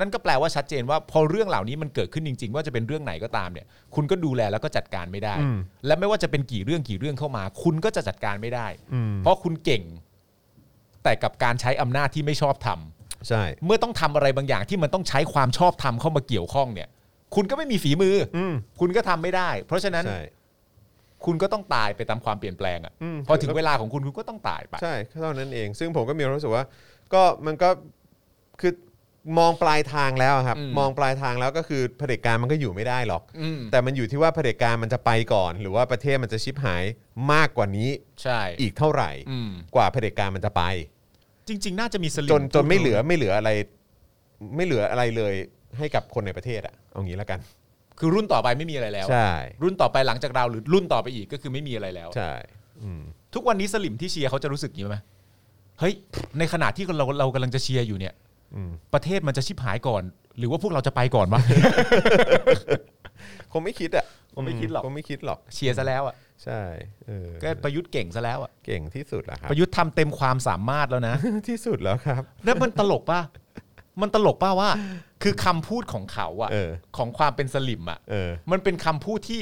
C: นั่นก็แปลว่าชัดเจนว่าพอเรื่องเหล่านี้มันเกิดขึ้นจริง ๆ ว่าจะเป็นเรื่องไหนก็ตามเนี่ย คุณก็ดูแลแล้วก็จัดการไม่ได้
B: อืม
C: และไม่ว่าจะเป็นกี่เรื่องกี่เรื่องเข้ามา คุณก็จะจัดการไม่ได้
B: อืม
C: เพราะคุณเก่ง แต่กับการใช้อำนาจที่ไม่ชอบทำ
B: ใช่
C: เมื่อต้องทำอะไรบางอย่างที่มันต้องใช้ความชอบธรรมเข้ามาเกี่ยวข้องเนี่ย คุณก็ไม่มีฝีมืออ
B: อืม
C: คุณก็ทำไม่ได้ เพราะฉะนั้น
B: ใช่
C: คุณก็ต้องตายไปตามความเปลี่ยนแปลงอะ
B: อืม
C: พอถึงเวลาของคุณคุณก็ต้องตายไป
B: ใช่เท่านั้นเอง ซึ่งผมก็มีความรู้สึกว่า ก็มันก็คือมองปลายทางแล้วครับ
C: อืม
B: มองปลายทางแล้วก็คือเผด็จการมันก็อยู่ไม่ได้หรอก
C: อืม
B: แต่มันอยู่ที่ว่าเผด็จการมันจะไปก่อน หรือว่าประเทศมันจะชิบหายมากกว่านี้
C: ใช่
B: อีกเท่าไหร่
C: อืม
B: กว่าเผด็จการมันจะไป
C: จริง ๆ น่าจะมีสลิม
B: จนจนไม่เหลือไม่เหลืออะไร ไม่เหลืออะไรเลยให้กับคนในประเทศอะเอางี้แล้วกัน
C: คือรุ่นต่อไปไม่มีอะไรแล้ว
B: ใช่
C: รุ่นต่อไปหลังจากเราหรือรุ่นต่อไปอีกก็คือไม่มีอะไรแล้ว
B: ใช่อืม
C: ทุกวันนี้สลิมที่เชียร์เขาจะรู้สึกอย่างนี้ไหมเฮ้ยในขณะที่เราเรากำลังจะเชียร์อยู่เนี่ย
B: อืม
C: ประเทศมันจะชิบหายก่อน หรือว่าพวกเราจะไปก่อนวะ
B: คงไม่คิดอะ
C: คงไม่คิดหรอก
B: คงไม่คิดหรอก
C: เชียร์ซะแล้วอ่ะ
B: ใช่เออ
C: ก็ประยุทธ์เก่งซะแล้วอ่ะ
B: เก่งที่สุดแล้วครับ
C: ประยุทธ์ทำเต็มความสามารถแล้ว นะ
B: ที่สุดแล้วครับ
C: แล้วมันตลกป่ะ มันตลกป่ะว่า คือคำพูดของเขาอะ
B: เออ
C: ของความเป็นสลิมอะ
B: เออ
C: มันเป็นคำพูดที่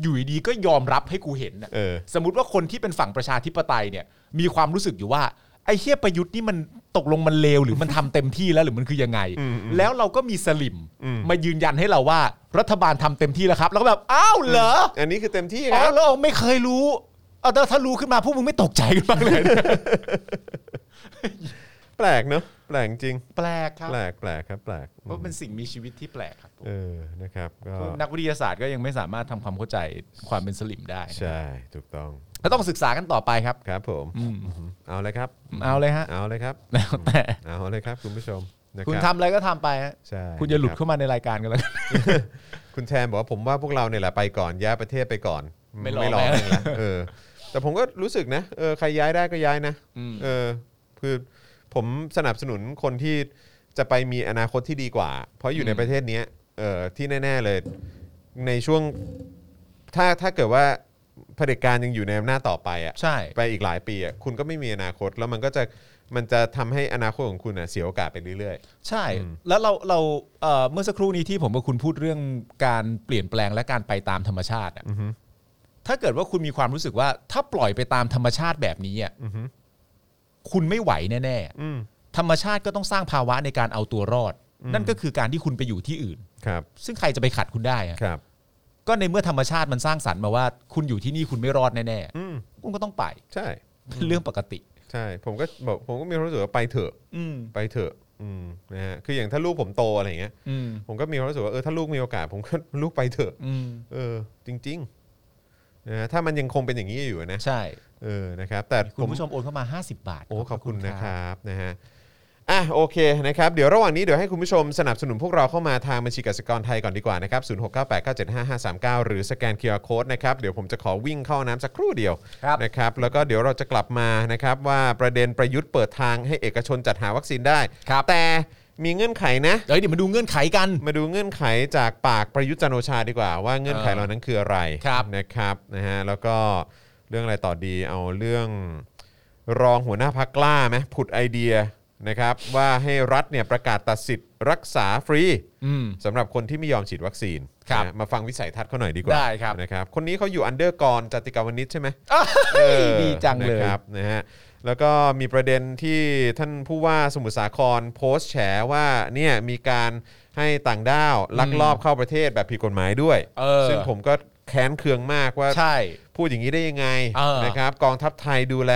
C: อยู่ดีๆก็ยอมรับให้กูเห็นอะ
B: เออ
C: สมมติว่าคนที่เป็นฝั่งประชาธิปไตยเนี่ย มีความรู้สึกอยู่ว่า ไอ้เฮียประยุทธ์นี่มันตกลงมันเลวหรือมันทำเต็มที่แล้วหรือมันคือยังไง
B: อืมอืม
C: แล้วเราก็มีสลิม
B: อืม
C: มายืนยันให้เราว่า รัฐบาลทำเต็มที่แล้วครับ แล้วก็แบบอ้าวเหรอ
B: อันนี้คือเต็มที่ค
C: อ้า
B: รั
C: ว
B: บ
C: แล้วไม่เคยรู้เอาแต่ถ้ารู้ขึ้นมาพวกมึงไม่ตกใจกันบ้างเลยนะ
B: แปลกเนอะแปลกจริง
C: แปลกครับ
B: แปลกแปลกครับ แปลก
C: เพราะเป็นสิ่งมีชีวิตที่แปลกครับผม
B: เออนะครับก็
C: นักวิทยาศาสตร์ก็ยังไม่สามารถทำความเข้าใจความเป็นสลิมได้
B: ใช่ถูกต้อง
C: ก็ต้องศึกษากันต่อไปครับ
B: ครับผม
C: อืม
B: อือหือเอาเลยครับ
C: เอาเลยฮะ
B: เอาเลยครับ
C: แล้วแต่
B: เอาเลยครับ คุณผู้ชมนะรับ
C: คุณทำอะไรก็ทำไปฮะ
B: ใช่
C: คุณจะหลุ
B: น
C: ด
B: รับ
C: เข้ามาในรายการกันแล้วกัน
B: คุณแทนบอกว่าผมว่าพวกเราเนี่ยแหละไปก่อนย้ายประเทศไปก่อน
C: ไม่รอ
B: รอ
C: แล้ว
B: เองละเออ แต่ผมก็รู้สึกนะเออใครย้ายได้ก็ย้ายนะ เออคือผมสนับสนุนคนที่จะไปมีอนาคตที่ดีกว่า เพราะอยู่ในประเทศเนี้ยเออที่แน่ ๆเลยในช่วงถ้าถ้าเกิดว่าเผด็จการยังอยู่ในอำนาจต่อไปอ่ะ
C: ใช่
B: ไปอีกหลายปีอ่ะคุณก็ไม่มีอนาคต แล้วมันก็จะมันจะทำให้อนาคตของคุณอ่ะเสียโอกาสไปเรื่อย
C: ใช่ แล้วเราเราเอ่อเมื่อสักครู่นี้ที่ผมกับคุณพูดเรื่องการเปลี่ยนแปลงและการไปตามธรรมชาติอะ
B: อือฮึ
C: ถ้าเกิดว่าคุณมีความรู้สึกว่า ถ้าปล่อยไปตามธรรมชาติแบบนี้อะ
B: ๆอือฮึ
C: คุณไม่ไหวแน่
B: อืม
C: ๆธรรมชาติก็ต้องสร้างภาวะในการเอาตัวรอด นั่นก็คือการที่คุณไปอยู่ที่อื่น
B: ครับ
C: ซึ่งใครจะไปขัดคุณได้อะ
B: ครับ
C: ก็ในเมื่อธรรมชาติมันสร้างสรรค์มาว่า คุณอยู่ที่นี่คุณไม่รอดแน่
B: อืม
C: ๆคุณก็ต้องไป
B: ใช่
C: เป็นเรื่องปกติ
B: ใช่ ผมก็บอกผมก็มีความรู้สึกว่าไปเถอะ
C: อืม
B: ไปเถอะอืมนะฮะคืออย่างถ้าลูกผมโตอะไรอย่างเงี้ย
C: อืม
B: ผมก็มีความรู้สึกว่าเออถ้าลูกมีโอกาสผมก็ ลูกไปเถอะ
C: อืม
B: เออ จริงๆนะฮะถ้ามันยังคงเป็นอย่างนี้อยู่นะ
C: ใช่
B: เออนะครับ แต่
C: คุณ
B: ผม
C: ผู้ชมโอนเข้ามา 50 บาท
B: โอ้ขอบคุณนะค
C: บ
B: รับนะฮะอ่ะโอเคนะครับ เดี๋ยวระหว่างนี้เดี๋ยวให้คุณผู้ชมสนับสนุนพวกเราเข้ามาทางบัญชีกสิกรไทยก่อนดีกว่านะครับ 0698975539 หรือสแกน QR Code นะครับเดี๋ยวผมจะขอวิ่งเข้าน้ำสักครู่เดียว
C: ครับ
B: นะครับ แล้วก็เดี๋ยวเราจะกลับมานะครับว่าประเด็นประยุทธ์เปิดทางให้เอกชนจัดหาวัคซีนได้
C: ครับ
B: แต่มีเงื่อนไขนะ
C: เดี๋ยวเดี๋ยวมาดูเงื่อนไขกัน
B: มาดูเงื่อนไขจากปากประยุทธ์จันทร์โอชาดีกว่า ว่าเงื่อนไข
C: เออ
B: เหล่านั้นคืออะไร
C: ครับ
B: นะครับนะฮะแล้วก็เรื่องอะไรต่อดีเอาเรื่องรองหัวหน้าพักกล้าไหมผุดไอเดียนะครับว่าให้รัฐเนี่ยประกาศตัดสิทธิ์รักษาฟรี
C: อืม
B: สำหรับคนที่ไม่ยอมฉีดวัคซีน
C: ครับ
B: นะมาฟังวิสัยทัศน์เขาหน่อยดีกว่า
C: ได้ครับ
B: นะครับคนนี้เขาอยู่อันเดอร์กรจติกาวนิช ใช่ไหมเออ
C: ดีจังเลย
B: นะครับนะฮะแล้วก็มีประเด็นที่ท่านผู้ว่าสมุทรสาครโพสต์แฉว่าเนี่ยมีการให้ต่างด้าวลักลอบเข้าประเทศแบบผิดกฎหมายด้วย
C: เออ
B: ซึ่งผมก็แค้นเคืองมากว่า
C: ใช่
B: พูดอย่างนี้ได้ยังไง
C: เออ
B: นะครับกองทัพไทยดูแล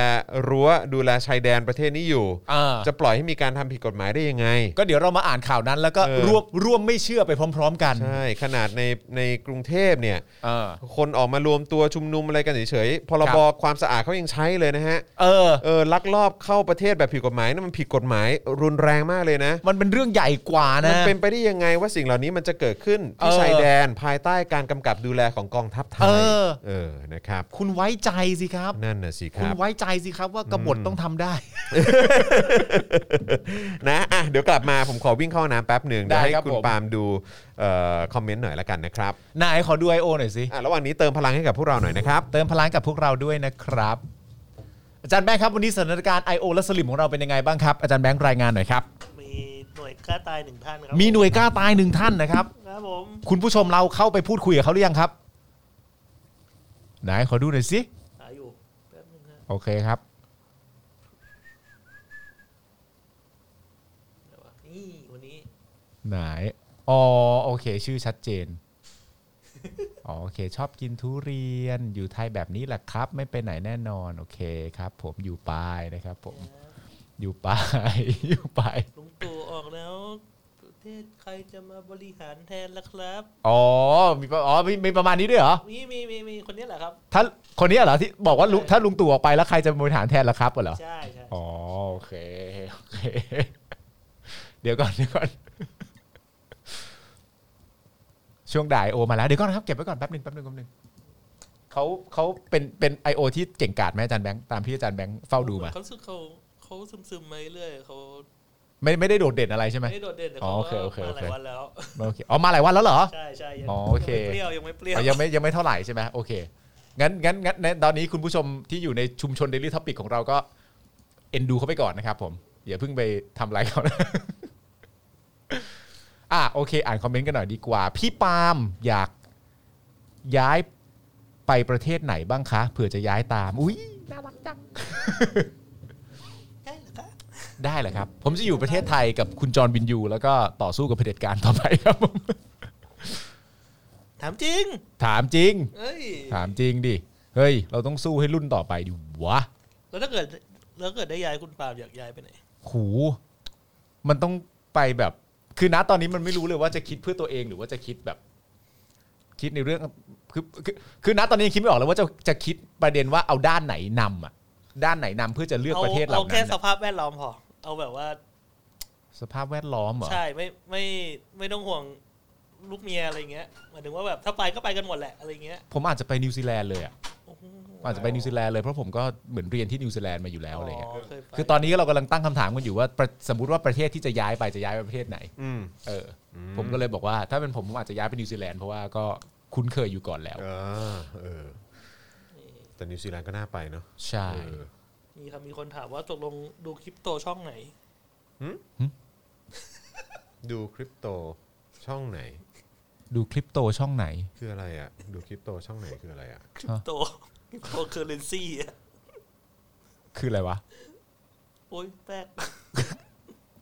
B: รั้วดูแลชายแดนประเทศนี้อยู่
C: อ่า
B: จะปล่อยให้มีการทำผิดกฎหมายได้ยังไง
C: ก็เดี๋ยวเรามาอ่านข่าวนั้น แล้วก็
B: เออ
C: ร่วมร่วมไม่เชื่อไปพร้อม ๆ กัน
B: ใช่ขนาดในในกรุงเทพเนี่ย
C: เออ
B: คนออกมารวมตัวชุมนุมอะไรกันเฉยๆพร
C: ครับ บ
B: ความสะอาดเขายังใช้เลยนะฮะ
C: เออ
B: เออลักลอบเข้าประเทศแบบผิดกฎหมายนั่นมันผิดกฎหมายรุนแรงมากเลยนะ
C: มันเป็นเรื่องใหญ่กว่า
B: มั
C: นะ
B: นเป็นไปได้ยังไงว่าสิ่งเหล่านี้มันจะเกิดขึ้นที่
C: เออ
B: ชายแดนภายใต้การกำกับดูแลของกองทัพไทย
C: เออ
B: เออนะ ครับ
C: คุณไว้ใจสิครับ
B: นั่นน่ะสิค
C: คุณ
B: รับ
C: ไว้ใจสิครับว่ากบฏต้องทำได้
B: นะอ่ะเดี๋ยวกลับมาผมขอวิ่งเข้าน้ำแป๊บหนึ่งเดี๋ยวให้
C: ได้ครับ
B: คุณ
C: ผม
B: ปาล์มดูเอ่อคอมเมนต์หน่อยละกันนะครับ
C: นายขอดูไอโอหน่อยสิ
B: อ่ะระหว่างนี้เติมพลังให้กับพวกเราหน่อยนะครับ
C: เติมพลังกับพวกเราด้วยนะครับ อาจารย์แบงค์ครับ วันนี้สถานการณ์ I.O. และสลิมของเราเป็นยังไงบ้างครับ อาจารย์แบงค์รายงานหน่อยครับ
D: มีหน่วยกล้าตายหนึ่งท่านครับ
C: มีหน่วยกล้าตายหนึ่งท่านนะครับ
D: ครับผม
C: คุณผู้ชมเราเข้าไปพูดคุยกับเขาหรือยังครับไหนขอดูหน่อยสิ
D: หาอยู่แป๊บนึงนะ
C: โอเคครับ
D: เดี๋ยวว่านี่วันนี้
C: ไหนอ๋อโอเค ชื่อชัดเจนอ๋อโอเค ชอบกินทุเรียนอยู่ไทยแบบนี้แหละครับ ไม่ไปไหนแน่นอน โอเคครับ ผมอยู่ไปนะครับ ผมอยู่ไป อยู่ ไป
D: ลุงตู่ออกแล้วประเทศใครจะมาบริหารแทนล่ะครับ
C: อ๋อมีประอ๋อมีมีประมาณนี้ด้วยเหรอ
D: มีมีมีมีคนนี้แหละครับ
C: ถ้าคนนี้เหรอที่บอกว่าลุงถ้าลุงตู่ออกไปแล้วใครจะบริหารแทนล่ะครับเหรอ
D: ใช่ใช่
C: อ๋อโอเคโอเค เดี๋ยวก่อนเดี๋ยวก่อน ช่วงด่ายโอมาแล้วเดี๋ยวก่อนนะครับเก็บไว้ก่อนแป๊บหนึ่งแป๊บหนึ่งแป๊บหนึ่งเขาเขาเป็นเป็นไอโอที่เก่งกาจไหมอาจารย์แบงค์ตามที่อาจารย์แบงค์เฝ้าดูมา
D: เขาสึกเขาเขาซึมซึมๆมาเรื่อยๆเขา
C: ไม่ไม่ได้โดดเด่นอะไรใช่ไหม
D: ไม่ได้โดดเด่นแต่
C: อ๋
D: เขา
C: อโอเคโอเคโอเค
D: มาหลายวันแล้ว
C: โอเคอ๋อมาหลายวันแล้วเหรอ
D: ใช่ใช่ยัง
C: อ๋อโอเค
D: ยังไม่เปรี้ยวยังไม่เปรี้ยว
C: อ๋อยังไม่ยังไม่เท่าไหร่ใช่ไหมโอเคงั้นงั้นงั้นในตอนนี้คุณผู้ชมที่อยู่ในชุมชน Daily Topic ของเราก็เอ็นดูเขาไปก่อนนะครับผมอย่าเพิ่งไปทำอะไรเขานะ อ่ะโอเค อ่านคอมเมนต์กันหน่อยดีกว่า พี่ปาล์มอยากย้ายไปประเทศไหนบ้างคะเผื่อจะย้ายตาม อุ้ยน่ารักจัง
D: ใช่เหรอคะ
C: ได้เหรอครับ ผมจะอยู่ประเทศไทยกับคุณจอร์นบินยู แล้วก็ต่อสู้กับเผด็จการต่อไปครับผม
D: ถามจริง
C: ถามจริง
D: เอ้ย
C: ถามจริงดิเฮ้ย เราต้องสู้ให้รุ่นต่อไปดิวะ
D: แล้วถ้าเกิด แล้วเกิดได้ย้ายคุณปาล์มอยากย้ายไปไหน
C: หูมันต้องไปแบบ คือนะตอนนี้มันไม่รู้เลยว่าจะคิดเพื่อตัวเองหรือว่าจะคิดแบบ คิดในเรื่องคือคือคือนะตอนนี้ยังคิดไม่ออกเลยว่าจะจะคิดประเด็นว่าเอาด้านไหนนำอ่ะ ด้านไหนนำเพื่อจะเลือกประเทศเห
D: เอา
C: ล่า
D: แค่
C: นั้น
D: ส
C: อะ
D: ภาพแวดล้อมพอ เอาแบบว่า
C: สภาพแวดล้อมเหรอ
D: ใช่ ไม่ ไม่ ไม่ต้องห่วงลูกเมียอะไรเงี้ย หมายถึงว่าแบบถ้าไปก็ไปกันหมดแหละอะไรเงี้ย
C: ผมอาจจะไปนิวซีแลนด์เลยอ่ะ
D: โอ้โห
C: อาจจะไปนิวซีแลนด์เลยเพราะผมก็เหมือนเรียนที่นิวซีแลนด์มาอยู่แล้วอะไรเงี้ย
D: เคยไป
C: คือตอนนี้เรากำลังตั้งคำถามกันอยู่ว่าประสมมติว่าประเทศที่จะย้ายไปจะย้ายไปประเทศไหน
B: อืม
C: เอออผมก็เลยบอกว่า ถ้าเป็นผมผมอาจจะย้ายไปนิวซีแลนด์เพราะว่าก็คุ้นเคยอยู่ก่อนแล้ว
B: เออเออแต่นิวซีแลนด์ก็น่าไปเนาะ
C: ใช่
B: เออ
D: มีคำมีคนถามว่าตกลงดูคริปโตช่องไหน
B: ดูคริปโตช่องไหน
C: ดูคริปโตช่องไหน
B: คืออะไรอ่ะ ดูคริปโตช่องไหนคืออะไรอ่ะ
D: คริปโต คริปโตเคอร์เรนซี่อะ
C: คืออะไรวะ
D: โอ้ยแป๊ก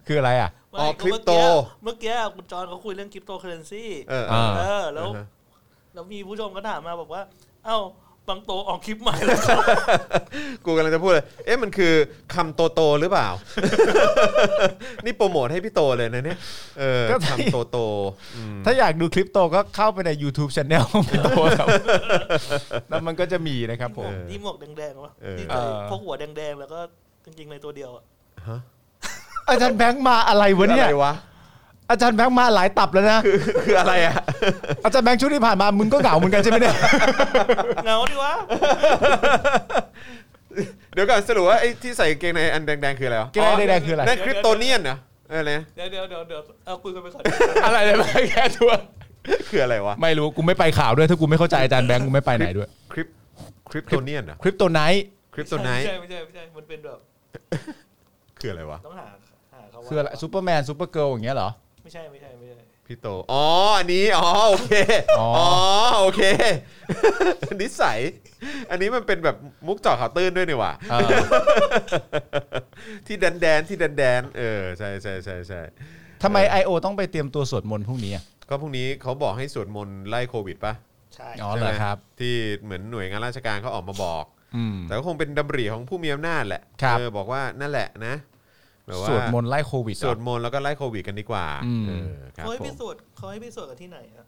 C: คืออะไรอ่ะ
D: ไม่
B: อ๋อ
D: ก็
B: คริปโต
D: เมื่อกี้เมื่อกี้คุณจอนเขาคุยเรื่องคริปโตเคอร์เรนซี่
B: เออ
C: อ่า
D: เออ แล้ว
B: อ่าฮะ
D: แล้วมีผู้ชมก็ถามมาบอกว่า เอ้า บางโตออกคลิปใหม่แล้วครับ
B: กูกำลังจะพูดเลย เอ๊ะมันคือคำโตโตหรือเปล่า นี่โปรโมทให้พี่โตเลยนะเนี่ยเออ
C: ก็
B: คำโตโตอืม
C: ถ้าอยากดูคลิปโตก็เข้าไปใน YouTube Channel ของพี่โตครับแล้วมันก็จะมีนะครับผม
D: นี่หมวกแดงๆวะ
B: เออ
D: ที่ใส่
C: เออ
D: พวกหัวแดงๆ แล้วก็กางเกงในตัวเดียวอะ
C: อาจารย์แบงค์มาอะไรวะ
B: คือ
C: เนี่ย
B: อะไรวะ
C: อาจารย์แบงค์มาหลายตับแล้ว นะ
B: คืออะไรอ่ะ
C: อาจารย์แบงค์ช่วงที่ผ่านมา มึงก็เหงาเหมือนกันใช่ไหมเนี่ย
D: เงาดิวะ
B: เดี๋ยวก่อนสรุปว่าไอ้ที่ใส่กางเกงในอันแดงๆคืออะไรวะ
C: เกงในแดงๆคืออะไร
B: นั่นคริปโตเนียนเหรอเอออะไรนะ
D: เดี๋ยวเดี๋ยวเดี๋ยวเดี๋ยวเอาคุยกันไปก่อน
C: อะไรเลยไม่แค่ตัว
B: คืออะไรวะ
C: ไม่รู้ กูไม่ไปข่าวด้วย ถ้ากูไม่เข้าใจอาจารย์แบงค์กูไม่ไปไหนด้วย
B: คริปคริปโตเนียนเหรอ
C: คริปโตไนท์
B: คริปโตไนท์
D: ใช่ไม่ใช่ไม่ใช่ มันเป็นแบบ
B: คืออะไรวะ
D: ต้องหาหาเขาว่า
C: คืออะไรซูเปอร์แมนซูเปอร์เกิร์ลอย่างเงี้ยเหรอ
D: ไม่ใช่ไม่ใช่ไม่ใช่
B: พี่โตอ๋ออันนี้อ๋อโอเค
C: อ๋อ
B: อ๋
C: อ๋
B: อโอเค นิสัย อันนี้มันเป็นแบบมุกเจ่อข่าวตื้นด้วยนี่หว่า
C: เออ
B: ที่แดนแดนที่แดนแดนเออใช่ใช่ใช่ใช่
C: ทำไม I.O. ต้องไปเตรียมตัวสวดมนต์พรุ่งนี้อะ
B: ก็พรุ่งนี้เขาบอกให้สวดมนต์ไล่โควิดปะ
D: ใช่
C: อ๋อเหรอครับ
B: ที่เหมือนหน่วยงานราชการเขาออกมาบอก
C: อืม
B: แต่ก็คงเป็นดำริของผู้มีอำนาจแหละ
C: ครับ
B: เออบอกว่านั่นแหละนะแบบา
C: สวดมนต์ไล่โควิดเหร
B: ส
C: อ
B: วดมนต์แล้วก็ไล่โควิดกันดีกว่า
C: อืม
B: เออครับ
D: เขาให้
B: ผ
D: พิ
B: ม
D: สูจน์เขาให้พิสูจน์กันที่ไหนอะ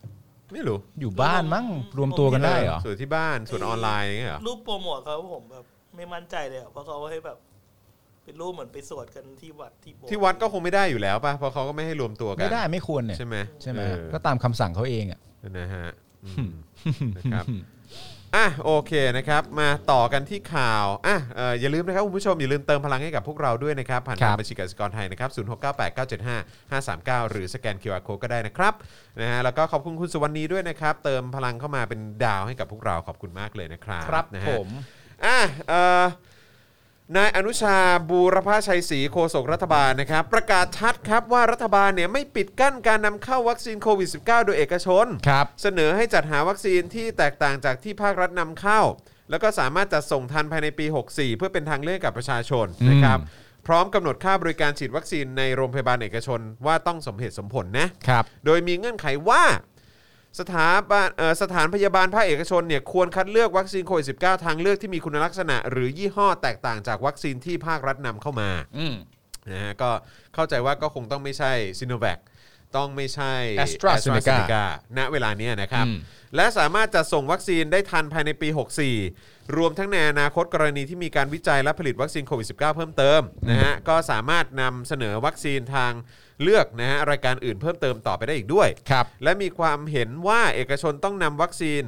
B: ไม่รู้
C: อยู่บ้านมั้งรวมตัวกันได้เหรอ
B: สวดที่บ้านสวดออนไลน์อย่างเงี้ยเหรอ
D: รูปโปรโมทเขาผมแบบ ไม่มั่นใจเลยอะเพราะเขาให้แบบ เป็นรูปเหมือนไปสวดกันที่วัดที่โบสถ์
B: ที่วัดก็คงไม่ได้อยู่แล้วป่ะเพราะเขาก็ไม่ให้รวมตัวกัน
C: ไม่ได้ไม่ควรเนี่ย
B: ใช่ไหม
C: ใช่ไหม
B: เออ
C: ก็ตามคำสั่งเขาเองอ่ะ
B: นะฮะอืมนะครับ อ่ะโอเคนะครับ มาต่อกันที่ข่าวอ่ะเอ่ออย่าลืมนะครับคุณผู้ชม อย่าลืมเติมพลังให้กับพวกเราด้วยนะครับ ผ่าน
C: ครั
B: ทาง
C: บ
B: บัญชีกสิกรไทยนะครับศูนย์หกเก้าแปดเก้าเจ็ดห้าห้าสามเก้าหรือสแกน QR Code ก็ได้นะครับนะฮะแล้วก็ขอบคุณคุณสุวรรณีด้วยนะครับ เติมพลังเข้ามาเป็นดาวให้กับพวกเราขอบคุณมากเลยนะครับ
C: ครับ
B: นะฮะ
C: ผม
B: อ่ะเอ่อนายอนุชาบูรพาชัยศรีโฆษกรัฐบาลนะครับ ประกาศชัดครับว่ารัฐบาลเนี่ยไม่ปิดกั้นการนำเข้าวัคซีนโควิด -19 โดยเอกชน
C: ครับ
B: เสนอให้จัดหาวัคซีนที่แตกต่างจากที่ภาครัฐนำเข้า แล้วก็สามารถจัดส่งทันภายในปี 64 เพื่อเป็นทางเลือกกับประชาชน
C: อืม
B: นะครับพร้อมกำหนดค่าบริการฉีดวัคซีนในโรงพยาบาลเอกชนว่าต้องสมเหตุสมผลนะ
C: ครับ
B: โดยมีเงื่อนไขว่า สถาบันเอ่อสถานพยาบาลภาคเอกชนเนี่ยควรคัดเลือกวัคซีนโควิด -19 ทางเลือกที่มีคุณลักษณะ หรือยี่ห้อแตกต่างจากวัคซีนที่ภาครัฐนำเข้ามา
C: อืม
B: นะฮะก็เข้าใจว่าก็คงต้องไม่ใช่ซิโนแวคต้องไม่ใช่
C: AstraZeneca
B: AstraZeneca ณเวลาเนี้ยนะครับ
C: อืม
B: และสามารถจัดส่งวัคซีนได้ทันภายในปี 64 รวมทั้งในอนาคตกรณีที่มีการวิจัยและผลิตวัคซีนโควิด -19 เพิ่มเติมนะฮะก็สามารถนำเสนอวัคซีนทางเลือกนะฮะรายการอื่นเพิ่มเติมต่อไปได้อีกด้วย
C: ครับ
B: และมีความเห็นว่าเอกชนต้องนำวัคซีน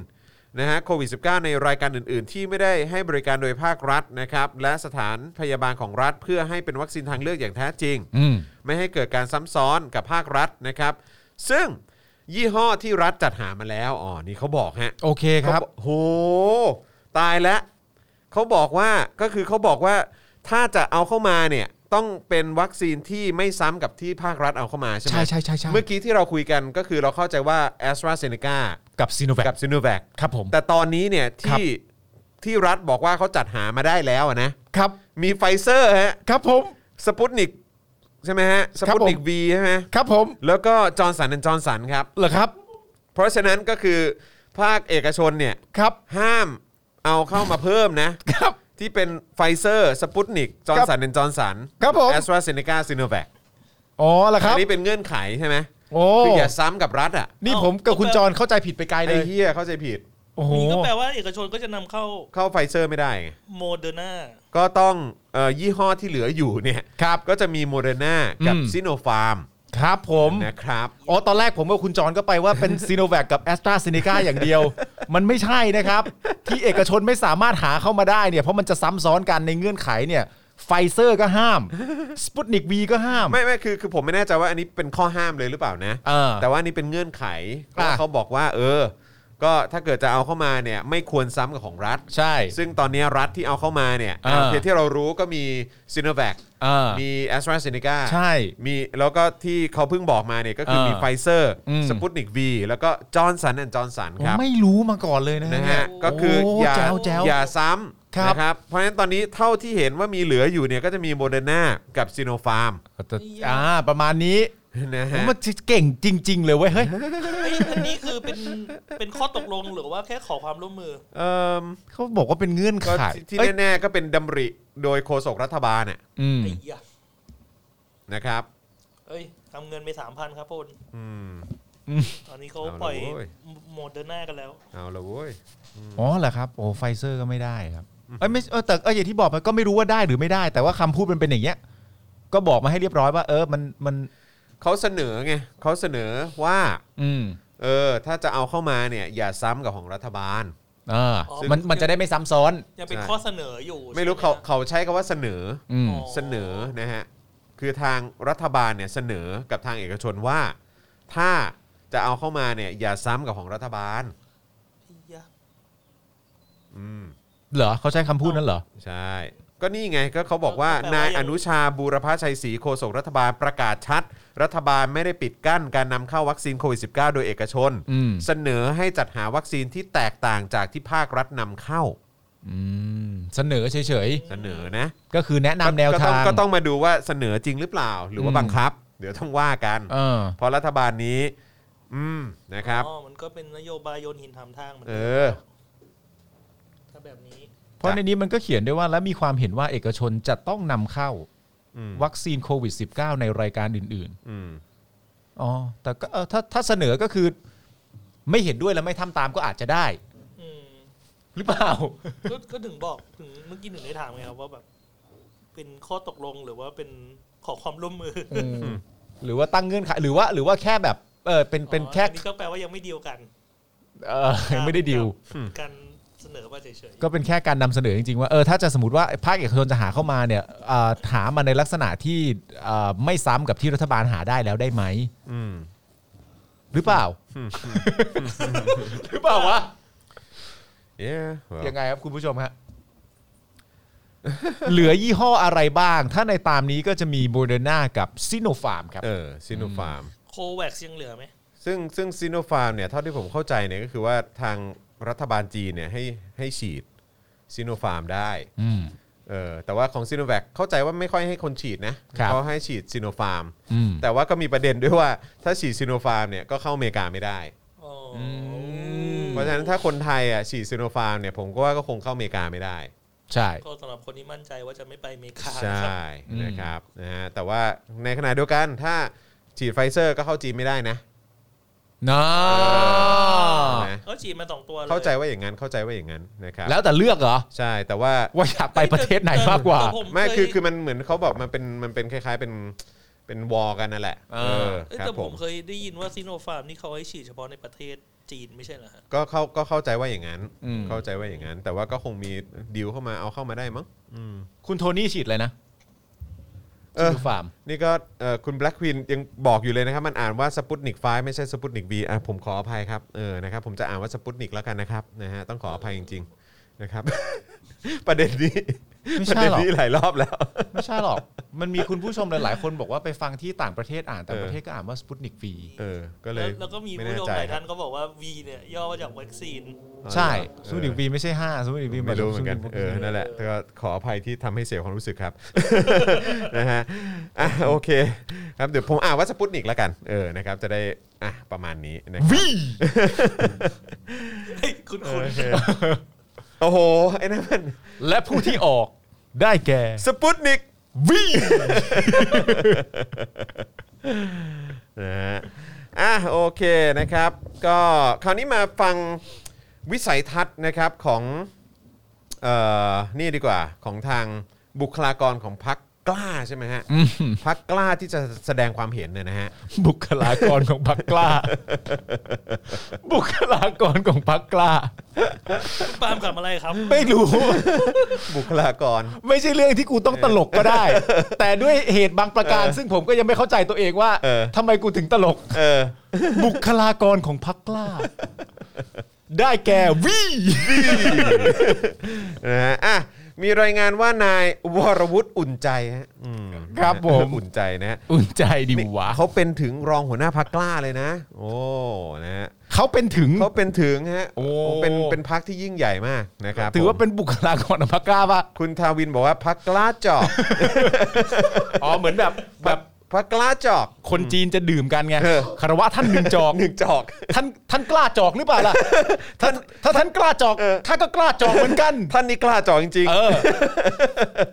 B: นะฮะโควิด -19 ในรายการอื่น ๆ ที่ไม่ได้ให้บริการโดยภาครัฐนะครับและสถานพยาบาลของรัฐ เพื่อให้เป็นวัคซีนทางเลือกอย่างแท้จริง
C: อืม
B: ไม่ให้เกิดการซ้ำซ้อนกับภาครัฐนะครับ ซึ่งยี่ห้อที่รัฐจัดหามาแล้วอ๋อนี่เขาบอกฮะ
C: โอเคครับ
B: เขาอกโหตายแล้วเขาบอกว่าก็คือเขาบอกว่าถ้าจะเอาเข้ามาเนี่ยต้องเป็นวัคซีนที่ไม่ซ้ำกับที่ภาครัฐเอาเข้ามาใช่ไหม
C: ใช่ใช่ใช่ใช่
B: เมื่อกี้ที่เราคุยกันก็คือเราเข้าใจว่า a s t r a z e ซ e c a
C: กับซีโนแวค
B: กับ s i n o v a c
C: ครับผม
B: แต่ตอนนี้เนี่ยที่ที่รัฐบอกว่าเขาจัดหามาได้แล้วอะนะ
C: ครับ
B: มีไฟเซอร์ฮะ
C: ครับผม
B: สปุตนิกใช่ไหมฮะส
C: ครับ
B: ปุต
C: ผม
B: นิกวีใช่ไหม
C: ครับผม
B: แล้วก็จอร์นสันจอร์นสันครับ
C: เหรอครับ
B: เพราะฉะนั้นก็คือภาคเอกชนเนี่ย
C: ครับ
B: ห้ามเอาเข้ามาเพิ่มนะ
C: ครับ
B: ที่เป็นไฟเซอร์สปุตนิกจอร์นสันจอร์นสัน
C: ครับผม
B: แอสตราเซเนกาซิโนแวค
C: อ๋อเหรอค
B: อั
C: รับ
B: นนี้เป็นเงื่อนไขใช่ไหม
C: โอ้
B: คืออย่าซ้ำกับรัฐอ่ะ
C: นี่ผมกับคุณจรเข้าใจผิดไปไกลเล
B: ไอ้
C: ย
B: เฮียเข้าใจผิด
C: โอ้โห
D: นี่ก็แปลว่าเอกชนก็จะนำเข้า
B: เข้าไฟเซอร์ไม่ได้ไง
D: โมเดอร์นา
B: ก็ต้องเอ่อยี่ห้อที่เหลืออยู่เนี่ย
C: ครับ
B: ก็จะมีโมเดอร์นากับ
C: อืม
B: ซิโนฟาร์ม
C: ครับผม
B: นะครับ
C: อ๋อตอนแรกผมกับคุณจรก็ไปว่าเป็นซีโนแวคกับแอสตราเซเนกาอย่างเดียว มันไม่ใช่นะครับ ที่เอกชนไม่สามารถหาเข้ามาได้เนี่ยเพราะมันจะซ้ำซ้อนกันในเงื่อนไขเนี่ยไฟเซอร์ก็ห้ามสปุตนิกวีก็ห้าม
B: ไม่ไม่คือคือผมไม่แน่ใจว่าอันนี้เป็นข้อห้ามเลยหรือเปล่านะ
C: เออ
B: แต่ว่าอันนี่เป็นเงื่อนไขเพ
C: อ่ะ
B: ราะเขาบอกว่า เออ ก็ถ้าเกิดจะเอาเข้ามาเนี่ยไม่ควรซ้ำกับของรัฐ
C: ใช่
B: ซึ่งตอนนี้รัฐที่เอาเข้ามาเนี่ย
C: อ่า
B: โอเคที่เรารู้ก็มีซิโนแวค
C: เออ
B: มีแอสตราเซเนกา
C: ใช่
B: มีแล้วก็ที่เขาเพิ่งบอกมาเนี่ยก็คือมี
C: อ่า
B: ไฟเซอร์
C: อืม
B: สปุตนิกวีแล้วก็จอร์นสันแอนจอร์นสัน
C: โอ้
B: ครับ
C: ไม่รู้มาก่อนเลยนะ
B: นะฮะ
C: ฮะ
B: ก็คือ
C: โอ้
B: อย่า
C: แจ๋วแจ๋ว
B: อย่าซ้
C: ครั
B: ำ
C: บ
B: นะครับเพราะฉะนั้นตอนนี้เท่าที่เห็นว่ามีเหลืออยู่เนี่ยก็จะมีโมเดอร์นากับซีโนฟาร์ม
C: แต่อ่าประมาณนี้
B: นะ
C: ผม
B: ฮะ
C: ว่าเก่งจริง ๆ เลยเว้ยเฮ้ย
D: เอ้ยอันนี้คือเป็นเป็นข้อตกลงหรือว่าแค่ขอความร่วมมือ
B: เอ่ม
C: เขาบอกว่าเป็นเงื่อน
B: ก็
C: ไข
B: ที่ที่
C: เอ้ย
B: แน่ๆก็เป็นดำริโดยโฆษกรัฐบาลน่ะ
C: อืม
D: ไอ้เหี้ย
B: นะครับ
D: เอ้ยทำเงินไปสามพันครับพล
B: อืม
D: ตอนนี้เขา
B: เอาละ
D: ปล่อย
B: เว้ย
D: โมเดอร์นากันแล้ว
B: เอาละเว้ย
C: อ๋อเหรอครับโอ้ไฟเซอร์ก็ไม่ได้ครับเอ้ยไม่เออแต่เอออย่างที่บอกไปก็ไม่รู้ว่าได้หรือไม่ได้ แต่ว่าคำพูดมันเป็นอย่างเงี้ย ก็บอกมาให้เรียบร้อยว่า เออมันมัน
B: เขาเสนอไงเขาเสนอว่า
C: อืม
B: เออถ้าจะเอาเข้ามาเนี่ยอย่าซ้ำกับของรัฐบาล
C: เออ
D: อ๋อ
C: มันมันจะได้ไม่ซ้ำซ้อน
D: ยังเป็น
B: ใช่
D: ข้อเสนออยู่
B: ไม่รู้
D: ใช่
B: เขา
D: ห
B: เขาใช้คำว่าเสนอ
C: อืม
D: อ๋อ
B: เสนอนะฮะคือทางรัฐบาลเนี่ยเสนอกับทางเอกชนว่า ถ้าจะเอาเข้ามาเนี่ยอย่าซ้ำกับของรัฐบาล
D: ไอ้เหี้ย
B: อืม
C: เหรอเขาใช้คำพูดนั้นเหรอ
B: ใช่ ก็นี่ไงก็เขาบอกว่านายอนุชาบูรพาชัยศรีโฆษกรัฐบาลประกาศชัด รัฐบาลไม่ได้ปิดกั้นการนำเข้าวัคซีนโควิด -19 โดยเอกชน
C: อืม
B: เสนอให้จัดหาวัคซีนที่แตกต่างจากที่ภาครัฐนำเข้า
C: อืมเสนอเฉย
B: เสนอนะ
C: ๆก็คือแนะนำแนว
B: ก็ต้อ
C: ทาง ง
B: ก็ต้องมาดูว่าเสนอจริงหรือเปล่า หรือว่า
C: อืม
B: บังคับ เดี๋ยวต้องว่ากัน
C: เออ
B: เพราะรัฐบาลนี้ อืมนะครับ
D: อ๋อมันก็เป็นนโยบายโยนหินถามทางเหมือน
B: เอ
D: กัน
B: อ
D: ถ้าแบบนี้
C: เพราะในนี้มันก็เขียนด้วยว่าและมีความเห็นว่าเอกชนจะต้องนำเข้า
B: อืม
C: วัคซีนโควิด -19 ในรายการอื่น
B: อืม
C: ๆ อ๋อ แต่ก็เออถ้าถ้าเสนอก็คือ ไม่เห็นด้วยและไม่ทำตามก็อาจจะได้
D: อืม
C: หรือเปล่า
D: ก็ก็ถึงบอกถึงเมื่อกี้ถึงได้ถามไงครับว่าแบบ เป็นข้อตกลงหรือว่าเป็นขอความร่วมมืออ
C: หรือว่าตั้งเงื่อนไขหรือว่าหรือว่าแค่แบบเออเป็นเป็น
D: อ๋อ
C: แค่
D: อันนี้ก็แปลว่ายังไม่ดีลกัน
C: เออยังไม่ได้ดีล
D: กัน เสนอมาเฉย
C: ก็เป็นแค่การนำเสนอจริงๆว่าเออถ้าจะสมมติว่าภาคเอกชนจะหาเข้ามาเนี่ยเอ่อหามาในลักษณะที่เอ่อไม่ซ้ำกับที่รัฐบาลหาได้แล้วได้ไหม
B: อืม
C: หรือเปล่า หรือเปล่าวะ
B: yeah well
C: ยังไงครับคุณผู้ชมฮะ เหลือยี่ห้ออะไรบ้าง ถ้าในตามนี้ก็จะมีโมเดอร์นากับซิโนฟาร์มครับ
B: เออซิโนฟาร์ม
D: ๆโควัคยังเหลือไหม
B: ซึ่งซึ่งซีโนฟาร์มเนี่ยเท่าที่ผมเข้าใจเนี่ยก็คือว่าทางรัฐบาลจีนเนี่ยให้ให้ฉีดซีโนฟาร์มได้
C: อืม
B: เออแต่ว่าของซีโนแวคเข้าใจว่าไม่ค่อยให้คนฉีดนะครับ เขาให้ฉีดซีโนฟาร์ม
C: อืม
B: แต่ว่าก็มีประเด็นด้วยว่าถ้าฉีดซีโนฟาร์มเนี่ยก็เข้าอเมริกาไม่ได้
D: อ๋อ
C: ม
B: เพราะฉะนั้นถ้าคนไทยอ่ะฉีดซีโนฟาร์มเนี่ยผมก็ว่าก็คงเข้าอเมริกาไม่ได้
C: ใช่
D: ก็สำหรับคนที่มั่นใจว่าจะไม่ไปอเมริกา
B: ใช
D: นะครับ
B: ่
C: อืม
B: นะครับนะฮะแต่ว่าในขณะเดียวกันถ้าฉีดไฟเซอร์ก็เข้าจีนไม่ได้นะ
C: นะ
B: ใช่ไหม
D: เขาฉีดมาสองตัวเลย
B: เข้าใจว่าอย่างนั้นเข้าใจว่าอย่างนั้นนะครับ
C: แล้วแต่เลือกเหรอ
B: ใช่แต่ว่า
C: ว่าอยากไปประเทศไหนมากกว่า
D: แต่ผ
B: ไม่
D: เย
B: คือคือมันเหมือนเขาบอกมันเป็นมันเป็นคล้ายๆเป็นเป็นวอลกันนั่นแหละ
C: เออ
D: เอ้ย
B: ครับ
D: แต่
B: ผ
D: ผม มเคยได้ยินว่าซีโนฟาร์มนี่เขาให้ฉีดเฉพาะในประเทศจีนไม่ใช่เหรอฮะ
B: ก็เข้าก็เข้าใจว่าอย่างนั้น
C: อืม
B: เข้าใจว่าอย่างนั้น แต่ว่าก็คงมีดีลเข้ามาเอาเข้ามาได้มั้งอืม
C: คุณโทนี่ฉีดเลยนะ
B: เอ
C: ซิ
B: อ
C: โนฟาร์ม
B: นี่ก็เอ่อคุณแบล็กควีนยังบอกอยู่เลยนะครับ มันอ่านว่าสปุตนิก5ไม่ใช่สปุตนิก B อ่ะผมขออภัยครับเออนะครับผมจะอ่านว่าสปุตนิกแล้วกันนะครับนะฮะต้องขออภัยจริง ๆนะครับ ประเด็นนี้
C: ไม่
B: ประ
C: ใช่
B: เด็น
C: หรอก
B: นี้หลายรอบแล้ว
C: ไม่ใช่หร อก มันมีคุณผู้ชมหลาย ๆ คนบอกว่าไปฟังที่ต่างประเทศอ่านต่างประเทศก็อ่านว่าสปุตนิกฟี
B: เออ ก็เล
D: แล้
B: ยว
D: แล้วก็มี
B: ไม่
D: ผู้
B: แน่
D: ชม
B: ใจ
D: หลาย
B: ค
D: ท่า
B: รับ
D: นก็บอกว่า V เนี่ยย่อมาจากวัคซีน
C: ใช่
B: เออ
C: สปุตนิกฟีไม่ใช่ห้าสปุตนิกฟี
B: ไม่รู้เหมือนกัน เออ นั่นแหละแต่ก็ขออภัยที่ทำให้เสียความรู้สึกครับ นะฮะ อ่ะ โอเค ครับ เดี๋ยวผมอ่านว่าสปุตนิกแล้วกัน เออ นะครับ จะได้ อ่ะ ประมาณนี้นะครับ
D: เฮ้ยคุณคุณ
B: โอเคโอ้โห ไอ้นั่นมัน
C: และผู้ที่ออกได้แก่
B: สปุตนิก
C: วิ่ง
B: นะฮะ อ่ะ โอเค นะครับ ก็คราวนี้มาฟังวิสัยทัศน์นะครับของ เอ่อ นี่ดีกว่า ของทางบุคลากรของพักกล้าใช่ไหมฮะ พักกล้าที่จะแสดงความเห็นเนี่ยนะฮะ
C: บุคลากรของพักกล้า บุคลากรของพักกล้า
D: คุณปาล์มกลับอะไรครับ
C: ไม่รู้
B: บุคลากร
C: ไม่ใช่เรื่องที่กูต้องตลกก็ได้ แต่ด้วยเหตุบางประการ ซึ่งผมก็ยังไม่เข้าใจตัวเองว่า
B: เออ
C: ทำไมกูถึงตลก
B: เออ
C: บุคลากรของพักกล้า ได้แก่วี่
B: นะฮะอ่ะมีรายงานว่านายวรวุฒิอุ่นใจฮะอืม
C: ครับผม
B: อุ่นใจนะฮะ
C: อุ่นใจดีวะ
B: เขาเป็นถึงรองหัวหน้าพักกล้าเลยนะ โอ้นะฮะ
C: เขาเป็นถึง
B: เขาเป็นถึงฮะ
C: โอ้
B: เป็นเป็นพักที่ยิ่งใหญ่มากนะครับ
C: ถือว่า
B: ผม
C: เป็นบุคลากรของพักกล้าปะ
B: คุณทาวินบอกว่าพักกล้าจอก
C: อ๋อเหมือนแบบแบ
B: แบบ
C: บ
B: พักกล้าจอก
C: คนจีนจะดื่มกันไง
B: เออ
C: คารวะท่านหนึ่งจอก
B: หนึ่งจอก
C: ท่านท่านกล้าจอกหรือเปล่าล่ะ ท่านถ้าท่านกล้าจอก
B: เออ
C: ข้าก็กล้าจอกเหมือนกัน
B: ท่านนี่กล้าจอกจริง
C: เออ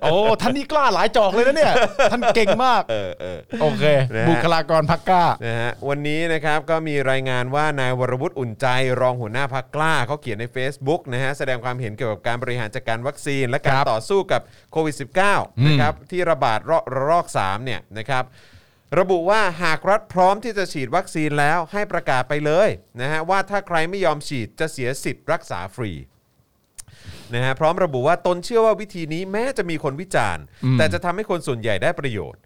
C: โอ้ท่านนี่กล้าหลายจอกเลยนะเนี่ย ท่านเก่งมาก
B: ๆเออเออ
C: โอเค
B: นะฮะ
C: บุคลากรพักกล้า
B: นะฮะวันนี้นะครับก็มีรายงานว่านายวรวุฒิอุ่นใจ รองหัวหน้าพักกล้าเขาเขียนใน Facebook นะฮะแสดงความเห็นเกี่ยวกับการบริหารจัดการวัคซีน และการ
C: ครับ
B: ต่อสู้กับโควิด
C: อื
B: -19
C: ม
B: นะครับที่ระบาดระระลอก3เนี่ยนะครับระบุว่าหากรัฐพร้อมที่จะฉีดวัคซีนแล้วให้ประกาศไปเลยนะฮะว่าถ้าใครไม่ยอมฉีดจะเสียสิทธิ์รักษาฟรี นะฮะพร้อมระบุว่าตนเชื่อว่าวิธีนี้แม้จะมีคนวิจารณ์ แต่จะทำให้คนส่วนใหญ่ได้ประโยชน์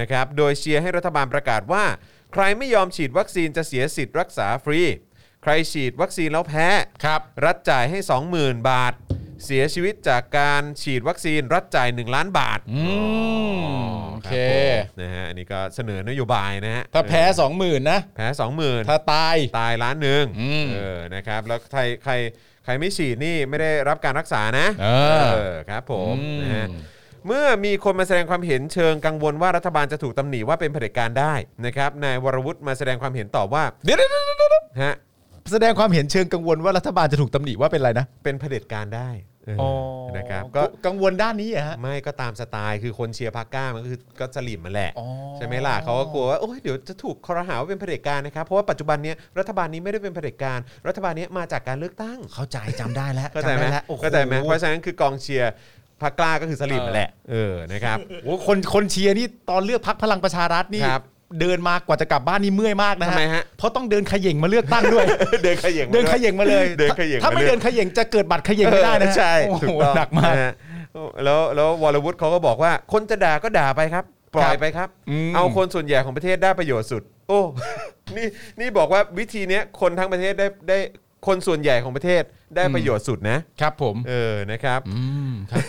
B: นะครับโดยเชียร์ให้รัฐบาลประกาศว่า ใครไม่ยอมฉีดวัคซีนจะเสียสิทธิ์รักษาฟรี ใครฉีดวัคซีนแล้วแพ้
C: ครับ
B: รัฐจ่ายให้ 20,000 บาท เสียชีวิตจากการฉีดวัคซีน รัฐจ่าย 1 ล้านบาท
C: อืมโอเค
B: รับผมนะฮะอันนี้ก็เสนอนโยบายนะฮะ
C: ถ้าแพ้สองหมื่นนะ
B: แพ้20,000
C: ถ้าตาย
B: ตายล้านหนึ่ง
C: อืม
B: เออ นะครับ แล้วใคร ใคร ใครไม่ฉีดนี่ไม่ได้รับการรักษานะ
C: เออ
B: เออ ครับผม
C: อืม
B: นะฮะ เมื่อมีคนมาแสดงความเห็นเชิงกังวลว่ารัฐบาลจะถูกตำหนิว่าเป็นเผด็จการได้นะครับ นายวรวุฒิมาแสดงความเห็นตอบว่า
C: เดี๋ยวเดี๋ยวเดี๋ยวเดี๋ยวเดี๋ยว
B: ฮะ
C: แสดงความเห็นเชิงกังวลว่ารัฐบาลจะถูกตำหนิว่าเป็นอะไรนะ
B: เป็นเผด็จการได้เอออนะครับ ก็
C: กังวลด้านนี้เหรอฮะ
B: ไม่ก็ตามสไตล์คือคนเชียร์พรรคก้ามันก็คือก็สลิมมันแหละ
C: อ๋อ
B: ใช่ไหมล่ะเขาก็กลัวว่าโอ้ยเดี๋ยวจะถูกคอรหาว่าเป็นเผด็จการนะครับเพราะว่าปัจจุบันเนี้ยรัฐบาลนี้ไม่ได้เป็นเผด็จการ รัฐบาลเนี้ยมาจากการเลือกตั้ง
C: เข้าใจจำได้แล้ว
B: เข้าใจไหม
C: จำด้แล้วโอ้โ
B: เข้าใจไหมเพราะฉะนั้นคือกองเชียร์พักกล้าก็คือสลิมนั่นแหละ เออ นะครับ
C: โอ้คนคนเชียร์นี่ตอนเลือกพักพลังประชารัฐนี่
B: ครับ
C: เดินมากว่าจะกลับบ้านนี่เมื่อยมากนะ
B: ทำไมฮะ
C: เพราะต้องเดินเขย่งมาเลือกตั้งด้วย
B: เดินขย่งมา
C: เดิน
B: วย
C: เขย่งมาเลย
B: เดินเขย่ง
C: ถ้า
B: มา
C: ไม่
B: เรื่อย
C: เดินเขย่งจะเกิดบัตรเขย่งไม่ได้นะ
B: เอ
C: ฮะ
B: อใช่
C: โอ้
B: ถู
C: โห
B: กต้อง
C: หนักมาก
B: ะฮะแล้วแล้ววรวุฒิเขาก็บอกว่า คนจะด่าก็ด่าไปครับ ปล่อยไปครับ
C: อืม
B: เอาคนส่วนใหญ่ของประเทศได้ประโยชน์สุด โอ้ นี่นี่บอกว่าวิธีเนี้ยคนทั้งประเทศได้ได้คนส่วนใหญ่ของประเทศได้ประโยชน์สุดนะ
C: ครับผม
B: เออนะครับ
C: อืมครับ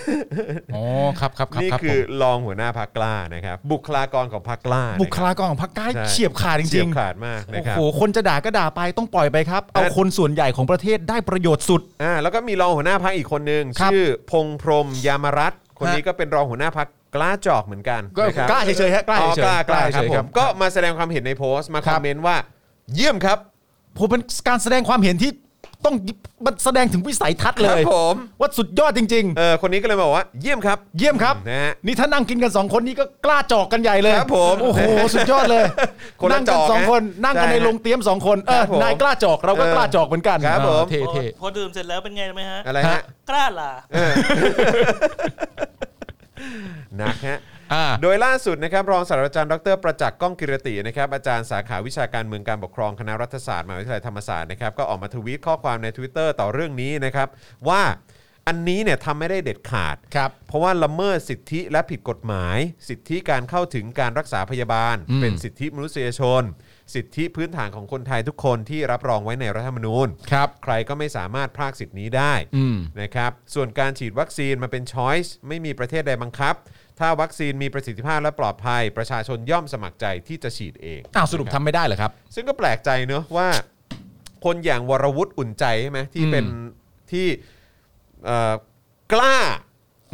C: อ๋อครับครับครับ
B: นี่
C: รับ
B: คือ
C: ผม
B: รองหัวหน้าพักกล้านะครับ บุคลากรของพักกล้านะ
C: บุค
B: ครับ
C: ลากรของพรรคใต้
B: ใช่
C: เฉียบขาดจ
B: เฉี
C: ริ
B: ยบ
C: ง
B: ขาดมากนะ
C: ๆโอ้
B: ครับ
C: โหคนจะด่าก็ด่าไปต้องปล่อยไปครับ เอา
B: อ่ะ
C: คนส่วนใหญ่ของประเทศได้ประโยชน์สุด
B: อ่าแล้วก็มีรองหัวหน้าพักอีกคนนึง
C: ครับ
B: ชื่อพงษ์พรหมยามรัตน์คน
C: ฮะ
B: นี้ก็เป็นรองหัวหน้าพักกล้าจอกเหมือนกัน
C: ก็
B: นะครับ
C: กล้าเฉยๆฮะกล้า
B: อ๋อ
C: เฉยๆ
B: กล้ากล้าครับ
C: เฉย
B: ผมก็มาแสดงความเห็นในโพสต์มาคอมเมนต์ว่า เยี่ยมครับ
C: ผมเป็นการแสดงความเห็นที่ต้องมันแสดงถึงวิสัยทัศน์
B: ค
C: เล
B: รับ
C: ย
B: ผม
C: ว่าสุดยอดจริง
B: เออคนนี้ก็เลยมาบอกว่า เยี่ยมครับ
C: ๆ เยี่ยมครับ
B: นะฮะ
C: นี่ถ้านั่งกินกันสองคนนี้ก็กล้าจอกกันใหญ่เลย
B: ครับผม
C: โอ้โหสุดยอดเลย
B: คนละ
C: นั่ง
B: จ
C: กั
B: อกนะ
C: สองคนนั่งกัน
B: ใช่
C: ในโรงเตรียมสองคน
B: ค
C: เออ
B: รับผม
C: นายกล้าจอกเราก็
B: เออก
C: ล้าจอกเหมือนกัน
B: ครับผม
C: เท่
D: พอ
C: เท่
D: พอดื่มเสร็จแล้วเป็นไงรู้ไหมฮะ
B: อะไรฮะ
C: ฮะ
D: กล้าลา
B: หนักฮะ
C: อ่า
B: โดยล่าสุดนะครับรองศาสตราจารย์ดรประจักษ์ก้องกิรตินะครับอาจารย์สาขาวิชาการเมืองการปกครองคณะรัฐศาสตร์มหาวิทยาลัยธรรมศาสตร์นะครับก็ออกมาทวีตข้อความใน Twitter ต่อเรื่องนี้นะครับว่าอันนี้เนี่ยทำไม่ได้เด็ดขาด
C: ครับ
B: เพราะว่าละเมิดสิทธิและผิดกฎหมาย สิทธิการเข้าถึงการรักษาพยาบาล
C: อืม
B: เป็นสิทธิมนุษยชน สิทธิพื้นฐานของคนไทยทุกคนที่รับรองไว้ในรัฐธรรมนูญ
C: ครับ
B: ใครก็ไม่สามารถพรากสิทธิ์นี้ได้
C: อืม
B: นะครับ ส่วนการฉีดวัคซีนมาเป็นช้อยส์ไม่มีประเทศใดบังคับ ถ้าวัคซีนมีประสิทธิภาพและปลอดภัย ประชาชนย่อมสมัครใจที่จะฉีดเอง
C: อ้าวสรุปทำไม่ได้เหรอครับ
B: ซึ่งก็แปลกใจเนอะว่า คนอย่างวรวุฒิอุ่นใจใช่ไหมที่
C: อืม
B: เป็นที่เอ่อกล้า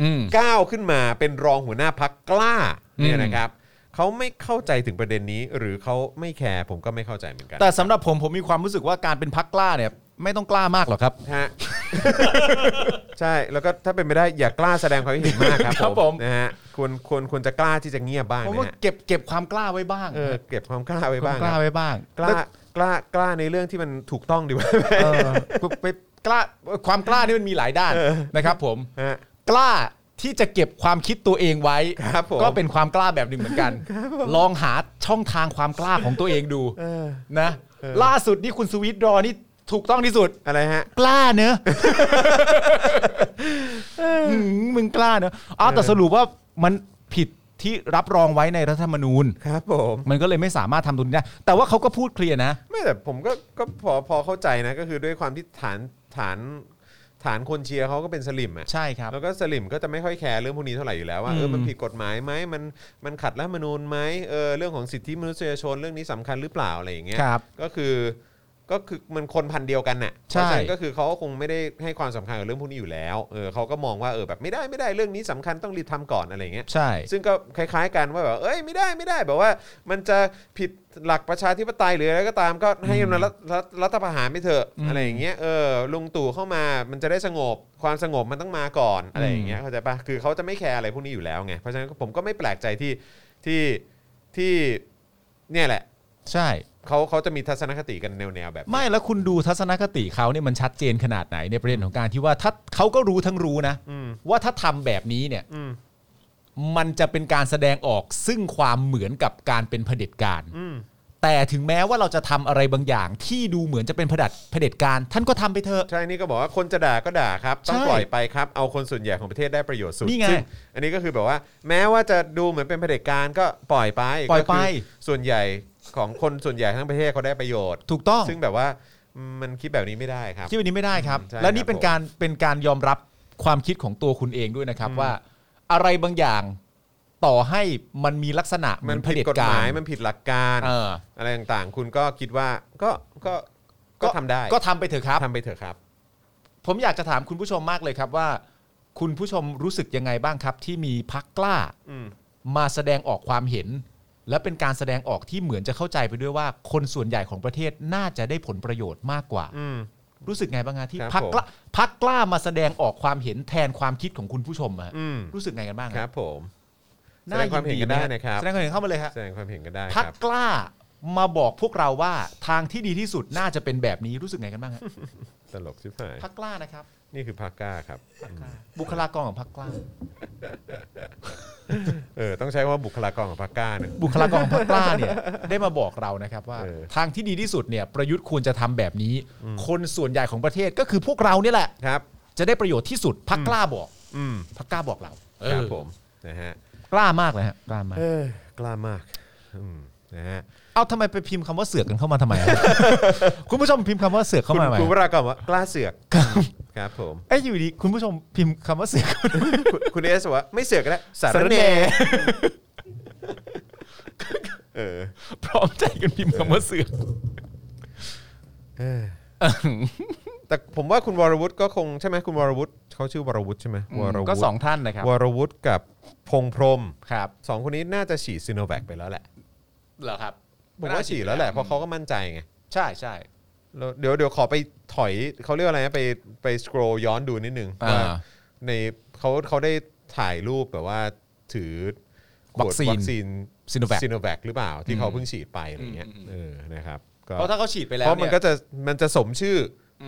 C: อืม
B: ก้าวขึ้นมาเป็นรองหัวหน้าพักกล้าเนี่ย
C: อืม
B: นะครับเขาไม่เข้าใจถึงประเด็นนี้ หรือเขาไม่แคร์ผมก็ไม่เข้าใจเหมือนกัน
C: แต่สำหรับผมผมมีความรู้สึกว่าการเป็นพักกล้าเนี่ย ไม่ต้องกล้ามากหรอกครับ
B: ฮะ ใช่แล้วก็ถ้าเป็นไปได้อย่ากล้าแสดงความคิดเห็นมากครับ
C: ครับผม
B: นะฮะควรควรควรจะกล้าที่จะเงียบบ้าง
C: ผมว่า
B: นะฮะ
C: เก็บเก็บความกล้าไว้บ้าง
B: เออเก็บความกล้าไว้
C: ควา
B: บ้าม ง
C: ก
B: ค
C: ล้า
B: รับ
C: ไว้บ้าง
B: กล้ากล้ากล้าในเรื่องที่มันถูกต้องดีกว่าไหม
C: เออไปกล้าความกล้านี่มันมีหลายด้านนะครับ ผม
B: ฮะ
C: กล้าที่จะเก็บความคิดตัวเองไว้
B: ครับผม
C: ก็เป็นความกล้าแบบหนึ่งเหมือนกัน ลองหาช่องทางความกล้าของตัวเองดู
B: เออ
C: นะ
B: เออ
C: ล่าสุดนี่คุณสวิตรอนี่ถูกต้องที่สุด
B: อะไรฮะ
C: กล้าเนอะหืมมึงกล้าเนอะอ้าวแต่สรุปว่ามันผิดที่รับรองไว้ในรัฐธรรมนูญ
B: ครับผม
C: มันก็เลยไม่สามารถทำตรงนี้ได้แต่ว่าเขาก็พูดเคลียร์นะ
B: ไม่แต่ผมก็ก็พอพอเข้าใจนะก็คือด้วยความที่ฐานฐานฐานคนเชียร์เขาก็เป็นสลิมอ่ะ
C: ใช่ครับ
B: แล้วก็สลิมก็จะไม่ค่อยแคร์เรื่องพวกนี้เท่าไหร่อยู่แล้วว่าเออมันผิดกฎหมายไหมมันมันขัดรัฐธรรมนูญไหมเออเรื่องของสิทธิมนุษยชนเรื่องนี้สำคัญหรือเปล่าอะไรอย่างเงี้ย
C: ครับ
B: ก็คือก็คือมันคนพันธุ์เดียวกันน่ะเพ
C: ใช่
B: ราะฉะนั้นก็คือเขาก็คงไม่ได้ให้ความสำคัญกับเรื่องพวกนี้อยู่แล้วเออเขาก็มองว่าเออแบบไม่ได้ไม่ได้เรื่องนี้สำคัญต้องรีบทำก่อนอะไรอย่างเงี้ย
C: ใช่
B: ซึ่งก็คล้าย ๆ กันว่าแบบเอ้ยไม่ได้ไม่ได้แบบว่า มันจะผิดหลักประชาธิปไตยหรืออะไรก็ตามก็ให้มันรัฐรัฐรัฐประหารไปเถอะ
C: อืม
B: อะไรอย่างเงี้ยเออลุงตู่เข้ามามันจะได้สงบความสงบมันต้องมาก่อนอะไรอย่างเงี้ยเข้าใจปะคือเขาจะไม่แคร์อะไรพวกนี้อยู่แล้วไงเพราะฉะนั้นผมก็ไม่แปลกใจที่ที่ที่เนี่ยแหละ
C: ใช่
B: เขาเขาจะมีทัศนคติกันแนวๆแบบนี้
C: ไม่แล้วคุณดูทัศนคติเขาเนี่ยมันชัดเจนขนาดไหนในประเด็นของการที่ว่าถ้าเขาก็รู้ทั้งรู้นะ
B: อืม
C: ว่าถ้าทำแบบนี้เนี่ย
B: อืม
C: มันจะเป็นการแสดงออกซึ่งความเหมือนกับการเป็นเผด็จการ
B: อืม
C: แต่ถึงแม้ว่าเราจะทำอะไรบางอย่าง ที่ดูเหมือนจะเป็นเผด็จเผด็จการ ท่านก็ทำไปเถอะ
B: ใช่นี่ก็บอกว่าคนจะด่าก็ด่าครับต้อง
C: ใช่
B: ปล่อยไปครับเอาคนส่วนใหญ่ของประเทศได้ประโยชน์สุด
C: นี่ไง
B: ซึ่อันนี้ก็คือแบบว่า แม้ว่าจะดูเหมือนเป็นเผด็จการก็ปล่อยไป
C: ปล่อยไป
B: ก็คืส่วนใหญ่ของคนส่วนใหญ่ทั้งประเทศเขาได้ประโยชน์
C: ถูกต้อง
B: ซึ่งแบบว่ามันคิดแบบนี้ไม่ได้ครับ
C: ที่วันนี้ไม่ได้ครับ
B: ใช่
C: และ
B: ครั
C: นี่
B: บ
C: เป็นการเป็นการยอมรับความคิดของตัวคุณเองด้วยนะครับ ว่าอะไรบางอย่างต่อให้มันมีลักษณะเห
B: มั
C: มือน นเผ
B: ผิด
C: ด็จ
B: กฎห
C: กา
B: มาร ยมันผิดหลักการ
C: เออ
B: อะไรต่างๆ คุณก็คิดว่าก็ก็ก็ทำได้
C: ก็ทำไปเถอะครับ
B: ทำไปเถอะครับ
C: ผมอยากจะถามคุณผู้ชมมากเลยครับว่า คุณผู้ชมรู้สึกยังไงบ้างครับ ที่มีพักกล้า
B: อืม
C: มาแสดงออกความเห็น และเป็นการแสดงออกที่เหมือนจะเข้าใจไปด้วยว่า คนส่วนใหญ่ของประเทศน่าจะได้ผลประโยชน์มากกว่า
B: อืม
C: รู้สึกไงบ้างฮะที่
B: ครับ
C: พัก
B: ผม
C: กล้าพักกล้ามาแสดงออกความเห็นแทนความคิดของคุณผู้ชมอะฮะ
B: อืม
C: รู้สึกไงกันบ้าง
B: ค
C: ฮะ
B: รับผมแสด
C: น่
B: งความเห็นกันได้นะครับ
C: แสดงความเห็นเข้ามาเลยฮะ
B: แสดงความเห็นกันได้ค
C: พัก
B: รับ
C: กล้ามาบอกพวกเรา ว่าทางที่ดีที่สุดน่าจะเป็นแบบนี้รู้สึกไงกันบ้างฮะ
B: ตลกชิบหาย
C: พักกล้านะครับ
B: นี่คือพากล้าครับ
C: บุคลากรของพรรคกล้า
B: เออต้องใช้คำว่าบุคลากรของพากล้าเนอะ
C: บุคลากรของพรรคกล้า เนี่ย ได้มาบอกเรานะครับว่า
B: เออ
C: ทางที่ดีที่สุดเนี่ยประยุทธ์ควรจะทำแบบนี้ คนส่วนใหญ่ของประเทศก็คือพวกเราเนี่ยแหละ
B: ครับ
C: จะได้ประโยชน์ที่สุดพรรคกล้าบอก
B: อืม
C: พรรคกล้าบอกเรา
B: ครับ
C: เออ
B: ผมนะฮะ
C: กล้ามากเลยฮะกล้ามาก
B: เออกล้ามากอืมนะฮะ
C: เอาทำไมไปพิมพ์คำว่าเสือกกันเข้ามา ทำไมอะ คุณผู้ชมพิมพ์คำว่าเสือกเข้ามาไหม
B: คุณวรากรว่ากล้าเสือก ครับผม
C: ไอ้ยอยู่ดีคุณผู้ชมพิมพ์คำว่าเสือก
B: คุณคุณเอสบอกว่าไม่เสือก แล้วสารเนเออ
C: พร้อมใจกันพิมพ์คำว่าเสือก
B: เออ แต่ผมว่าคุณวรวุฒิก็คงใช่ไหมคุณวรวุฒิเขาชื่อวรวุฒิใช่ไหมวรวุฒิ
C: ก็สองท่านนะครับ
B: วรวุฒิกับพงษ์พรหม
C: ครับ
B: สองคนนี้น่าจะฉีดซีโนแวคไปแล้วแหละ
C: เหรอครับ
B: ผมว่าฉีดแล้วแหละเพราะเขาก็มั่นใจไง
C: ใช่ใช่
B: แล้วเดี๋ยวเดี๋ยวขอไปถอยเขาเรียกว่าอะไรนะไปไปสครอย้อนดูนิดนึง
C: อ่า
B: ว่าในเขาเขาได้ถ่ายรูปแบบว่าถือขด
C: วัคซีน
B: วัคซีน
C: Sinovac
B: ซีโนแวคหรือเปล่า ที่เขาเพิ่งฉีดไปอะไรเงี้ย
C: อืม
B: เออนะครับก็
C: เพราะถ้าเขาฉีดไปแล้ว
B: เพราะมัน
C: ย
B: ก็จะมันจะสมชื่อ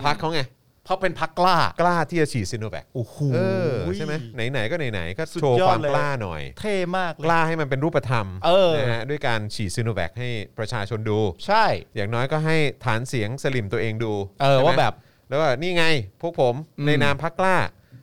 B: พักเขาไง
C: เพราะเป็นพักกล้าก
B: ล้าที่จะฉีดซิโนแวค
C: โอ้โห
B: เออใช่ไหมไหนๆก็ไหนๆก็
C: สุด
B: โชว์
C: ยอด
B: ความ
C: เลย
B: กล้าหน่อย
C: เท่มากเล
B: ก
C: ย
B: ล้าให้มันเป็นรูปธรรม
C: เออ
B: นะฮะด้วยการฉีดซิโนแวคให้ประชาชนดู
C: ใช่
B: อย่างน้อยก็ให้ฐานเสียงสลิมตัวเองดู
C: เอ
B: ใช่
C: อ
B: ไหม
C: ว่าแบบ
B: แล้วก็นี่ไงพวกผม
C: อืม
B: ในนามพักกล้า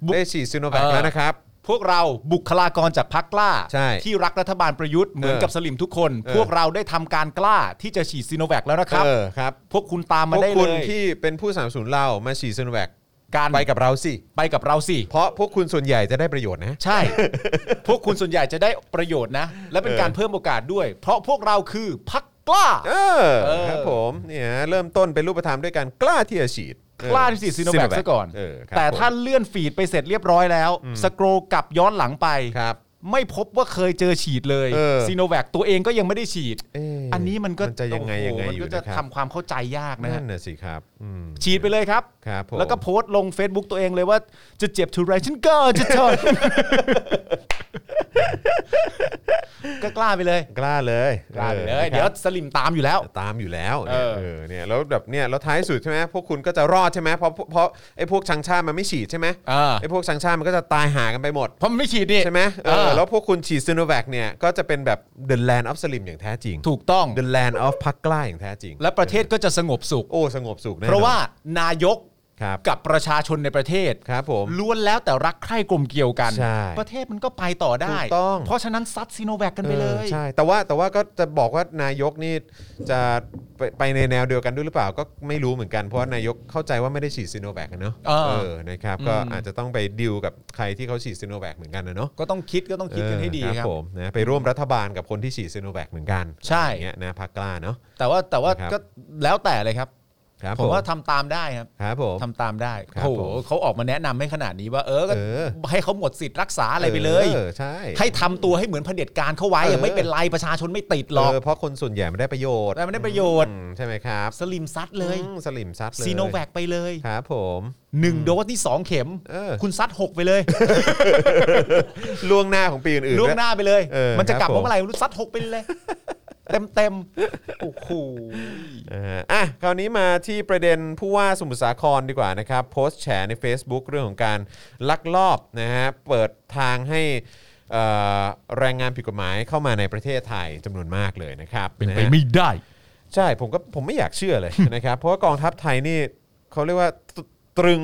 C: บุ๊ก
B: ได้ฉีดซิโนแวค
C: เออ
B: แล้วนะครับ
C: พวกเราบุคลากรจากพักกล้า
B: ใช่
C: ที่รักรัฐบาลประยุทธ์เหมือน
B: เออ
C: กับสลิมทุกคน
B: เออ
C: พวกเราได้ทำการกล้าที่จะฉีดซีโนแวคแล้วนะครับ
B: เออครับ
C: พวกคุณตาม
B: พ
C: มาว
B: ก
C: ได้
B: คุ
C: เล
B: ณ
C: ย
B: ที่เป็นผู้สนับสนุนเรามาฉีดซิโนแวค
C: การ
B: ไปกับเราสิ
C: ไปกับเราสิ
B: เพราะพวกคุณส่วนใหญ่จะได้ประโยชน์นะ
C: ใช่ พวกคุณส่วนใหญ่จะได้ประโยชน์นะ และเป็น
B: เออ
C: การเพิ่มโอกาสด้วย เพราะพวกเราคือพักกล้า
B: เออ
C: เออ
B: ครับผมเนี่ยเริ่มต้นเป็นรูปธรรมด้วยการกล้าที่จะฉีด
C: กล้าที่จะฉีด Sinovac ซะก่อน
B: เอครับ
C: แต่
B: ผม
C: ถ้าเลื่อนฟีดไปเสร็จเรียบร้อยแล้ว สโกรลกลับย้อนหลังไป
B: ครับ
C: ไม่พบว่าเคยเจอฉีดเลย
B: เออ
C: ซีโนแวคตัวเองก็ยังไม่ได้ฉีด
B: เ
C: อันนี้มันก็
B: มันจะยังไง
C: โอ้
B: ยัง
C: โห
B: ไง
C: มัน
B: อยู่
C: ก็จะ
B: นะค
C: ทำ
B: รับ
C: ความเข้าใจยาก
B: นั่
C: นะฮะ
B: นน่ะสิครับอืม
C: ฉีดไปเลยครับ
B: ครับผม
C: แล้วก็โพสต์ลง Facebook ตัวเองเลยว่าจะเจ็บทุไรฉันก็จะท น ก็กล้าไปเลย
B: กล้าเลย
C: กล้าไปเล
B: อย อ
C: เดี๋ยวสลิมตามอยู่แล้ว
B: ตามอยู่แล้วเนี่ย
C: เออ
B: เออเนี่ยแล้วแบบเนี่ยแล้วท้ายสุดใช่ไหมพวกคุณก็จะรอดใช่ไหมเพราะเพราะไอ้พวกชังชาติมันไม่ฉีดใช่ไหม
C: เออ
B: ไอ้พวกชังชาติมันก็จะตายหากันไปหมด
C: เพราะมันไม่ฉีดนี่
B: ใช่ไหมเอ
C: เอ
B: อ
C: อ
B: แล้วพวกคุณฉีดซิโนแวคเนี่ยก็จะเป็นแบบ the land of slim อย่างแท้จริง
C: ถูกต้อง
B: the land of พักกล้าอย่างแท้จริง
C: และประเทศก็จะสงบสุข
B: โอ้สงบสุขแน่นอน
C: เพราะว่านายก
B: ครับ
C: กับประชาชนในประเทศ
B: ครับผม
C: ล้วนแล้วแต่รักใคร่กลมเกลียวกัน
B: ใช่
C: ประเทศมันก็ไปต่อได้
B: ถูกต้อง
C: เพราะฉะนั้นซัดซีโนแวคกันไปเลย
B: ออใช่ แต่ว่าแต่ว่าก็จะบอกว่านายกนี่จะไปไปในแนวเดียวกันด้วยหรือเปล่าก็ไม่รู้เหมือนกันเพราะว่านายกเข้าใจว่าไม่ได้ฉีดซิโนแวคนะเนอะ
C: เออ
B: เออนะครับก็
C: อืม
B: อาจจะต้องไปดิวกับใครที่เขาฉีดซิโนแวคเหมือนกันนะเนาะ
C: ก็ต้องคิดก็ต้องคิดกันให้ดี
B: เออ
C: ครับ
B: ผมนะไปร่วมรัฐบาลกับคนที่ฉีดซิโนแวคเหมือนกัน
C: ใช่
B: อย่างเงี้ยนะพักกล้าเนาะ
C: แต่ว่าแต่ว่า
B: ครับ
C: ก็แล้วแต่เลยครับ
B: ครับ
C: ผมว่าทำตามได้ครับ
B: ครับผม
C: ทำตามได้
B: ครับ
C: โอ้โห
B: ผม
C: เขาออกมาแนะนำให้ขนาดนี้ว่า เออก็
B: เออ
C: ให้เขาหมดสิทธิ์รักษาอะไรไปเลย
B: ออใช่
C: ให้ทำตัวให้เหมือนเผด็จการเข้าไว้
B: เออ
C: ไม่เป็นไรประชาชนไม่ติดหรอก
B: เออเพราะคนส่วนใหญ่ไม่ได้ประโยชน์
C: แต่ไม่ได้ประโยชน์
B: อืมใช่ไหมครับ
C: สลิมซัดเลย
B: อืมสลิมซัดเลย
C: ซีโนแวคไปเลย
B: ครับผม
C: หนึ่งโดสนี่สองเข็ม
B: เออ
C: คุณซัดหกไปเลย
B: ล่วงหน้าของปีอื่นๆ
C: ล่วง
B: ด้วย
C: หน้าไปเลย
B: เออ
C: มันจะกลับ
B: ครับผม
C: เมื่อไหร่ไม่รู้ซัดหกไปเลย เต็มเต็ม ๆโอ้โห
B: นะฮะอ่ะคราวนี้มาที่ประเด็นผู้ว่าสมุทรสาครดีกว่านะครับ โพสต์แฉใน Facebook เรื่องของการลักลอบนะฮะเปิดทางให้เอ่อแรงงานผิดกฎหมายเข้ามาในประเทศไทยจำนวนมากเลยนะครับะฮะใช่ผมก็ผมไม่อยากเชื่อเลย นะครับ เพราะว่ากองทัพไทยนี่เขาเรียกว่าตตรึง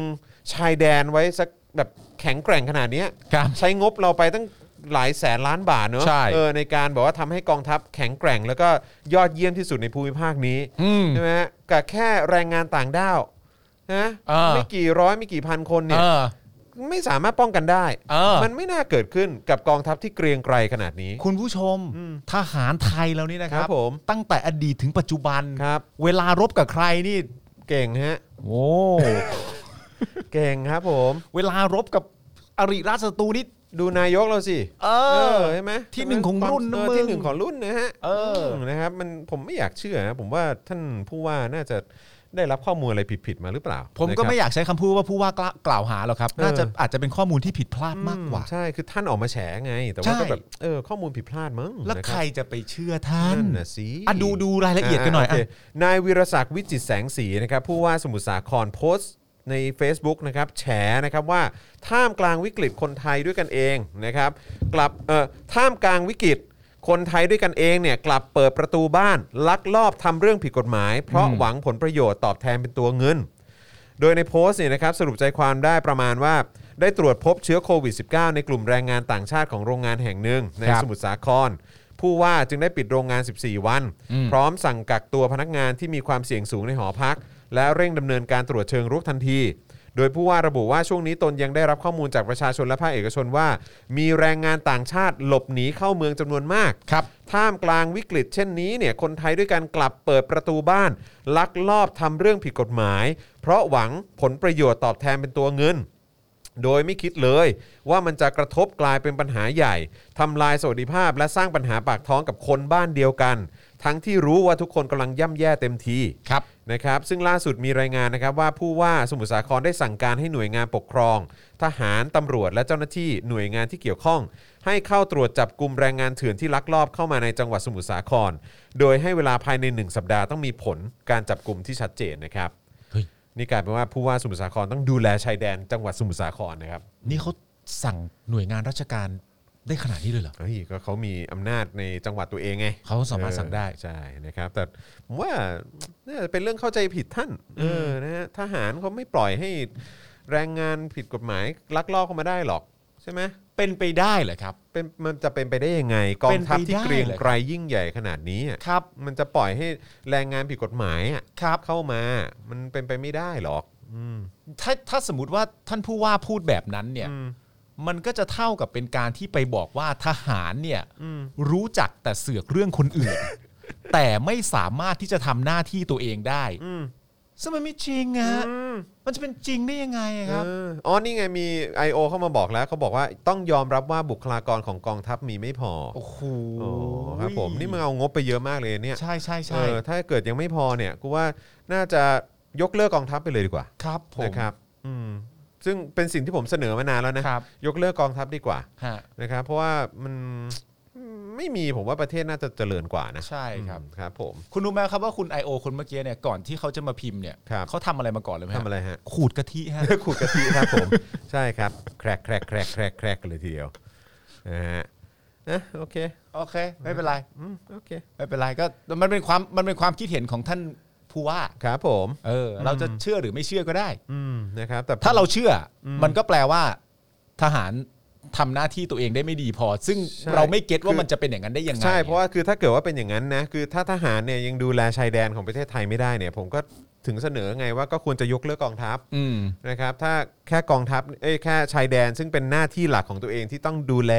B: ชายแดนไว้สักแบบแข็งแกร่งขนาดเนี้ย
C: ครับ
B: ใช้งบเราไปตั้งหลายแสนล้านบาทเนอะ
C: ใช่
B: เออในการบอกว่าทำให้กองทัพแข็งแกร่ง แล้วก็ยอดเยี่ยมที่สุดในภูมิภาคนี้
C: อืม
B: ใช่ไหมฮะกับแค่แรงงานต่างด้าวนะ
C: เออ
B: ไม่กี่ร้อยไม่กี่พันคนเนี่
C: เอย อ
B: ไม่สามารถป้องกันได้
C: เออ
B: มันไม่น่าเกิดขึ้นกับกองทัพที่เกรียงไกรขนาดนี้
C: คุณผู้ชมทหารไทยแล้วนี่นะครั
B: ครับ บผม
C: ตั้งแต่อดีตถึงปัจจุบัน
B: ครับ
C: เวลารบกับใครนี่
B: เก่งฮะ
C: โอ้
B: เก่งครับผม
C: เวลารบกับอริราชศัตรูนี่
B: ดูนายกเราสิ
C: เอ
B: เอ
C: อ
B: อใช่ไหม
C: ที่หนึ่งของรุ่นนะ
B: เออ
C: มึง
B: ที่หนึ่งของรุ่นนะฮะ
C: เอออื
B: มนะครับมันผมไม่อยากเชื่อนะผมว่าท่านผู้ว่าน่าจะได้รับข้อมูลอะไรผิดๆมาหรือเปล่า
C: ผมก็
B: นะครับ
C: ไม่อยากใช้คำพูดว่าผู้ว่ากล่ากล่าวหาหรอกครับ น่าจะ
B: เออ
C: อาจจะเป็นข้อมูลที่ผิดพลาดมากกว่า
B: อืใช่คือท่านออกมาแฉไง แต่ว่าก็แบบเออข้อมูลผิดพลาดมั้ง
C: แล้ว
B: นะบ
C: ใครจะไปเชื่อท่าน
B: นั่นนะสิ
C: อ่ะดูดูรายละเอียดกันหน่อย
B: โเคนายวีรศักดิ์วิจิตรแสงสีนะครับผู้ว่าสมุทรสาครโพสต์ ใน Facebook นะครับแฉนะครับว่าท่ามกลางวิกฤตคนไทยด้วยกันเองนะครับกลับเอ่อท่ามกลางวิกฤต คนไทยด้วยกันเองเนี่ยกลับเปิดประตูบ้าน ลักลอบทำเรื่องผิดกฎหมาย เพราะ
C: อืม
B: หวังผลประโยชน์ตอบแทนเป็นตัวเงิน โดยในโพสต์เนี่ยนะครับสรุปใจความได้ประมาณว่า ได้ตรวจพบเชื้อโควิด -19 ในกลุ่มแรงงานต่างชาติของโรงงานแห่งหนึ่งใน
C: ครับ
B: สมุทรสาคร ผู้ว่าจึงได้ปิดโรงงาน 14 วัน
C: อืม
B: พร้อมสั่งกักตัวพนักงานที่มีความเสี่ยงสูงในหอพัก และเร่งดำเนินการตรวจเชิงรุกทันที โดยผู้ว่าระบุว่าช่วงนี้ตนยังได้รับข้อมูลจากประชาชนและภาคเอกชนว่า มีแรงงานต่างชาติหลบหนีเข้าเมืองจำนวนมาก
C: ครับ
B: ท่ามกลางวิกฤตเช่นนี้เนี่ยคนไทยด้วยกันกลับเปิดประตูบ้าน ลักลอบทำเรื่องผิดกฎหมาย เพราะหวังผลประโยชน์ตอบแทนเป็นตัวเงิน โดยไม่คิดเลยว่ามันจะกระทบกลายเป็นปัญหาใหญ่ทำลายสวัสดิภาพและสร้างปัญหาปากท้องกับคนบ้านเดียวกัน ทั้งที่รู้ว่าทุกคนกำลังย่ำแย่เต็มที
C: ครับ
B: นะครับซึ่งล่าสุดมีรายงานนะครับว่าผู้ว่าสมุทรสาครได้สั่งการให้หน่วยงานปกครอง ทหารตำรวจและเจ้าหน้าที่หน่วยงานที่เกี่ยวข้อง ให้เข้าตรวจจับกลุ่มแรงงานเถื่อนที่ลักลอบเข้ามาในจังหวัดสมุทรสาคร โดยให้เวลาภายใน 1 สัปดาห์ต้องมีผลการจับกลุ่มที่ชัดเจนนะครับ
C: เฮ้ย
B: นี่กลายเป็นว่าผู้ว่าสมุทรสาครต้องดูแลชายแดนจังหวัดสมุทรสาครนะครับ
C: นี่เขาสั่งหน่วยงานราชการได้ขนาดนี้เลยเหรอ
B: เฮ้ยก็เขามีอำนาจในจังหวัดตัวเองไง
C: เขาสามารถสั่งได้
B: เออใช่นะครับแต่ผมว่าน่าจะเป็นเรื่องเข้าใจผิดท่านเออนะฮะทหารเขาไม่ปล่อยให้ แรงงานผิดกฎหมายลักลอบเข้ามาได้หรอก ใช่ไหม
C: เป็นไปได้เหรอครับ
B: เป็นมันจะเป็นไปได้ยังไง กองทัพ
C: เป็นไป
B: ที่
C: ได้
B: เกรียง
C: เหรอ
B: ไกรยิ่งใหญ่ขนาดนี้อะ
C: ครับ
B: มันจะปล่อยให้แรงงานผิดกฎหมายอะ
C: ครับ
B: เข้ามา มันเป็นไปไม่ได้หรอก อืม
C: ถ้าถ้าสมมติว่าท่านผู้ว่าพูดแบบนั้นเนี่ย
B: อืม
C: มันก็จะเท่ากับเป็นการที่ไปบอกว่าทหารเนี่ย
B: อืม
C: รู้จักแต่เสือกเรื่องคนอื่น แต่ไม่สามารถที่จะทำหน้าที่ตัวเองได้
B: อืม
C: ซึ่งมันไม่จริงอะฮะมันจะเป็นจริงได้ยังไงอะครับ
B: เอออ๋อนี่ไงมี I.O. เข้ามาบอกแล้วเขาบอกว่าต้องยอมรับว่าบุคลากรของกองทัพมีไม่พอ
C: โอ้โห
B: โอ้ครับผมนี่มึงเอางบไปเยอะมากเลยเนี่ย
C: ใช่ใช่
B: เอ
C: ใช่
B: อถ้าเกิดยังไม่พอเนี่ยกูว่าน่าจะยกเลิกกองทัพไปเลยดีกว่า
C: ครับผม
B: นะครับอืมซึ่งเป็นสิ่งที่ผมเสนอมานานแล้วนะ
C: ครับ
B: ยกเลิกกองทัพดีกว่า
C: ฮะ
B: นะครับ เพราะว่ามันไม่มีผมว่าประเทศน่าจะเจริญกว่านะ
C: ใช่ครับ
B: อืมครับผม
C: คุณรู้ไหมครับว่าคุณ I.O. คนเมื่อกี้เนี่ยก่อนที่เขาจะมาพิมพ์เนี่ย
B: ครับ
C: เขาทำอะไรมาก่อนเลยไหมฮ
B: ทำอะไรฮะ
C: ขูดกะทิฮะ
B: ขูดกะทิครับผม ใช่ครับ แครกแครกแครกแครกแครกกันเลยทีเดียวนะฮะนะโอเค
C: โอเค ไม่เป็นไร
B: อืมโอเค
C: ไม่เป็นไรก็มันเป็นความมันเป็นความคิดเห็นของท่านผู้ว่า
B: ครับผม
C: เออ เราจะเชื่อหรือไม่เชื่อก็ได้
B: อืมนะครับ แต่ผม
C: ถ้าเราเชื่ออมันก็แปลว่า ทหารทำหน้าที่ตัวเองได้ไม่ดีพอ ซึ่ง
B: ใช่
C: เราไม่เก็ตว่า
B: คือ
C: มันจะเป็นอย่างนั้นได้ยังไง
B: ใช่เพราะว่าคือถ้าเกิดว่าเป็นอย่างนั้นนะคือถ้าทหารเนี่ยยังดูแลชายแดนของประเทศไทยไม่ได้เนี่ย ผมก็ถึงเสนอไงว่าก็ควรจะยกเลิกกองทัพ
C: อืม
B: นะครับถ้าแค่กองทัพเอ้ยแค่ชายแดนซึ่งเป็นหน้าที่หลักของตัวเองที่ต้องดูแล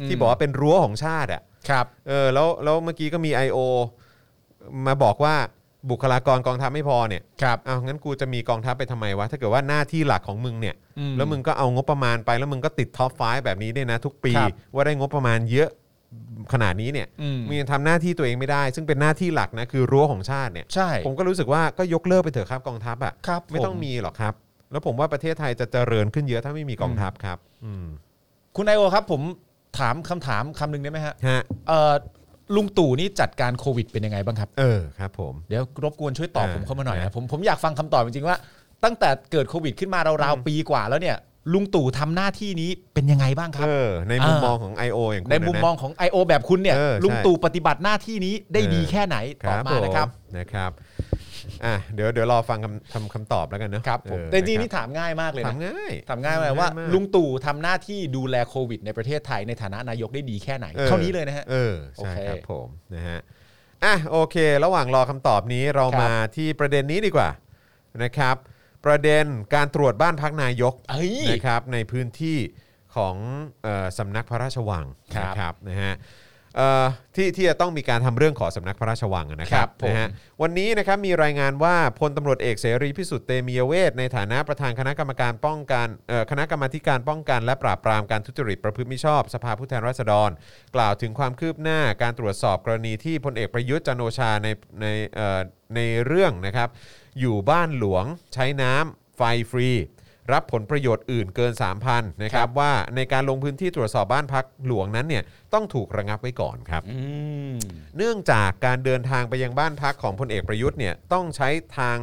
C: อืม
B: ที่บอกว่าเป็นรั้วของชาติอ่ะ
C: ครับ
B: เออแล้วแล้วเมื่อกี้ก็มี I.O. มาบอกว่าบุคลากรกองทัพไม่พอเนี่ย
C: ครับ
B: เอาวงั้นกูจะมีกองทัพไปทำไมวะ ถ้าเกิดว่าหน้าที่หลักของมึงเนี่ย
C: อืม
B: แล้วมึงก็เอางบประมาณไปแล้วมึงก็ติดท็อปไฟแบบนี้ด้วยนะ ทุกปี
C: ครับ
B: ว่าได้งบประมาณเยอะขนาดนี้เนี่ย
C: อืม
B: งยังทำหน้าที่ตัวเองไม่ได้ ซึ่งเป็นหน้าที่หลักนะคือรั้วของชาติเนี่ย
C: ใช่
B: ผมก็รู้สึกว่าก็ยกเลิกไปเถอะครับกองทัพอ่ะ
C: ครับผม
B: ไม่ต้องมีหรอกครับ แล้วผมว่าประเทศไทยจะเจริญขึ้นเยอะถ้าไม่มีกองทัพครับ อืม
C: คุณไอโอครับ ผมถามคำถามคำหนึ่งได้ไหมฮะ
B: ฮะ
C: เอ่อลุงตู่นี่จัดการโควิดเป็นยังไงบ้างครับ
B: เออครับผม
C: เดี๋ยวรบกวนช่วยตอบ
B: อ่า
C: ผมเข้ามาหน่อย
B: นะ
C: นะผมผมอยากฟังคำตอบจริงๆว่า ตั้งแต่เกิดโควิดขึ้นมาราวๆปีกว่าแล้วเนี่ย ลุงตู่ทำหน้าที่นี้เป็นยังไงบ้างครับ
B: เออในมุม
C: อ่ามม
B: องของ I.O. อย่างคุณ
C: ในมุม
B: นะ
C: มองของ I.O. แบบคุณเนี่ย
B: เออใช่
C: ลุงตู่ปฏิบัติหน้าที่นี้ได้
B: เออ
C: ดีแค่ไหน
B: ค
C: ตอ
B: รั
C: บบ มานะครับ
B: ผมนะครับอ่ะเดี๋ยวเดี๋ยวรอฟังคำคำคำตอบแล้วกันเนอะ
C: ครับผม
B: เออ
C: แต่จริงๆ
B: ะ
C: นี่ถามง่ายมากเลย
B: ถาม
C: นะ
B: ง่าย
C: ถามง่ายมาก
B: ง่า
C: ว่า
B: ยมาก
C: ลุงตู่ทำหน้าที่ดูแลโควิด ในประเทศไทยในฐานะนายกได้ดีแค่ไหน
B: ออ
C: เท่านี้เลยนะฮะ
B: เออใช่
C: โอเค
B: ครับผมนะฮะอ่ะโอเค ระหว่างรอคำตอบนี้เรา
C: ครับ
B: มาที่ประเด็นนี้ดีกว่านะครับ ประเด็นการตรวจบ้านพักนายก
C: เอ้ย
B: นะครับในพื้นที่ของเออสำนักพระราชวัง
C: ครับ
B: นะครับนะฮะเอ่อที่ที่จะต้องมีการทำเรื่องขอสำนักพระราชวังนะค
C: ค
B: รั
C: รั
B: บบ
C: ผม
B: นะฮะวันนี้นะครับมีรายงานว่าพลตำรวจเอกเสรีพิสุทธิ์เตมียเวทในฐานะประธานคณะกรรมการป้องกันเอ่อคณะกรรมาธิการป้องกัน และปราบปรามการทุจริตประพฤติมิชอบ สภาผู้แทนราษฎร กล่าวถึงความคืบหน้าการตรวจสอบกรณีที่พลเอกประยุทธ์จันทร์โอชาในในเอ่อในเรื่องนะครับ อยู่บ้านหลวงใช้น้ำไฟฟรี รับผลประโยชน์อื่นเกิน 3,000 นะครับ ว่าในการลงพื้นที่ตรวจสอบบ้านพักหลวงนั้นเนี่ยต้องถูกระงับไว้ก่อนครับ
C: อืม
B: เนื่องจากการเดินทางไปยังบ้านพักของพลเอกประยุทธ์เนี่ยต้องใช้ทาง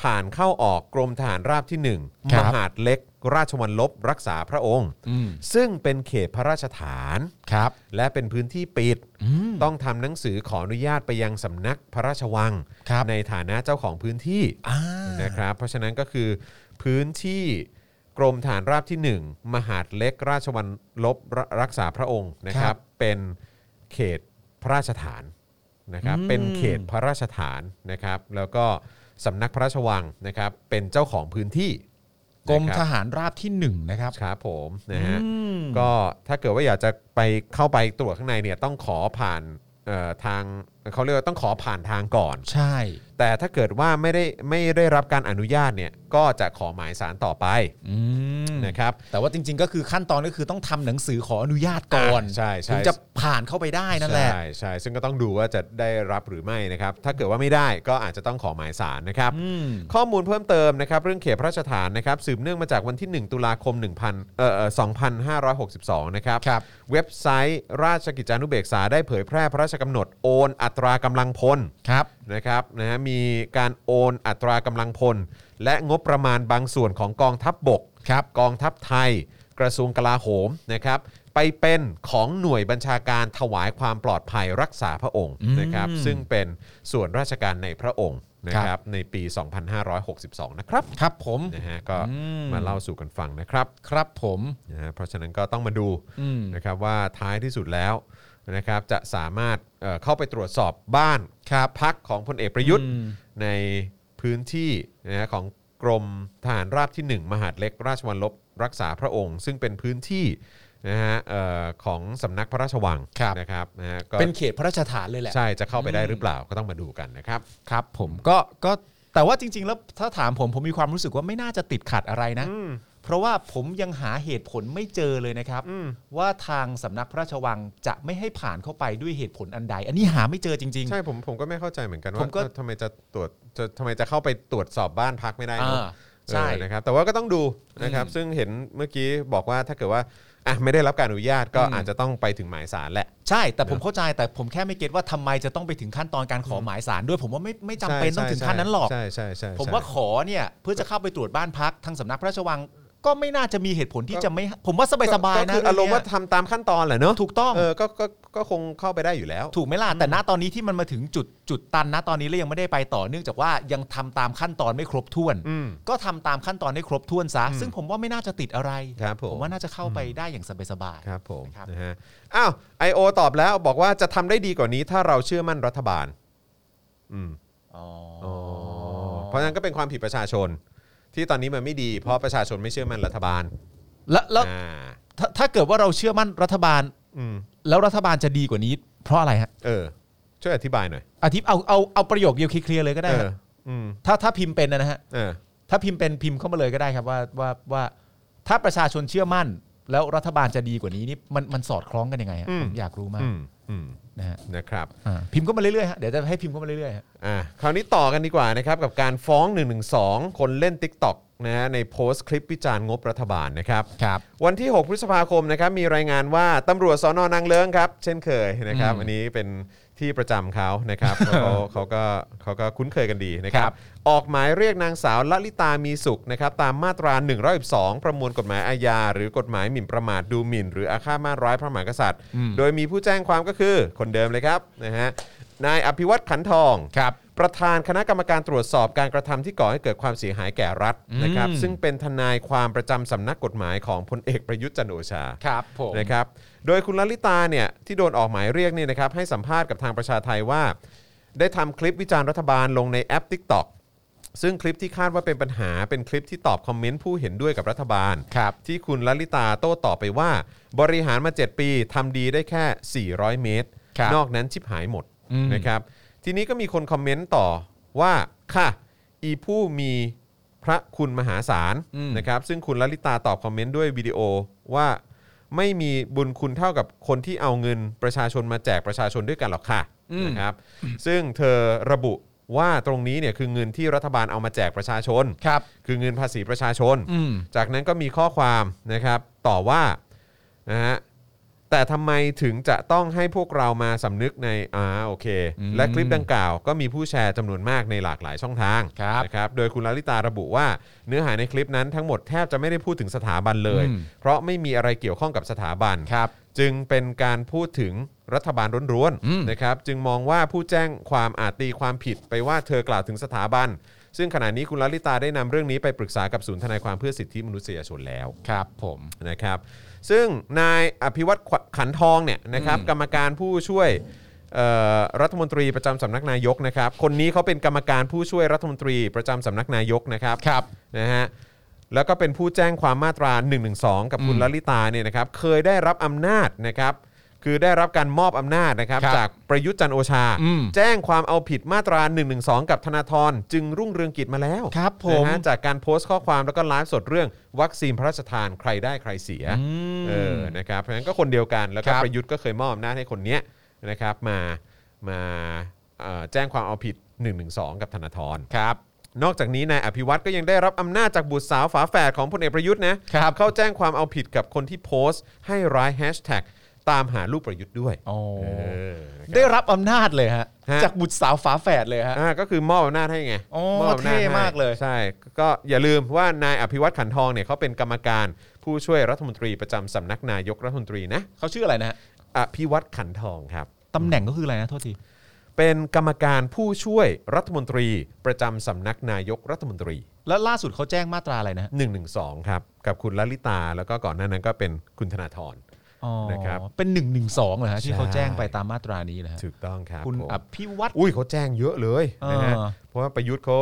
B: ผ่านเข้าออกกรมทหารราบที่ 1
C: ครั
B: ม
C: บ
B: หาดเล็ก ราชวัลลบรักษาพระองค์
C: อืม
B: ซึ่งเป็นเขตพระราชฐาน
C: ครับ
B: และเป็นพื้นที่ปิด
C: อืม
B: ต้องทำหนังสือขออนุญาตไปยังสำนักพระราชวัง
C: ครับ
B: ในฐานะเจ้าของพื้นที่
C: อ่า
B: นะครับ เพราะฉะนั้นก็คือพื้นที่กรมฐานราบที่ 1 มหาดเล็กราชวัลลบรักษาพระองค์นะครับ เป็นเขตพระราชฐานนะครับ เป็นเขตพระราชฐานนะครับ แล้วก็สำนักพระราชวังนะครับ เป็นเจ้าของพื้นที่
C: กรม
B: นะค
C: ท
B: บ
C: หารราบที่หนึ่งนะครับ
B: ครับผมนะฮะ
C: อืม
B: ก็ถ้าเกิดว่าอยากจะไปเข้าไปตรวจข้างในเนี่ยต้องขอผ่านเอ่อทางเขาเรียกว่าต้องขอผ่านทางก่อน
C: ใช่
B: แต่ถ้าเกิดว่าไม่ได้ไม่ได้รับการอนุญาตเนี่ยก็จะขอหมายสารต่อไป
C: อืม
B: นะครับ
C: แต่ว่าจริง ๆ ก็คือขั้นตอนก็คือต้องทำหนังสือขออนุญาตก่อน
B: อ่าใช่ใช่
C: ถึงจะผ่านเข้าไปได้นั่นแหละ
B: ใช่ใช่ซึ่งก็ต้องดูว่าจะได้รับหรือไม่นะครับ ถ้าเกิดว่าไม่ได้ก็อาจจะต้องขอหมายสารนะครับ
C: อืม
B: ข้อมูลเพิ่มเติมนะครับ เรื่องเขตพระราชฐานนะครับ สืบเนื่องมาจากวันที่ 1 ตุลาคม 1,000เอ่อ2,562 นะครับ
C: ครับ
B: เว็บไซต์ราชกิจจานุเบกษาได้เผยแพร่พระราชกำหนดโอนอัตรากำลังพล
C: ครับ
B: นะครับนะฮะมีการโอนอัตรากำลังพล และงบประมาณบางส่วนของกองทัพบบก
C: ครับ
B: กองทัพไทย กระทรวงกลาโหมนะครับ ไปเป็นของหน่วยบัญชาการถวายความปลอดภัยรักษาพระองค์นะครับ ซึ่งเป็นส่วนราชการในพระองค์นะค
C: ครั
B: รับบ ในปี 2562 นะครับ
C: ครับผม
B: นะฮะก็มาเล่าสู่กันฟังนะครับ
C: ครับผม
B: นะฮะเพราะฉะนั้นก็ต้องมาดู
C: อืม
B: นะครับว่าท้ายที่สุดแล้วนะครับจะสามารถเอ่อเข้าไปตรวจสอบบ้านครับพักของพลเอกประยุทธ์
C: อืม
B: ในพื้นที่นะฮะของกรมทหารราบที่ 1 มหาดเล็ก ราชวัลลบรักษาพระองค์ ซึ่งเป็นพื้นที่นะฮะเอ่อของสำนักพระราชวังนะครับนะฮะก็
C: เป็นเขตพระราชฐานเลยแหละ
B: ใช่จะเข้าไปได้หรือเปล่าก็ต้องมาดูกันนะครับ
C: ครับผมก็ก็แต่ว่าจริง ๆ แล้วถ้าถามผมผมมีความรู้สึกว่าไม่น่าจะติดขัดอะไรนะ เพราะว่าผมยังหาเหตุผลไม่เจอเลยนะครับ ว่าทางสำนักพระราชวังจะไม่ให้ผ่านเข้าไปด้วยเหตุผลอันใด อันนี้หาไม่เจอจริง
B: ใช่ผมผมก็ไม่เข้าใจเหมือนกัน
C: ผ
B: ว่าม
C: ก็
B: ทำไมจะตรวจจะทำไมจะเข้าไปตรวจสอบบ้านพักไม่ได้
C: อ่า
B: เนอะ
C: ใช่
B: เออนะครับแต่ว่าก็ต้องดูนะครับ
C: อืม
B: ซึ่งเห็นเมื่อกี้บอกว่าถ้าเกิดว่าอ่ะไม่ได้รับการอนุญาตก็
C: อืม
B: อาจจะต้องไปถึงหมายศาลแหละ
C: ใช่ แต่ผมเข้าใจแต่ผมแค่ไม่เก็ตว่าทำไมจะต้องไปถึงขั้นตอนการขอหมายสารด้วย ผมว่าไม่ไม่จำเป็นต้องถึงขั้นนั้นหรอก
B: ใช่ใช่ใช่ใช่
C: ผมว่า
B: ใช่
C: ขอเนี่ยเพื่อจะเข้าไปตรวจบ้านพักทางสำนักพระราชวัง ก็ไม่น่าจะมีเหตุผลที่จะไม่ผมว่าสบาย
B: ก็
C: ๆนะ
B: คืออารมณ์ว่า
C: เงเนี้
B: ทำตามขั้นตอนแหละเนอะ
C: ยถูกต้อง
B: เออก็ก็ก็คงเข้าไปได้อยู่แล้ว
C: ถูกไหมล่ะแต่ณตอนนี้ที่มันมาถึงจุดจุดตันนะตอนนี้แล้วยังไม่ได้ไปต่อเนื่องจากว่ายังทำตามขั้นตอนไม่ครบถ้วน
B: อืม
C: ก็ทำตามขั้นตอนให้ครบถ้วนซะซึ่งผมว่าไม่น่าจะติดอะไร
B: ครับผม
C: ว่าน่าจะเข้าไปได้อย่างสบาย
B: ครับผม
C: ครับ
B: นะฮะอ้าวไอโอตอบแล้วบอกว่าจะทำได้ดีกว่านี้ถ้าเราเชื่อมั่นรัฐบาล อืม
C: ๆอ๋อ
B: เพราะฉะนั้นก็เป็นความผิดประชาชน ที่ตอนนี้มันไม่ดีเพราะประชาชนไม่เชื่อมั่นรัฐบาล
C: แล้วแล้ว
B: อ่า
C: ถ้าถ้าเกิดว่าเราเชื่อมั่นรัฐบาล
B: อืม
C: แล้วรัฐบาลจะดีกว่านี้ เพราะอะไรฮะ
B: เออช่วยอธิบายหน่อย
C: อาทิตย์เอาเอาเอาประโยคเดียวเคลียร์ๆเลยก็ได้
B: เออ
C: ฮะ
B: อืม
C: ถ้าถ้าพิมพ์เป็นนะฮะ
B: เออ
C: ถ้าพิมพ์เป็นพิมพ์เข้ามาเลยก็ได้ครับว่าว่าว่าถ้าประชาชนเชื่อมั่น แล้วรัฐบาลจะดีกว่านี้นี่มันมันสอดคล้องกันยังไงฮะ
B: อืม
C: ผมอยากรู้มาก
B: อืมอืม
C: นะฮะ
B: นะครับ
C: อ่าพิมพ์ก็มาเรื่อยๆฮะเดี๋ยวจะให้พิมพ์ก็มาเรื่อยๆฮะ
B: อ่ะคราวนี้ต่อกันดีกว่านะครับ กับการฟ้อง 112 คนเล่น TikTok นะฮะในโพสต์คลิปวิจารณ์งบรัฐบาลนะครับ
C: ครับ
B: วันที่ 6 พฤษภาคมนะครับมีรายงานว่าตำรวจสอนอนางเลิ้งครับ เช่นเคยนะครับ
C: อืม
B: อันนี้เป็นที่ประจำเขานะครับ เขาเขาก็เขาก็คุ้นเคยกันดีนะครั
C: ครับ บ
B: ออกหมายเรียกนางสาวละลิตามีสุขนะครับตามมาตรา1 1 2 ประมวลกฎหมายอาญาหรือกฎหมายหมิ่นประมาทดูหมิ่น หรืออาฆาตมาตร้ายพระมหากษัตริย์ โดยมีผู้แจ้งความก็คือคนเดิมเลยครับนะฮะนายอภิวัตขันทอง
C: ครับ
B: ประธานคณะกรรมการตรวจสอบการกระทำที่ก่อให้เกิดความเสียหายแก่รัฐนะครับ
C: อืม
B: ซึ่งเป็นทนายความประจำสำนักกฎหมายของพลเอกประยุทธ์จันทร์โอชา
C: ครับผม
B: นะครับ โดยคุณลลิตาเนี่ยที่โดนออกหมายเรียกเนี่ยนะครับให้สัมภาษณ์กับทางประชาไทยว่า ได้ทำคลิปวิจารณ์รัฐบาลลงในแอป Tik t o k ซึ่งคลิปที่คาดว่าเป็นปัญหาเป็นคลิปที่ตอบคอมเมนต์ผู้เห็นด้วยกับรัฐบาล
C: ครับ
B: ที่คุณลลิตาโต้ตอบไปว่า บริหารมา 7 ปีทำดีได้แค่ 400 เมตร
C: ครับ
B: นอกนั้นชิบหายหมด
C: อืม
B: นะครับ ทีนี้ก็มีคนคอมเมนต์ต่อว่าค่ะ อีผู้มีพระคุณมหาศาลนะครับ ซึ่งคุณลลิตาตอบคอมเมนต์ด้วยวิดีโอว่าไม่มีบุญคุณเท่ากับคนที่เอาเงินประชาชนมาแจกประชาชนด้วยกันหรอกค่ะนะครับ ซึ่งเธอระบุว่าตรงนี้เนี่ยคือเงินที่รัฐบาลเอามาแจกประชาชน
C: ครับ
B: คือเงินภาษีประชาชน
C: อืม
B: จากนั้นก็มีข้อความนะครับต่อว่านะฮะ แต่ทำไมถึงจะต้องให้พวกเรามาสำนึกในอ่าโอเค
C: อืม
B: และคลิปดังกล่าวก็มีผู้แชร์จำนวนมากในหลากหลายช่องทาง
C: ครับ
B: นะครับ โดยคุณลลิตาระบุว่าเนื้อหาในคลิปนั้นทั้งหมดแทบจะไม่ได้พูดถึงสถาบันเลย
C: อืม
B: เพราะไม่มีอะไรเกี่ยวข้องกับสถาบัน
C: ครับ
B: จึงเป็นการพูดถึงรัฐบาลร้วน
C: อืม
B: ๆนะครับจึงมองว่าผู้แจ้งความอาจตีความผิดไปว่าเธอกล่าวถึงสถาบัน ซึ่งขณะนี้คุณลลิตาได้นำเรื่องนี้ไปปรึกษากับศูนย์ทนายความเพื่อสิทธิมนุษยชนแล้ว
C: ครับผม
B: นะครับซึ่งนายอภิวัตขวัญขันทองเนี่ยนะครับ
C: อืม
B: กรรมการผู้ช่วยเอ่อรัฐมนตรีประจำสำนักนายกนะครับคนนี้เขาเป็นกรรมการผู้ช่วยรัฐมนตรีประจำสำนักนายกนะครับ
C: ครับ
B: นะฮะแล้วก็เป็นผู้แจ้งความมาตรา1นึกับคุณ
C: อืม
B: ลลิตาเนี่ยนะครับเคยได้รับอำนาจนะครับคือได้รับการมอบอำนาจนะครับ
C: ครับ
B: จากประยุทธ์จันทร์โอชา
C: อืม
B: แจ้งความเอาผิดมาตรา1นึกับธนาธรจึงรุ่งเรืองกิจมาแล้ว
C: ครับผม
B: นะฮะจากการโพสต์ข้อความแล้วก็ไลฟ์สดเรื่องวัคซีนพระราชทานใครได้ใครเสีย
C: อืม
B: เออนะครับเพราะฉะนั้นก็คนเดียวกันแล้วก็
C: ครับ
B: ประยุทธ์ก็เคยมอบอำนาจให้คนเนี้ยนะครับมามาเอ่อแจ้งความเอาผิด 112 กับธนาธร
C: ครับ
B: นอกจากนี้นายอภิวัตรก็ยังได้รับอำนาจจากบุตรสาวฝาแฝดของพลเอกประยุทธ์นะครับ เข้าแจ้งความเอาผิดกับคนที่โพสต์ ให้ร้ายแฮชแท็กตามหาลูกประยุทธ์ด้วย
C: โอ้
B: เออนะครับ
C: ได้รับอำนาจเลยฮะ
B: ฮะ
C: จากบุตรสาวฝาแฝดเลยฮะ
B: อ่าก็คือมอบอำนาจให้ไง
C: โอ้
B: มอบอำนาจ
C: เท่มากเลย
B: ให้ใช่ก็อย่าลืมว่านายอภิวัตขันทองเนี่ยเขาเป็นกรรมการผู้ช่วยรัฐมนตรีประจำสำนักนายกรัฐมนตรีนะ
C: เขาชื่ออะไรนะฮะ
B: อภิวัตขันทองครับ
C: ตำแหน่งก็คืออะไรนะโทษที
B: เป็นกรรมการผู้ช่วยรัฐมนตรีประจำสำนักนายกรัฐมนตรี
C: แล้วล่าสุดเขาแจ้งมาตราอะไรนะฮะ
B: 112 ครับ กับคุณลลิตาแล้วก็ก่อนหน้านั้นก็เป็นคุณธนาธร
C: อ๋อ
B: นะครับ
C: เป็น1นึเหรอฮะที่เขา
B: ใช่
C: แจ้งไปตามมาตรานี้นะฮะ
B: ถูกต้องครับ
C: คุณ
B: ผม
C: อภิวัตร
B: อุ้ยเขาแจ้งเยอะเลยนะฮะ
C: เออ
B: เพราะว่าประยุทธ์เขา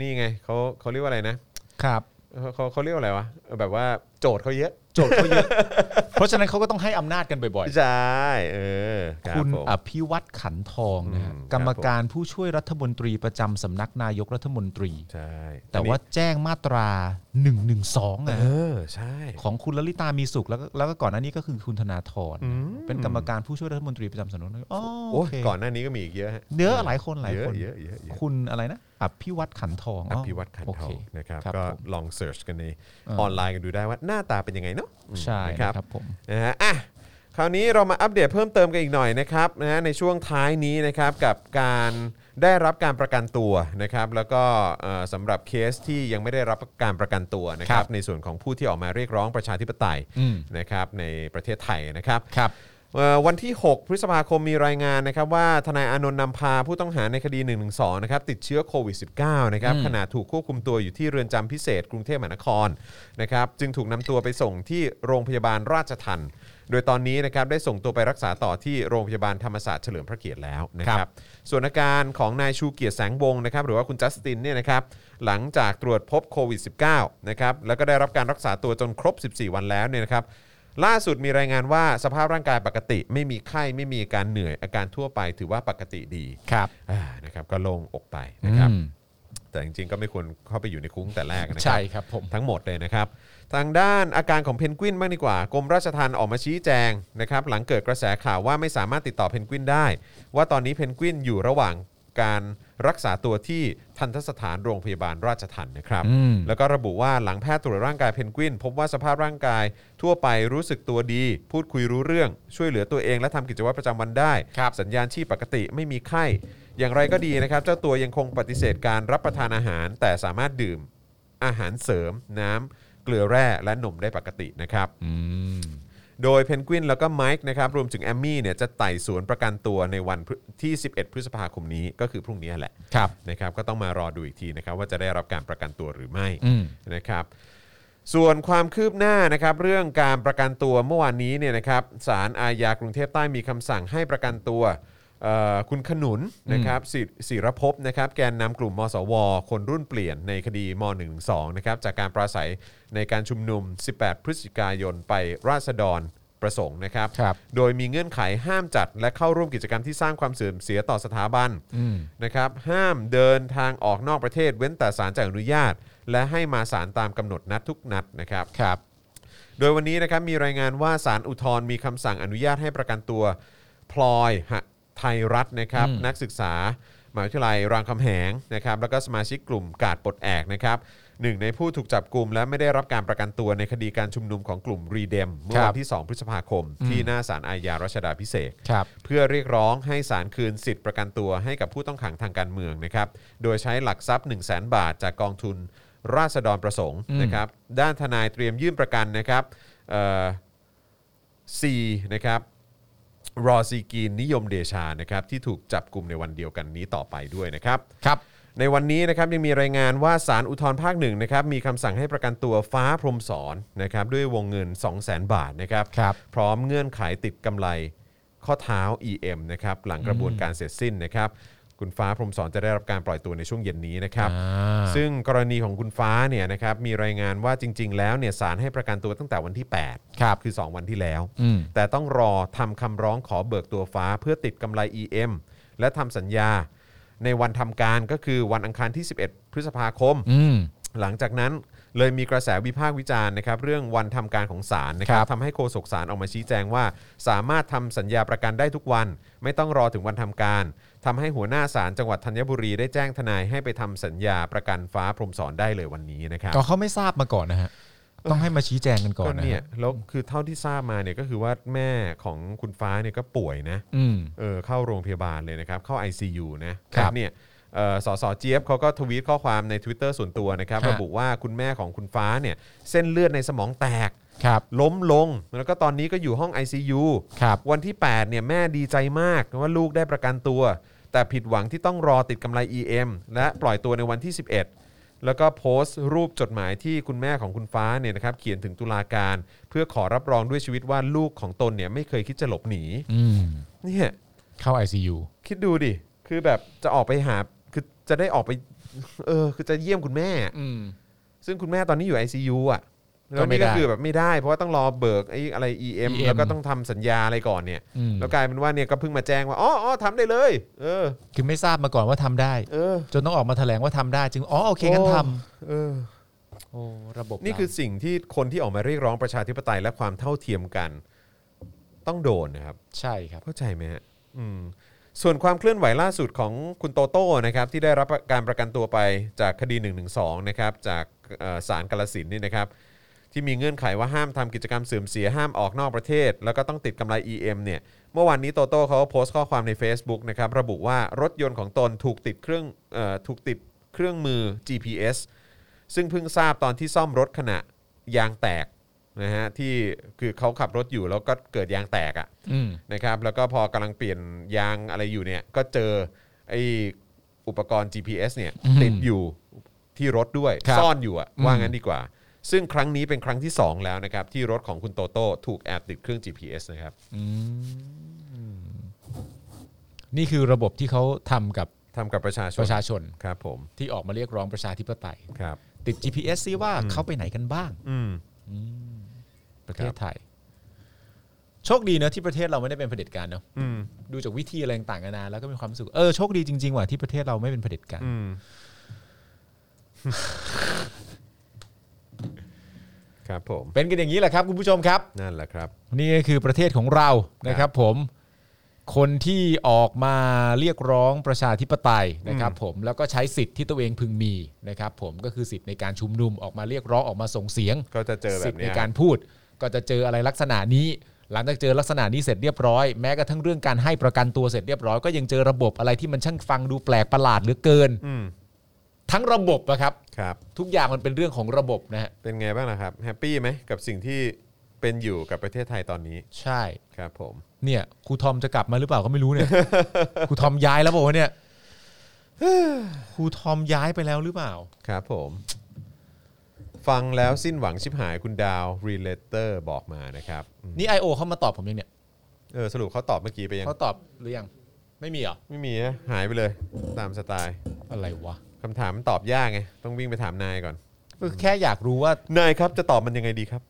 B: นี่ไงเขาเขาเรียกว่าอะไรนะ
C: ครับ
B: เขาเขาเขาเรียกว่าอะไรวะเออแบบว่าโจทย์เขาเยอะ
C: โจทย์เขาเยอะ เพราะฉะนั้นเขาก็ต้องให้อำนาจกันบ่อย
B: ใช่เออ
C: ๆ
B: คุ
C: คุณ ณอภิวัตรขันทองนะฮะ
B: อืมครับ
C: กรรมการผู้ช่วยรัฐมนตรีประจำสำนักนายกรัฐมนตรี
B: ใช่
C: แต่ว่าแจ้งมาตรา1นึ
B: เอ
C: นะฮะ
B: อใช่
C: ของคุณลลิตามีสุขแล้วก็แล้วก็ก่อนหน้านี้ก็คือคุณธนาธร
B: อืม
C: เป็นกรรมการผู้ช่วยรัฐมนตรีประจำสำนักนายกอ๋อ
B: โอ้
C: โอเค
B: ก่อนหน้านี้ก็มีอีกเยอะฮะ
C: เนื้อหลายคนหลาย
B: เย
C: ค
B: อะ
C: น
B: เยอะเยอะเยอะ
C: คุณอะไรนะอภิวัตรขันทอง
B: อภิวัตขัน
C: โ
B: ทอง
C: เ
B: นะครับ
C: ครับ
B: ก็
C: ผม
B: ลองเสิร์ชกันใน
C: เออ
B: ออนไลน์กันดูได้ว่าหน้าตาเป็นยังไงเนาะอืม
C: ใช่
B: นะ
C: ค
B: ครับ
C: รับผม
B: นะฮะอ่ะคราวนี้เรามาอัปเดตเพิ่มเติมกันอีกหน่อยนะครับนะฮะในช่วงท้ายนี้นะครับกับการได้รับการประกันตัวนะครับ แล้วก็เอ่อสำหรับเคสที่ยังไม่ได้รับการประกันตัวนะครับ ในส่วนของผู้ที่ออกมาเรียกร้องประชาธิปไตย
C: อืม
B: นะครับในประเทศไทยนะครับ
C: ครับ
B: เอ่อวันที่ 6 พฤษภาคมมีรายงานนะครับว่าทนายอานนท์นำพาผู้ต้องหาในคดี 1 1 2นะครับติดเชื้อโควิด -19 นะครับ
C: อืม
B: ขณะถูกควบคุมตัวอยู่ที่เรือนจำพิเศษกรุงเทพมหานครนะครับจึงถูกนำตัวไปส่งที่โรงพยาบาลราชทันโดยตอนนี้นะครับได้ส่งตัวไปรักษาต่อที่โรงพยาบาลธรรมศาสตร์เฉลิมพระเกียรติแล้วนะครับส่วนอาการของนายชูเกียรติแสงวงศ์นะครับหรือว่าคุณจัสตินเนี่ยนะครับหลังจากตรวจพบโควิด -19 นะครับแล้วก็ได้รับการรักษาตัวจนครบ 14 วันแล้วเนี่ยนะครับ ล่าสุดมีรายงานว่าสภาพร่างกายปกติ ไม่มีไข้ไม่มีอาการเหนื่อย อาการทั่วไปถือว่าปกติดี
C: ครับ
B: อ่านะครับก็โล่งอกไป
C: นะ
B: นะค
C: ครั
B: รับ
C: บ
B: แต่จริงๆก็ไม่ควรเข้าไปอยู่ในคุกตั้งแต่แรกนะครั
C: ใช่ครับผม
B: ทั้งหมดเลยนะครับ ทางด้านอาการของเพนกวินบ้างดีกว่ากรมราชทัณฑ์ออกมาชี้แจงนะครับหลังเกิดกระแสข่าวว่าไม่สามารถติดต่อเพนกวินได้ ว่าตอนนี้เพนกวินอยู่ระหว่างการรักษาตัวที่ทันตสถานโรงพยาบาลราชทัณฑ์นะครับ
C: อืม
B: แล้วก็ระบุว่าหลังแพทย์ตรวจร่างกายเพนกวิน พบว่าสภาพร่างกายทั่วไปรู้สึกตัวดี พูดคุยรู้เรื่อง ช่วยเหลือตัวเองและทำกิจวัตรประจำวันได้
C: ครับ
B: สัญญาณชีพปกติไม่มีไข้ อย่างไรก็ดีนะครับ เจ้าตัวยังคงปฏิเสธการรับประทานอาหาร แต่สามารถดื่มอาหารเสริม น้ำเกลือแร่และนมได้ปกตินะครับ
C: อืม
B: โดยเพนกวินแล้วก็ไมค์นะครับรวมถึงแอมมี่เนี่ยจะไต่สวนประกันตัวในวันพฤที่ 11 พฤษภาคมนี้ก็คือพรุ่งนี้แหละ
C: ครับ
B: นะครับก็ต้องมารอดูอีกทีนะครับว่าจะได้รับการประกันตัวหรือไม่
C: อืม
B: นะครับ ส่วนความคืบหน้านะครับเรื่องการประกันตัวเมื่อวานนี้เนี่ยนะครับศาลอาญากรุงเทพใต้มีคำสั่งให้ประกันตัวเอ่อคุณขนุนนะครับศิศิรภพนะครับแกนนำกลุ่มมสว คนรุ่นเปลี่ยนในคดีม .112 นะครับจากการปราศัยในการชุมนุม 18 พฤศจิกายนไปราษฎรประสงค์นะครับ
C: ครับ
B: โดยมีเงื่อนไขห้ามจัด และเข้าร่วมกิจกรรมที่สร้างความเสื่อมเสียต่อสถาบัน
C: อืม
B: นะครับห้ามเดินทางออกนอกประเทศเว้นแต่ศาลจะอนุญาต และให้มาศาลตามกำหนดนัดทุกนัดนะครับ
C: ครับ
B: โดยวันนี้นะครับมีรายงานว่าศาลอุทธรณ์มีคำสั่งอนุญาตให้ประกันตัวพลอยหะไทยรัฐนะครับ
C: อืม
B: นักศึกษามหาวิทยาลัยรามคำแหงนะครับแล้วก็สมาชิกกลุ่มกาดปลดแอกนะครับ หนึ่งในผู้ถูกจับกลุ่มและไม่ได้รับการประกันตัวในคดีการชุมนุมของกลุ่มรีเดมเมื่อ
C: ครั
B: วั
C: บ
B: นที่ 2 พฤษภาคม ที่หน้าศาลอาญารัชดาพิเศษก
C: ครับ
B: เพื่อเรียกร้องให้ศาลคืนสิทธิ์ประกันตัวให้กับผู้ต้องขังทางการเมืองนะครับโดยใช้หลักทรัพย์ 1 0 0 0 0แบาท จากกองทุนราษฎรประสงค์นะครับด้านทนายเตรียมยื่นประกันนะครับเอ่อ C นะครับ รอซีกีนนิยมเดชานะครับที่ถูกจับกลุ่มในวันเดียวกันนี้ต่อไปด้วยนะครับ
C: ครับ
B: ในวันนี้นะครับยังมีรายงานว่าสารอุทธรภาคหนึ่งนะครับมีคำสั่งให้ประกันตัวฟ้าพรหมสอนนะครับด้วยวงเงิน 200,000 บาทนะครับ
C: ครับ
B: พร้อมเงื่อนไขติดกำไรข้อเท้า EM นะครับหลังกระบวนการเสร็จสิ้นนะครับคุณฟ้าพรหมสอนจะได้รับการปล่อยตัวในช่วงเย็นนี้นะครับ
C: อ่า
B: ซึ่งกรณีของคุณฟ้าเนี่ยนะครับมีรายงานว่าจริง ๆ แล้วเนี่ยศาลให้ประกันตัวตั้งแต่วันที่ 8
C: ครับ
B: คือ 2 วันที่แล้ว
C: อืม
B: แต่ต้องรอทำคำร้องขอเบิกตัวฟ้าเพื่อติดกำไร EM และทำสัญญา ในวันทำการก็คือวันอังคารที่ 11 พฤษภาคม
C: อืม
B: หลังจากนั้นเลยมีกระแสวิพากษ์วิจารณ์นะครับเรื่องวันทำการของศาลนะครั
C: ครับ บ
B: ทำให้โฆษกศาลออกมาชี้แจงว่า สามารถทำสัญญาประกันได้ทุกวัน ไม่ต้องรอถึงวันทำการทำให้หัวหน้าศาลจังหวัดธัญบุรีได้แจ้งทนายให้ไปทำสัญญาประกันฟ้าพรหมสอนได้เลยวันนี้นะครับ
C: ก็เขาไม่ทราบมาก่อนนะฮะต้องให้มาชี้แจงกันก่อน
B: ก็
C: นะ
B: เนี่ย
C: ฮะ
B: แล้วคือเท่าที่ทราบมาเนี่ยก็คือว่าแม่ของคุณฟ้าเนี่ยก็ป่วยนะ
C: อืม
B: เออเข้าโรงพยาบาลเลยนะครับ เข้า ICU นะครับ เนี่ยเอ่อสสเจี๊ยบเขาก็ทวีตข้อความใน Twitter ส่วนตัวนะครับ
C: ฮะ
B: ระบุว่าคุณแม่ของคุณฟ้าเนี่ย เส้นเลือดในสมองแตก
C: ครับ
B: ล้มลง แล้วก็ตอนนี้ก็อยู่ห้อง ICU
C: ครับ
B: วันที่ 8 เนี่ย แม่ดีใจมากว่าลูกได้ประกันตัว แต่ผิดหวังที่ต้องรอติดกำไร EM และปล่อยตัวในวันที่ 11 แล้วก็โพสต์รูปจดหมายที่คุณแม่ของคุณฟ้าเนี่ยนะครับเขียนถึงตุลาการ เพื่อขอรับรองด้วยชีวิตว่าลูกของตนเนี่ยไม่เคยคิดจะหลบหนี
C: อืม
B: เนี่ย
C: เข้า ICU
B: คิดดูดิ คือแบบจะออกไปหา คือจะได้ออกไป เออ คือจะเยี่ยมคุณแม่
C: อืม
B: ซึ่งคุณแม่ตอนนี้อยู่ ICU อ่ะ แล้
C: ก็
B: ว
C: ไม่
B: นี่
C: ได้
B: ก็คือแบบไม่ได้ เพราะว่าต้องรอเบิกไอ้อะไร EM,
C: EM
B: แล้วก็ต้องทำสัญญาอะไรก่อนเนี่ย
C: อืม
B: แล้วกลายเป็นว่าเนี่ยก็เพิ่งมาแจ้งว่า อ๋ออ๋อทำได้เลย เออ
C: คือไม่ทราบมาก่อนว่าทำได้
B: เออ
C: จนต้องออกมาแถลงว่าทำได้ จึง อ๋อ โอเคงั้นท
B: เออ
C: ำโอ้ระบบ
B: นี่คือสิ่งที่คนที่ออกมาเรียกร้องประชาธิปไตยและความเท่าเทียมกัน ต้องโดนนะครับ
C: ใช่ครับ
B: เข้าใจไหมฮะอืมส่วนความเคลื่อนไหวล่าสุดของคุณโตโต้นะครับที่ได้รับการประกันตัวไปจากคดี1นึนะครับจากเอ่อศาลกาลสินธุ์นี่นะครับที่มีเงื่อนไขว่าห้ามทำกิจกรรมเสื่อมเสียห้ามออกนอกประเทศ แล้วก็ต้องติดกำไร EM เนี่ยเมื่อวานนี้โตโต้เขาโพสต์ข้อความใน Facebook นะครับระบุว่ารถยนต์ของตนถูกติดเครื่องเอ่อถูกติดเครื่องมือ GPS ซึ่งเพิ่งทราบตอนที่ซ่อมรถขณะยางแตกนะฮะที่คือเขาขับรถอยู่แล้วก็เกิดยางแตกอ่ะ
C: อืม
B: นะครับแล้วก็พอกำลังเปลี่ยนยางอะไรอยู่เนี่ยก็เจอไออุปกรณ์ GPS เนี่ย
C: อืม
B: ติดอยู่ที่รถด้วย
C: ครับ
B: ซ่อนอยู่อะ
C: อืม
B: ว่างั้นดีกว่า ซึ่งครั้งนี้เป็นครั้งที่ 2 แล้วนะครับ ที่รถของคุณโตโต้ถูกแอบติดเครื่อง GPS นะครับ
C: อืม นี่คือระบบที่เขาทำกับ
B: ทำกับประชาชน
C: ประชาชน
B: ครับผม
C: ที่ออกมาเรียกร้องประชาธิปไตย
B: ครับ
C: ติด GPS ซิว่าเขาไปไหนกันบ้าง
B: อืม
C: ประเทศไทย โชคดีเนอะที่ประเทศเราไม่ได้เป็นเผด็จการเนอะ
B: อืม
C: ดูจากวิธีอะไรต่างๆนานาแล้วก็มีความรู้สึกเออโชคดีจริงๆว่ะที่ประเทศเราไม่เป็นเผด็จการ
B: อืม ครับผม
C: เป็นกันอย่างนี้แหละครับ คุณผู้ชมครับ
B: นั่นแหละครับ
C: นี่ก็คือประเทศของเรานะครับ ผม คนที่ออกมาเรียกร้องประชาธิปไตยนะครับ ผมแล้วก็ใช้สิทธิ์ที่ตัวเองพึงมีนะครับ ผมก็คือสิทธิ์ในการชุมนุมออกมาเรียกร้องออกมาส่งเสียง
B: ก็จะเจอแบ
C: สิท
B: บ
C: ธิ์ใน
B: เนี้ย
C: การพูดก็จะเจออะไรลักษณะนี้ หลังจากเจอลักษณะนี้เสร็จเรียบร้อย แม้กระทั่งเรื่องการให้ประกันตัวเสร็จเรียบร้อยก็ยังเจอระบบอะไรที่มันช่างฟังดูแปลกประหลาดเหลือเกิน
B: อืม
C: ทั้งระบบนะครับ
B: ครับ
C: ทุกอย่างมันเป็นเรื่องของระบบนะฮะ
B: เป็นไงบ้างล่ะครับแฮปปี้ไหมกับสิ่งที่เป็นอยู่กับประเทศไทยตอนนี้
C: ใช่
B: ครับผม
C: เนี่ยครูทอมจะกลับมาหรือเปล่าก็ไม่รู้เนี่ย ครูทอมย้ายแล้วเปล่าวะเนี่ย ครูทอมย้ายไปแล้วหรือเปล่า
B: ครับผม ฟังแล้วสิ้นหวังชิบหายคุณดาวรีเลเตอร์บอกมานะครับอืม
C: นี่ I.O. เขามาตอบผมยังเนี่ย
B: เออสรุปเขาตอบเมื่อกี้ไปยัง
C: เขาตอบหรือยังไม่มีเหรอ
B: ไม่มีนะหายไปเลย ตามสไตล์
C: อะไรวะ
B: คำถามมันตอบยากไง ต้องวิ่งไปถามนายก่อน
C: คือแค่อยากรู้ว่าน
B: ายครับจะตอบมันยังไงดีครับ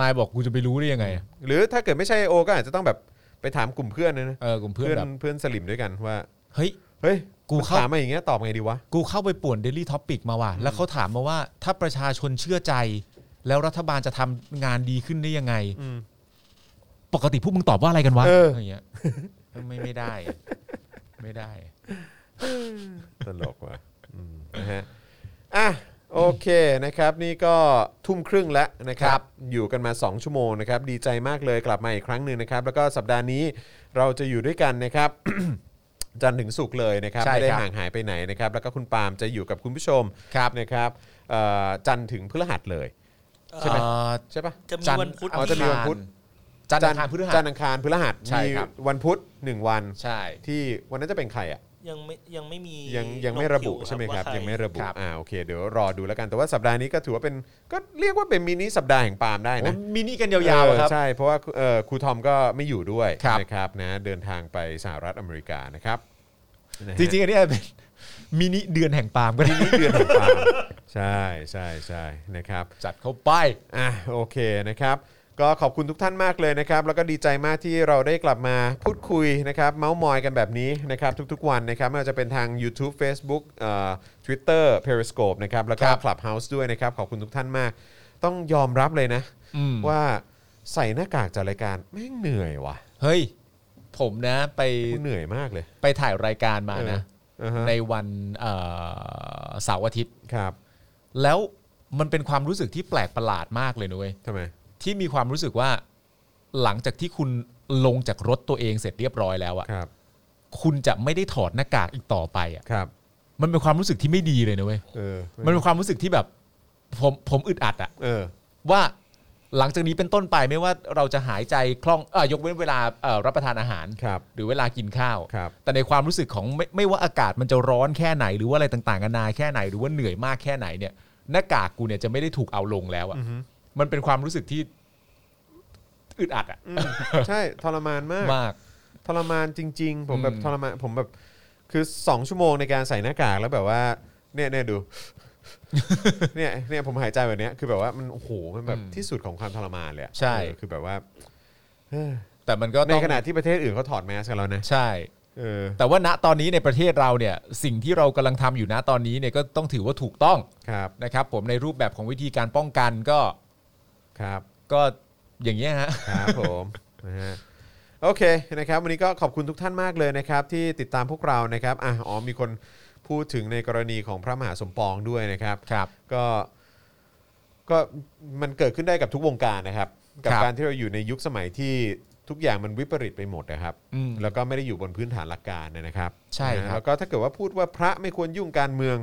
C: นายบอกกูจะไปรู้ได้ยังไงอะ
B: หรือถ้าเกิดไม่ใช่โอก็อาจจะต้องแบบไปถามกลุ่มเพื่อนนะนะ
C: เออกลุ่มเพื่อนแบบ
B: เพื่อนสลิมด้วยกันว่า
C: เฮ้ย
B: เฮ้ย
C: กูเข้า
B: ถามมาอย่างเงี้ยตอบไงดีวะ
C: กูเข้าไปป่วน Daily Topic มาว่ะ แล้วเขาถามมาว่า ถ้าประชาชนเชื่อใจ แล้วรัฐบาลจะทำงานดีขึ้นได้ยังไง
B: อืม
C: ปกติพวกมึงตอบว่าอะไรกันวะ
B: เออ
C: ย่างเงี้ยไม่ไม่ได้ ไม่ได้
B: ตลกว่ะอืมนะฮะ อ่ะ โอ เคนะครับนี่ก็ทุ่มครึ่งแล้วนะครับ อยู่กันมา 2 ชั่วโมงนะครับ ดีใจมากเลยกลับมาอีกครั้งหนึ่งนะครับ แล้วก็สัปดาห์นี้เราจะอยู่ด้วยกันนะครับ จันทร์ถึงสุกร์เลยนะครับ
C: ใช่ครับ
B: ไม่ได้ห่างหายไปไหนนะครับ แล้วก็คุณปาล์มจะอยู่กับคุณผู้ชม
C: ครับ
B: นะครับเอ่อจันทร์ถึงพฤหัสเลย ใช่ไหม
C: เอ่อ
B: ใช่ปะ
D: จะมี
C: จันทร์
D: วันพุธ
B: อ๋อจะมีวันพุธ
C: จันทร์อังคารพฤหัส
B: จันทร์อังคารพฤหัส
C: ใช่
B: มี
C: ครับ
B: วันพุธหนึ่งวัน
C: ใช่
B: ที่วันนั้นจะเป็นใครอ่ะ
D: ยังไม่ยังไม่มี
B: ยังยังไม่ระบุใช่ไหมครับ
D: ว่า
B: ยังไม่ระบุ
C: ครับ
B: อ่าโอเคเดี๋ยวรอดูแล้วกันแต่ว่าสัปดาห์นี้ก็ถือว่าเป็นก็เรียกว่าเป็นมินิสัปดาห์แห่งปาล์มได้นะ
C: มินิกันยาวๆอะครับ
B: เออใช่เพราะว่าเอ่อครูทอมก็ไม่อยู่ด้วย
C: ครับ
B: นะครับนะเดินทางไปสหรัฐอเมริกานะครับนะฮะ
C: จ ริงๆอันนี้อาจเป็นมินิเดือนแห่งปาล์มก็ได้
B: มินิเดือนแห่งปาล์มใช่ใช่ใช่นะครับ
C: จัดเข้าไป
B: อ่ะโอเคนะครับก็ขอบคุณทุกท่านมากเลยนะครับ แล้วก็ดีใจมากที่เราได้กลับมาพูดคุยนะครับ เมาส์มอยกันแบบนี้นะครับ ทุกๆวันนะครับไม่ว่าจะเป็นทาง YouTube Facebook เอ่อ Twitter Periscope นะครับแล้วก็
C: ครับ
B: Clubhouse ด้วยนะครับ ขอบคุณทุกท่านมาก ต้องยอมรับเลยนะ
C: อืม
B: ว่าใส่หน้ากากจัดรายการแม่งเหนื่อยว่ะ
C: เฮ้ย ผมนะไป
B: เหนื่อยมากเลย
C: ไปถ่ายรายการมานะ
B: เอออ่าฮะ
C: ในวันเอ่อเสาร์อาทิตย์
B: ครับ
C: แล้วมันเป็นความรู้สึกที่แปลกประหลาดมากเลยนุ้ย
B: ทำไม
C: ที่มีความรู้สึกว่าหลังจากที่คุณลงจากรถตัวเองเสร็จเรียบร้อยแล้วอะ
B: ครับ
C: คุณจะไม่ได้ถอดหน้ากากอีกต่อไปอะ
B: ครับ
C: มันเป็นความรู้สึกที่ไม่ดีเลยนะเว้ย
B: เออ
C: มันเป็นความรู้สึกที่แบบผมผมอึดอัดอะ
B: เออ
C: ว่าหลังจากนี้เป็นต้นไปไม่ว่าเราจะหายใจคล่องเออยกเว้นเวลาเอ่อรับประทานอาหาร
B: ครับ
C: หรือเวลากินข้าว
B: ครับ
C: แต่ในความรู้สึกของไม่ไม่ว่าอากาศมันจะร้อนแค่ไหนหรือว่าอะไรต่างๆกันานาแค่ไหนหรือว่าเหนื่อยมากแค่ไหนเนี่ยหน้ากากกูเนี่ยจะไม่ได้ถูกเอาลงแล้ว
B: อือ
C: อะ่ะ
B: ฮึ
C: มันเป็นความรู้สึกที่อึดอัดอะ
B: อืมใช่ทรมานมาก
C: มาก
B: ทรมานจริง ๆ ผมแบบ
C: อืม
B: ทรมานผมแบบคือ 2 ชั่วโมงในการใส่หน้ากากแล้วแบบว่าเนี่ยเนี่ยดู เนี่ยเนี่ยผมหายใจแบบเนี้ยคือแบบว่ามันโอ้โหมันแบบที่สุดของความทรมานเลยอะ
C: ใช่
B: เออคือแบบว่าเอ้อ
C: แต่มันก็
B: ใน
C: ต้อง
B: ขณะที่ประเทศอื่นเขาถอดแมสกันแล้วนะ
C: ใช่
B: เออ
C: แต่ว่าณตอนนี้ในประเทศเราเนี่ยสิ่งที่เรากำลังทำอยู่ณตอนนี้เนี่ยก็ต้องถือว่าถูกต้อง
B: ครับ
C: นะครับ ผมในรูปแบบของวิธีการป้องกันก็
B: ครับ
C: ก็อย่างเงี้ยฮะ
B: ครับผม นะฮะโอเคนะครับวันนี้ก็ขอบคุณทุกท่านมากเลยนะครับ ที่ติดตามพวกเรานะครับอ่ะอ๋อมีคนพูดถึงในกรณีของพระมหาสมปองด้วยนะครับ
C: ครับ
B: ก็ก็มันเกิดขึ้นได้กับทุกวงการนะครับ กับ
C: ครับ
B: การที่เราอยู่ในยุคสมัยที่ทุกอย่างมันวิปริตไปหมดนะครับ
C: อืม
B: แล้วก็ไม่ได้อยู่บนพื้นฐานหลักการนะครับ
C: ใช่ครับ
B: นะแล้วก็ถ้าเกิดว่าพูดว่าพระไม่ควรยุ่งการเมือง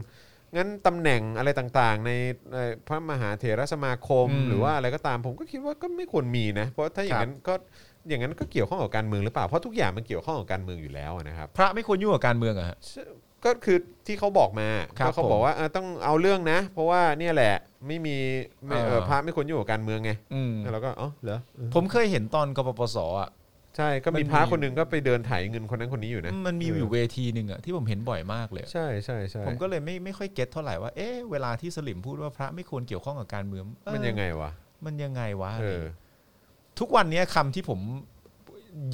B: งั้นตำแหน่งอะไรต่างๆ ในในพระมหาเถรสมาคม หรือว่าอะไรก็ตามผมก็คิดว่าก็ไม่ควรมีนะ เพราะถ้าอย่างนั้นก็อย่างนั้นก็เกี่ยวข้องกับการเมืองหรือเปล่าเพราะทุกอย่างมันเกี่ยวข้องกับการเมืองอยู่แล้วนะครับ
C: พระไม่ควรยุ่งกับการเมืองอะฮะ
B: ก็คือที่เขาบอกมา
C: ครับ
B: ก็เขาบอกว่าเออต้องเอาเรื่องนะ เพราะว่าเนี่ยแหละไม่มีไม่เออ
C: เออ
B: พระไม่ควรอยู่งกับการเมืองไง
C: อืม
B: แล้วเราก็อ๋อเหรอเออ
C: ผมเคยเห็นตอนกปปสอ่ะ
B: ใช่ก็
C: มันมี
B: มีพระคนหนึ่งก็ไปเดินไถเงินคนนั้นคนนี้อยู่นะ
C: มันมีอยู่
B: เ
C: เวทีหนึ่งอะที่ผมเห็นบ่อยมากเลยอะ
B: ใช่ใช่ใช่
C: ผมก็เลยไม่ไม่ค่อยเก็ตเท่าไหร่ว่า เอ๊ะเวลาที่สลิมพูดว่าพระไม่ควรเกี่ยวข้องกับการเมืองเอ้อ
B: มันยังไงวะ
C: มันยังไงวะ
B: เออ
C: ทุกวันเนี้ยคำที่ผม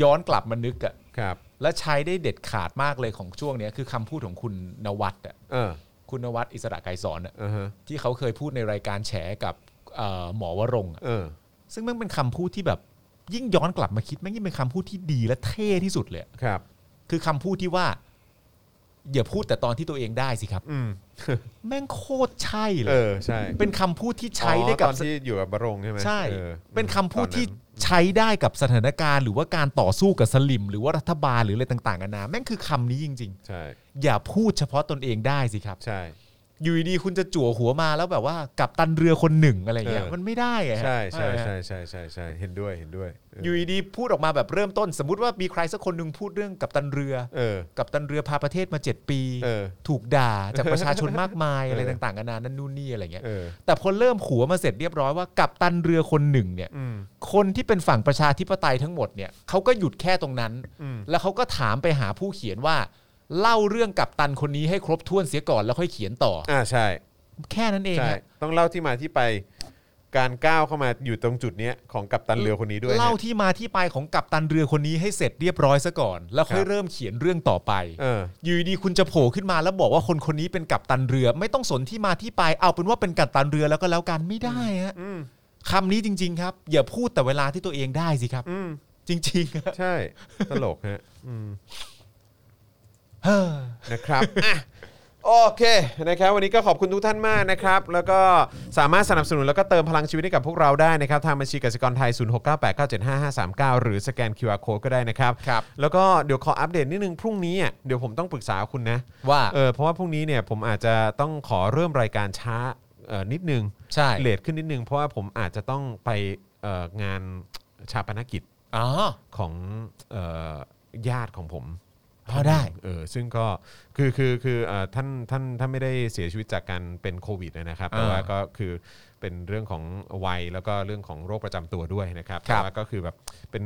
C: ย้อนกลับมานึกอะ
B: ครับ
C: และใช้ได้เด็ดขาดมากเลยของช่วงเนี้ยคือคำพูดของคุณนวัดอะ
B: เออ
C: คุณนวัดอิสระไกรสอนอะ
B: อ่าฮะ
C: ที่เขาเคยพูดในรายการแฉกับเอ่อหมอวรงค์อะ
B: เออ
C: ซึ่งมันเป็นคำพูดที่แบบ ยิ่งย้อนกลับมาคิดแมันยิ่งเป็นคำพูดที่ดีและเท่ที่สุดเลยอะ
B: ครับ
C: คือคำพูดที่ว่า อย่าพูดแต่ตอนที่ตัวเองได้สิครับ
B: อืม
C: แม่งโคตรใช่เล
B: เอย อใช่
C: เป็นคำพูดที่ใช้
B: อ๋อ
C: ได้กับ
B: ตอนที่อยู่กับบรงค์ใช่ไหม
C: ใช่
B: ออ
C: เป็นคำพูดที่
B: ตอนนั้น
C: ใช้ได้กับสถานการณ์หรือว่าการต่อสู้กับสลิม หรือว่ารัฐบาลหรืออะไรต่างๆกันานะแม่งคือคำนี้จริง
B: ใช่
C: ๆ อย่าพูดเฉพาะตนเองได้สิครับ
B: ใช่
C: อยู่ดีๆคุณจะจั่วหัวมาแล้วแบบว่ากับตันเรือคนหนึ่งอะไรอย่างเงี้ย
B: เออ
C: มันไม่ได้ไงฮะ
B: ใช่ใช่
C: ไหมฮะ
B: ใช่ใช่ใช่ใช่เห็นด้วยเห็นด้วยเออ
C: อยู่ดีๆพูดออกมาแบบเริ่มต้น สมมติว่ามีใครสักคนหนึ่งพูดเรื่องกับตันเรือ
B: เออ
C: กับตันเรือพาประเทศมา 7 ปี
B: เออ
C: ถูกด่าจากประชาชนมากมายอะไร
B: เออ
C: ต่างๆกันานานั่นนู่นนี่อะไรเงี้ย
B: เออ
C: แต่พอเริ่มหัวมาเสร็จเรียบร้อยว่ากับตันเรือคนหนึ่งเนี่ย
B: อืม
C: คนที่เป็นฝั่งประชาธิปไตยทั้งหมดเนี่ยเขาก็หยุดแค่ตรงนั้น
B: อืม
C: แล้วเขาก็ถามไปหาผู้เขียนว่า เล่าเรื่องกับตันคนนี้ให้ครบถ้วนเสียก่อนแล้วค่อยเขียนต่อ
B: อ่าใช่
C: แค่นั้นเอง
B: ใช่
C: ฮะ
B: ต้องเล่าที่มาที่ไปการก้าวเข้ามาอยู่ตรงจุดเนี้ยของกัปตันเรือคนนี้ด้วย
C: เล่า
B: ฮะ
C: ที่มาที่ไปของกับตันเรือคนนี้ให้เสร็จเรียบร้อยซะก่อน แล้วค่อ
B: ค
C: ย
B: รับ
C: เริ่มเขียนเรื่องต่อไป
B: เออ
C: อยู่ดีๆคุณจะโผล่ขึ้นมาแล้วบอกว่าคนคนนี้เป็นกัปตันเรือ ไม่ต้องสนที่มาที่ไปเอาเป็นว่าเป็นกัปตันเรือแล้วก็แล้วกันไม่ได้ฮะ
B: อืม
C: คำนี้จริง ๆ ครับ อย่าพูดแต่เวลาที่ตัวเองได้สิครับ
B: อืม
C: จริงๆฮะ
B: ใช่ ตลกฮะอืม
C: เฮ้อ
B: นะครับอ่ะ โอเคนะครับวันนี้ก็ขอบคุณทุกท่านมากนะครับ แล้วก็สามารถสนับสนุนแล้วก็เติมพลังชีวิตให้กับพวกเราได้นะครับ ทางบัญชีกสิกรไทย 0698975539 หรือสแกน QR Code ก็ได้นะครับ
C: ครับ
B: แล้วก็เดี๋ยวขออัปเดตนิดนึง พรุ่งนี้อ่ะเดี๋ยวผมต้องปรึกษาคุณนะ
C: ว่า
B: เออเพราะว่าพรุ่งนี้เนี่ยผมอาจจะต้องขอเริ่มรายการช้าเอ่อนิดนึง
C: ใช่
B: เลทขึ้นนิดนึง เพราะว่าผมอาจจะต้องไปเอ่องานชาปนกิจ
C: อ๋อ
B: ของเอ่อญาติของผม
C: พอได้
B: เออซึ่งก็คือคือคือเอ่อท่านท่านท่านไม่ได้เสียชีวิตจากการเป็นโควิดนะครับแต่
C: อ่า
B: ว่าก็คือเป็นเรื่องของวัยแล้วก็เรื่องของโรคประจำตัวด้วยนะครับ
C: ครั
B: แต่
C: บ
B: ว่าก็คือแบบเป็น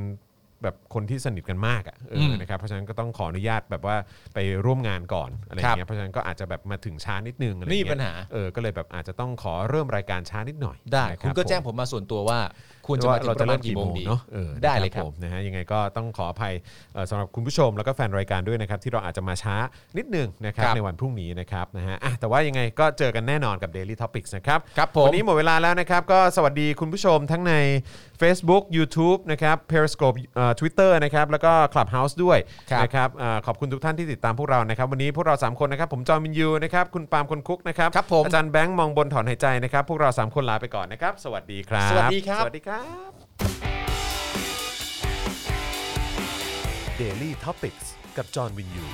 B: แบบคนที่สนิทกันมากอ่ะเออ
C: ม
B: นะครับเพราะฉะนั้นก็ต้องขออนุญาตแบบว่าไปร่วมงานก่อนอะไรอย่างเงี้ยเพราะฉะนั้นก็อาจจะแบบมาถึงช้านิดนึงอะไร
C: ไม่มี
B: เงี้ย
C: ปัญหา
B: เออก็เลยแบบอาจจะต้องขอเริ่มรายการช้านิดหน่อย
C: ได้
B: นะ
C: คุณ
B: รับ
C: ก็แจ้ง
B: ผม
C: ผมมาส่วนตัวว่า คุณจะมาถึงประมาณกี่โมงดี
B: เนาะออ
C: ได้เลยครับ
B: ผมนะฮะยังไงก็ต้องขออภัยเอ่อสำหรับคุณผู้ชมแล้วก็แฟนรายการด้วยนะครับ ที่เราอาจจะมาช้านิดหนึงนะครับ
C: ครับ
B: ในวันพรุ่งนี้นะครับนะฮะอ่ะแต่ว่ายังไงก็เจอกันแน่นอนกับ Daily Topics นะครับ
C: ครับผม
B: วันี้หมดเวลาแล้วนะครับ ก็สวัสดีคุณผู้ชมทั้งใน Facebook YouTube นะครับ Periscope เอ่อ Twitter นะครับแล้วก็ Clubhouse ด้วย
C: ครับ
B: นะครับเอ่อขอบคุณทุกท่านที่ติดตามพวกเรานะครับ วันนี้พวกเราสามคนนะครับผมจอมินยูนะครับคุณปาล์มคนคุกนะครับ
C: ครับผม
B: อาจารย์แบงค์มองบนถอนหายใจนะครับ พวกเรา 3 คนลาไปก่อนนะครับ สวัสดีครับ
C: สวัสดีครับ
B: สวัสดีครับ
A: Daily t o p i c กกับจอห์นวินยู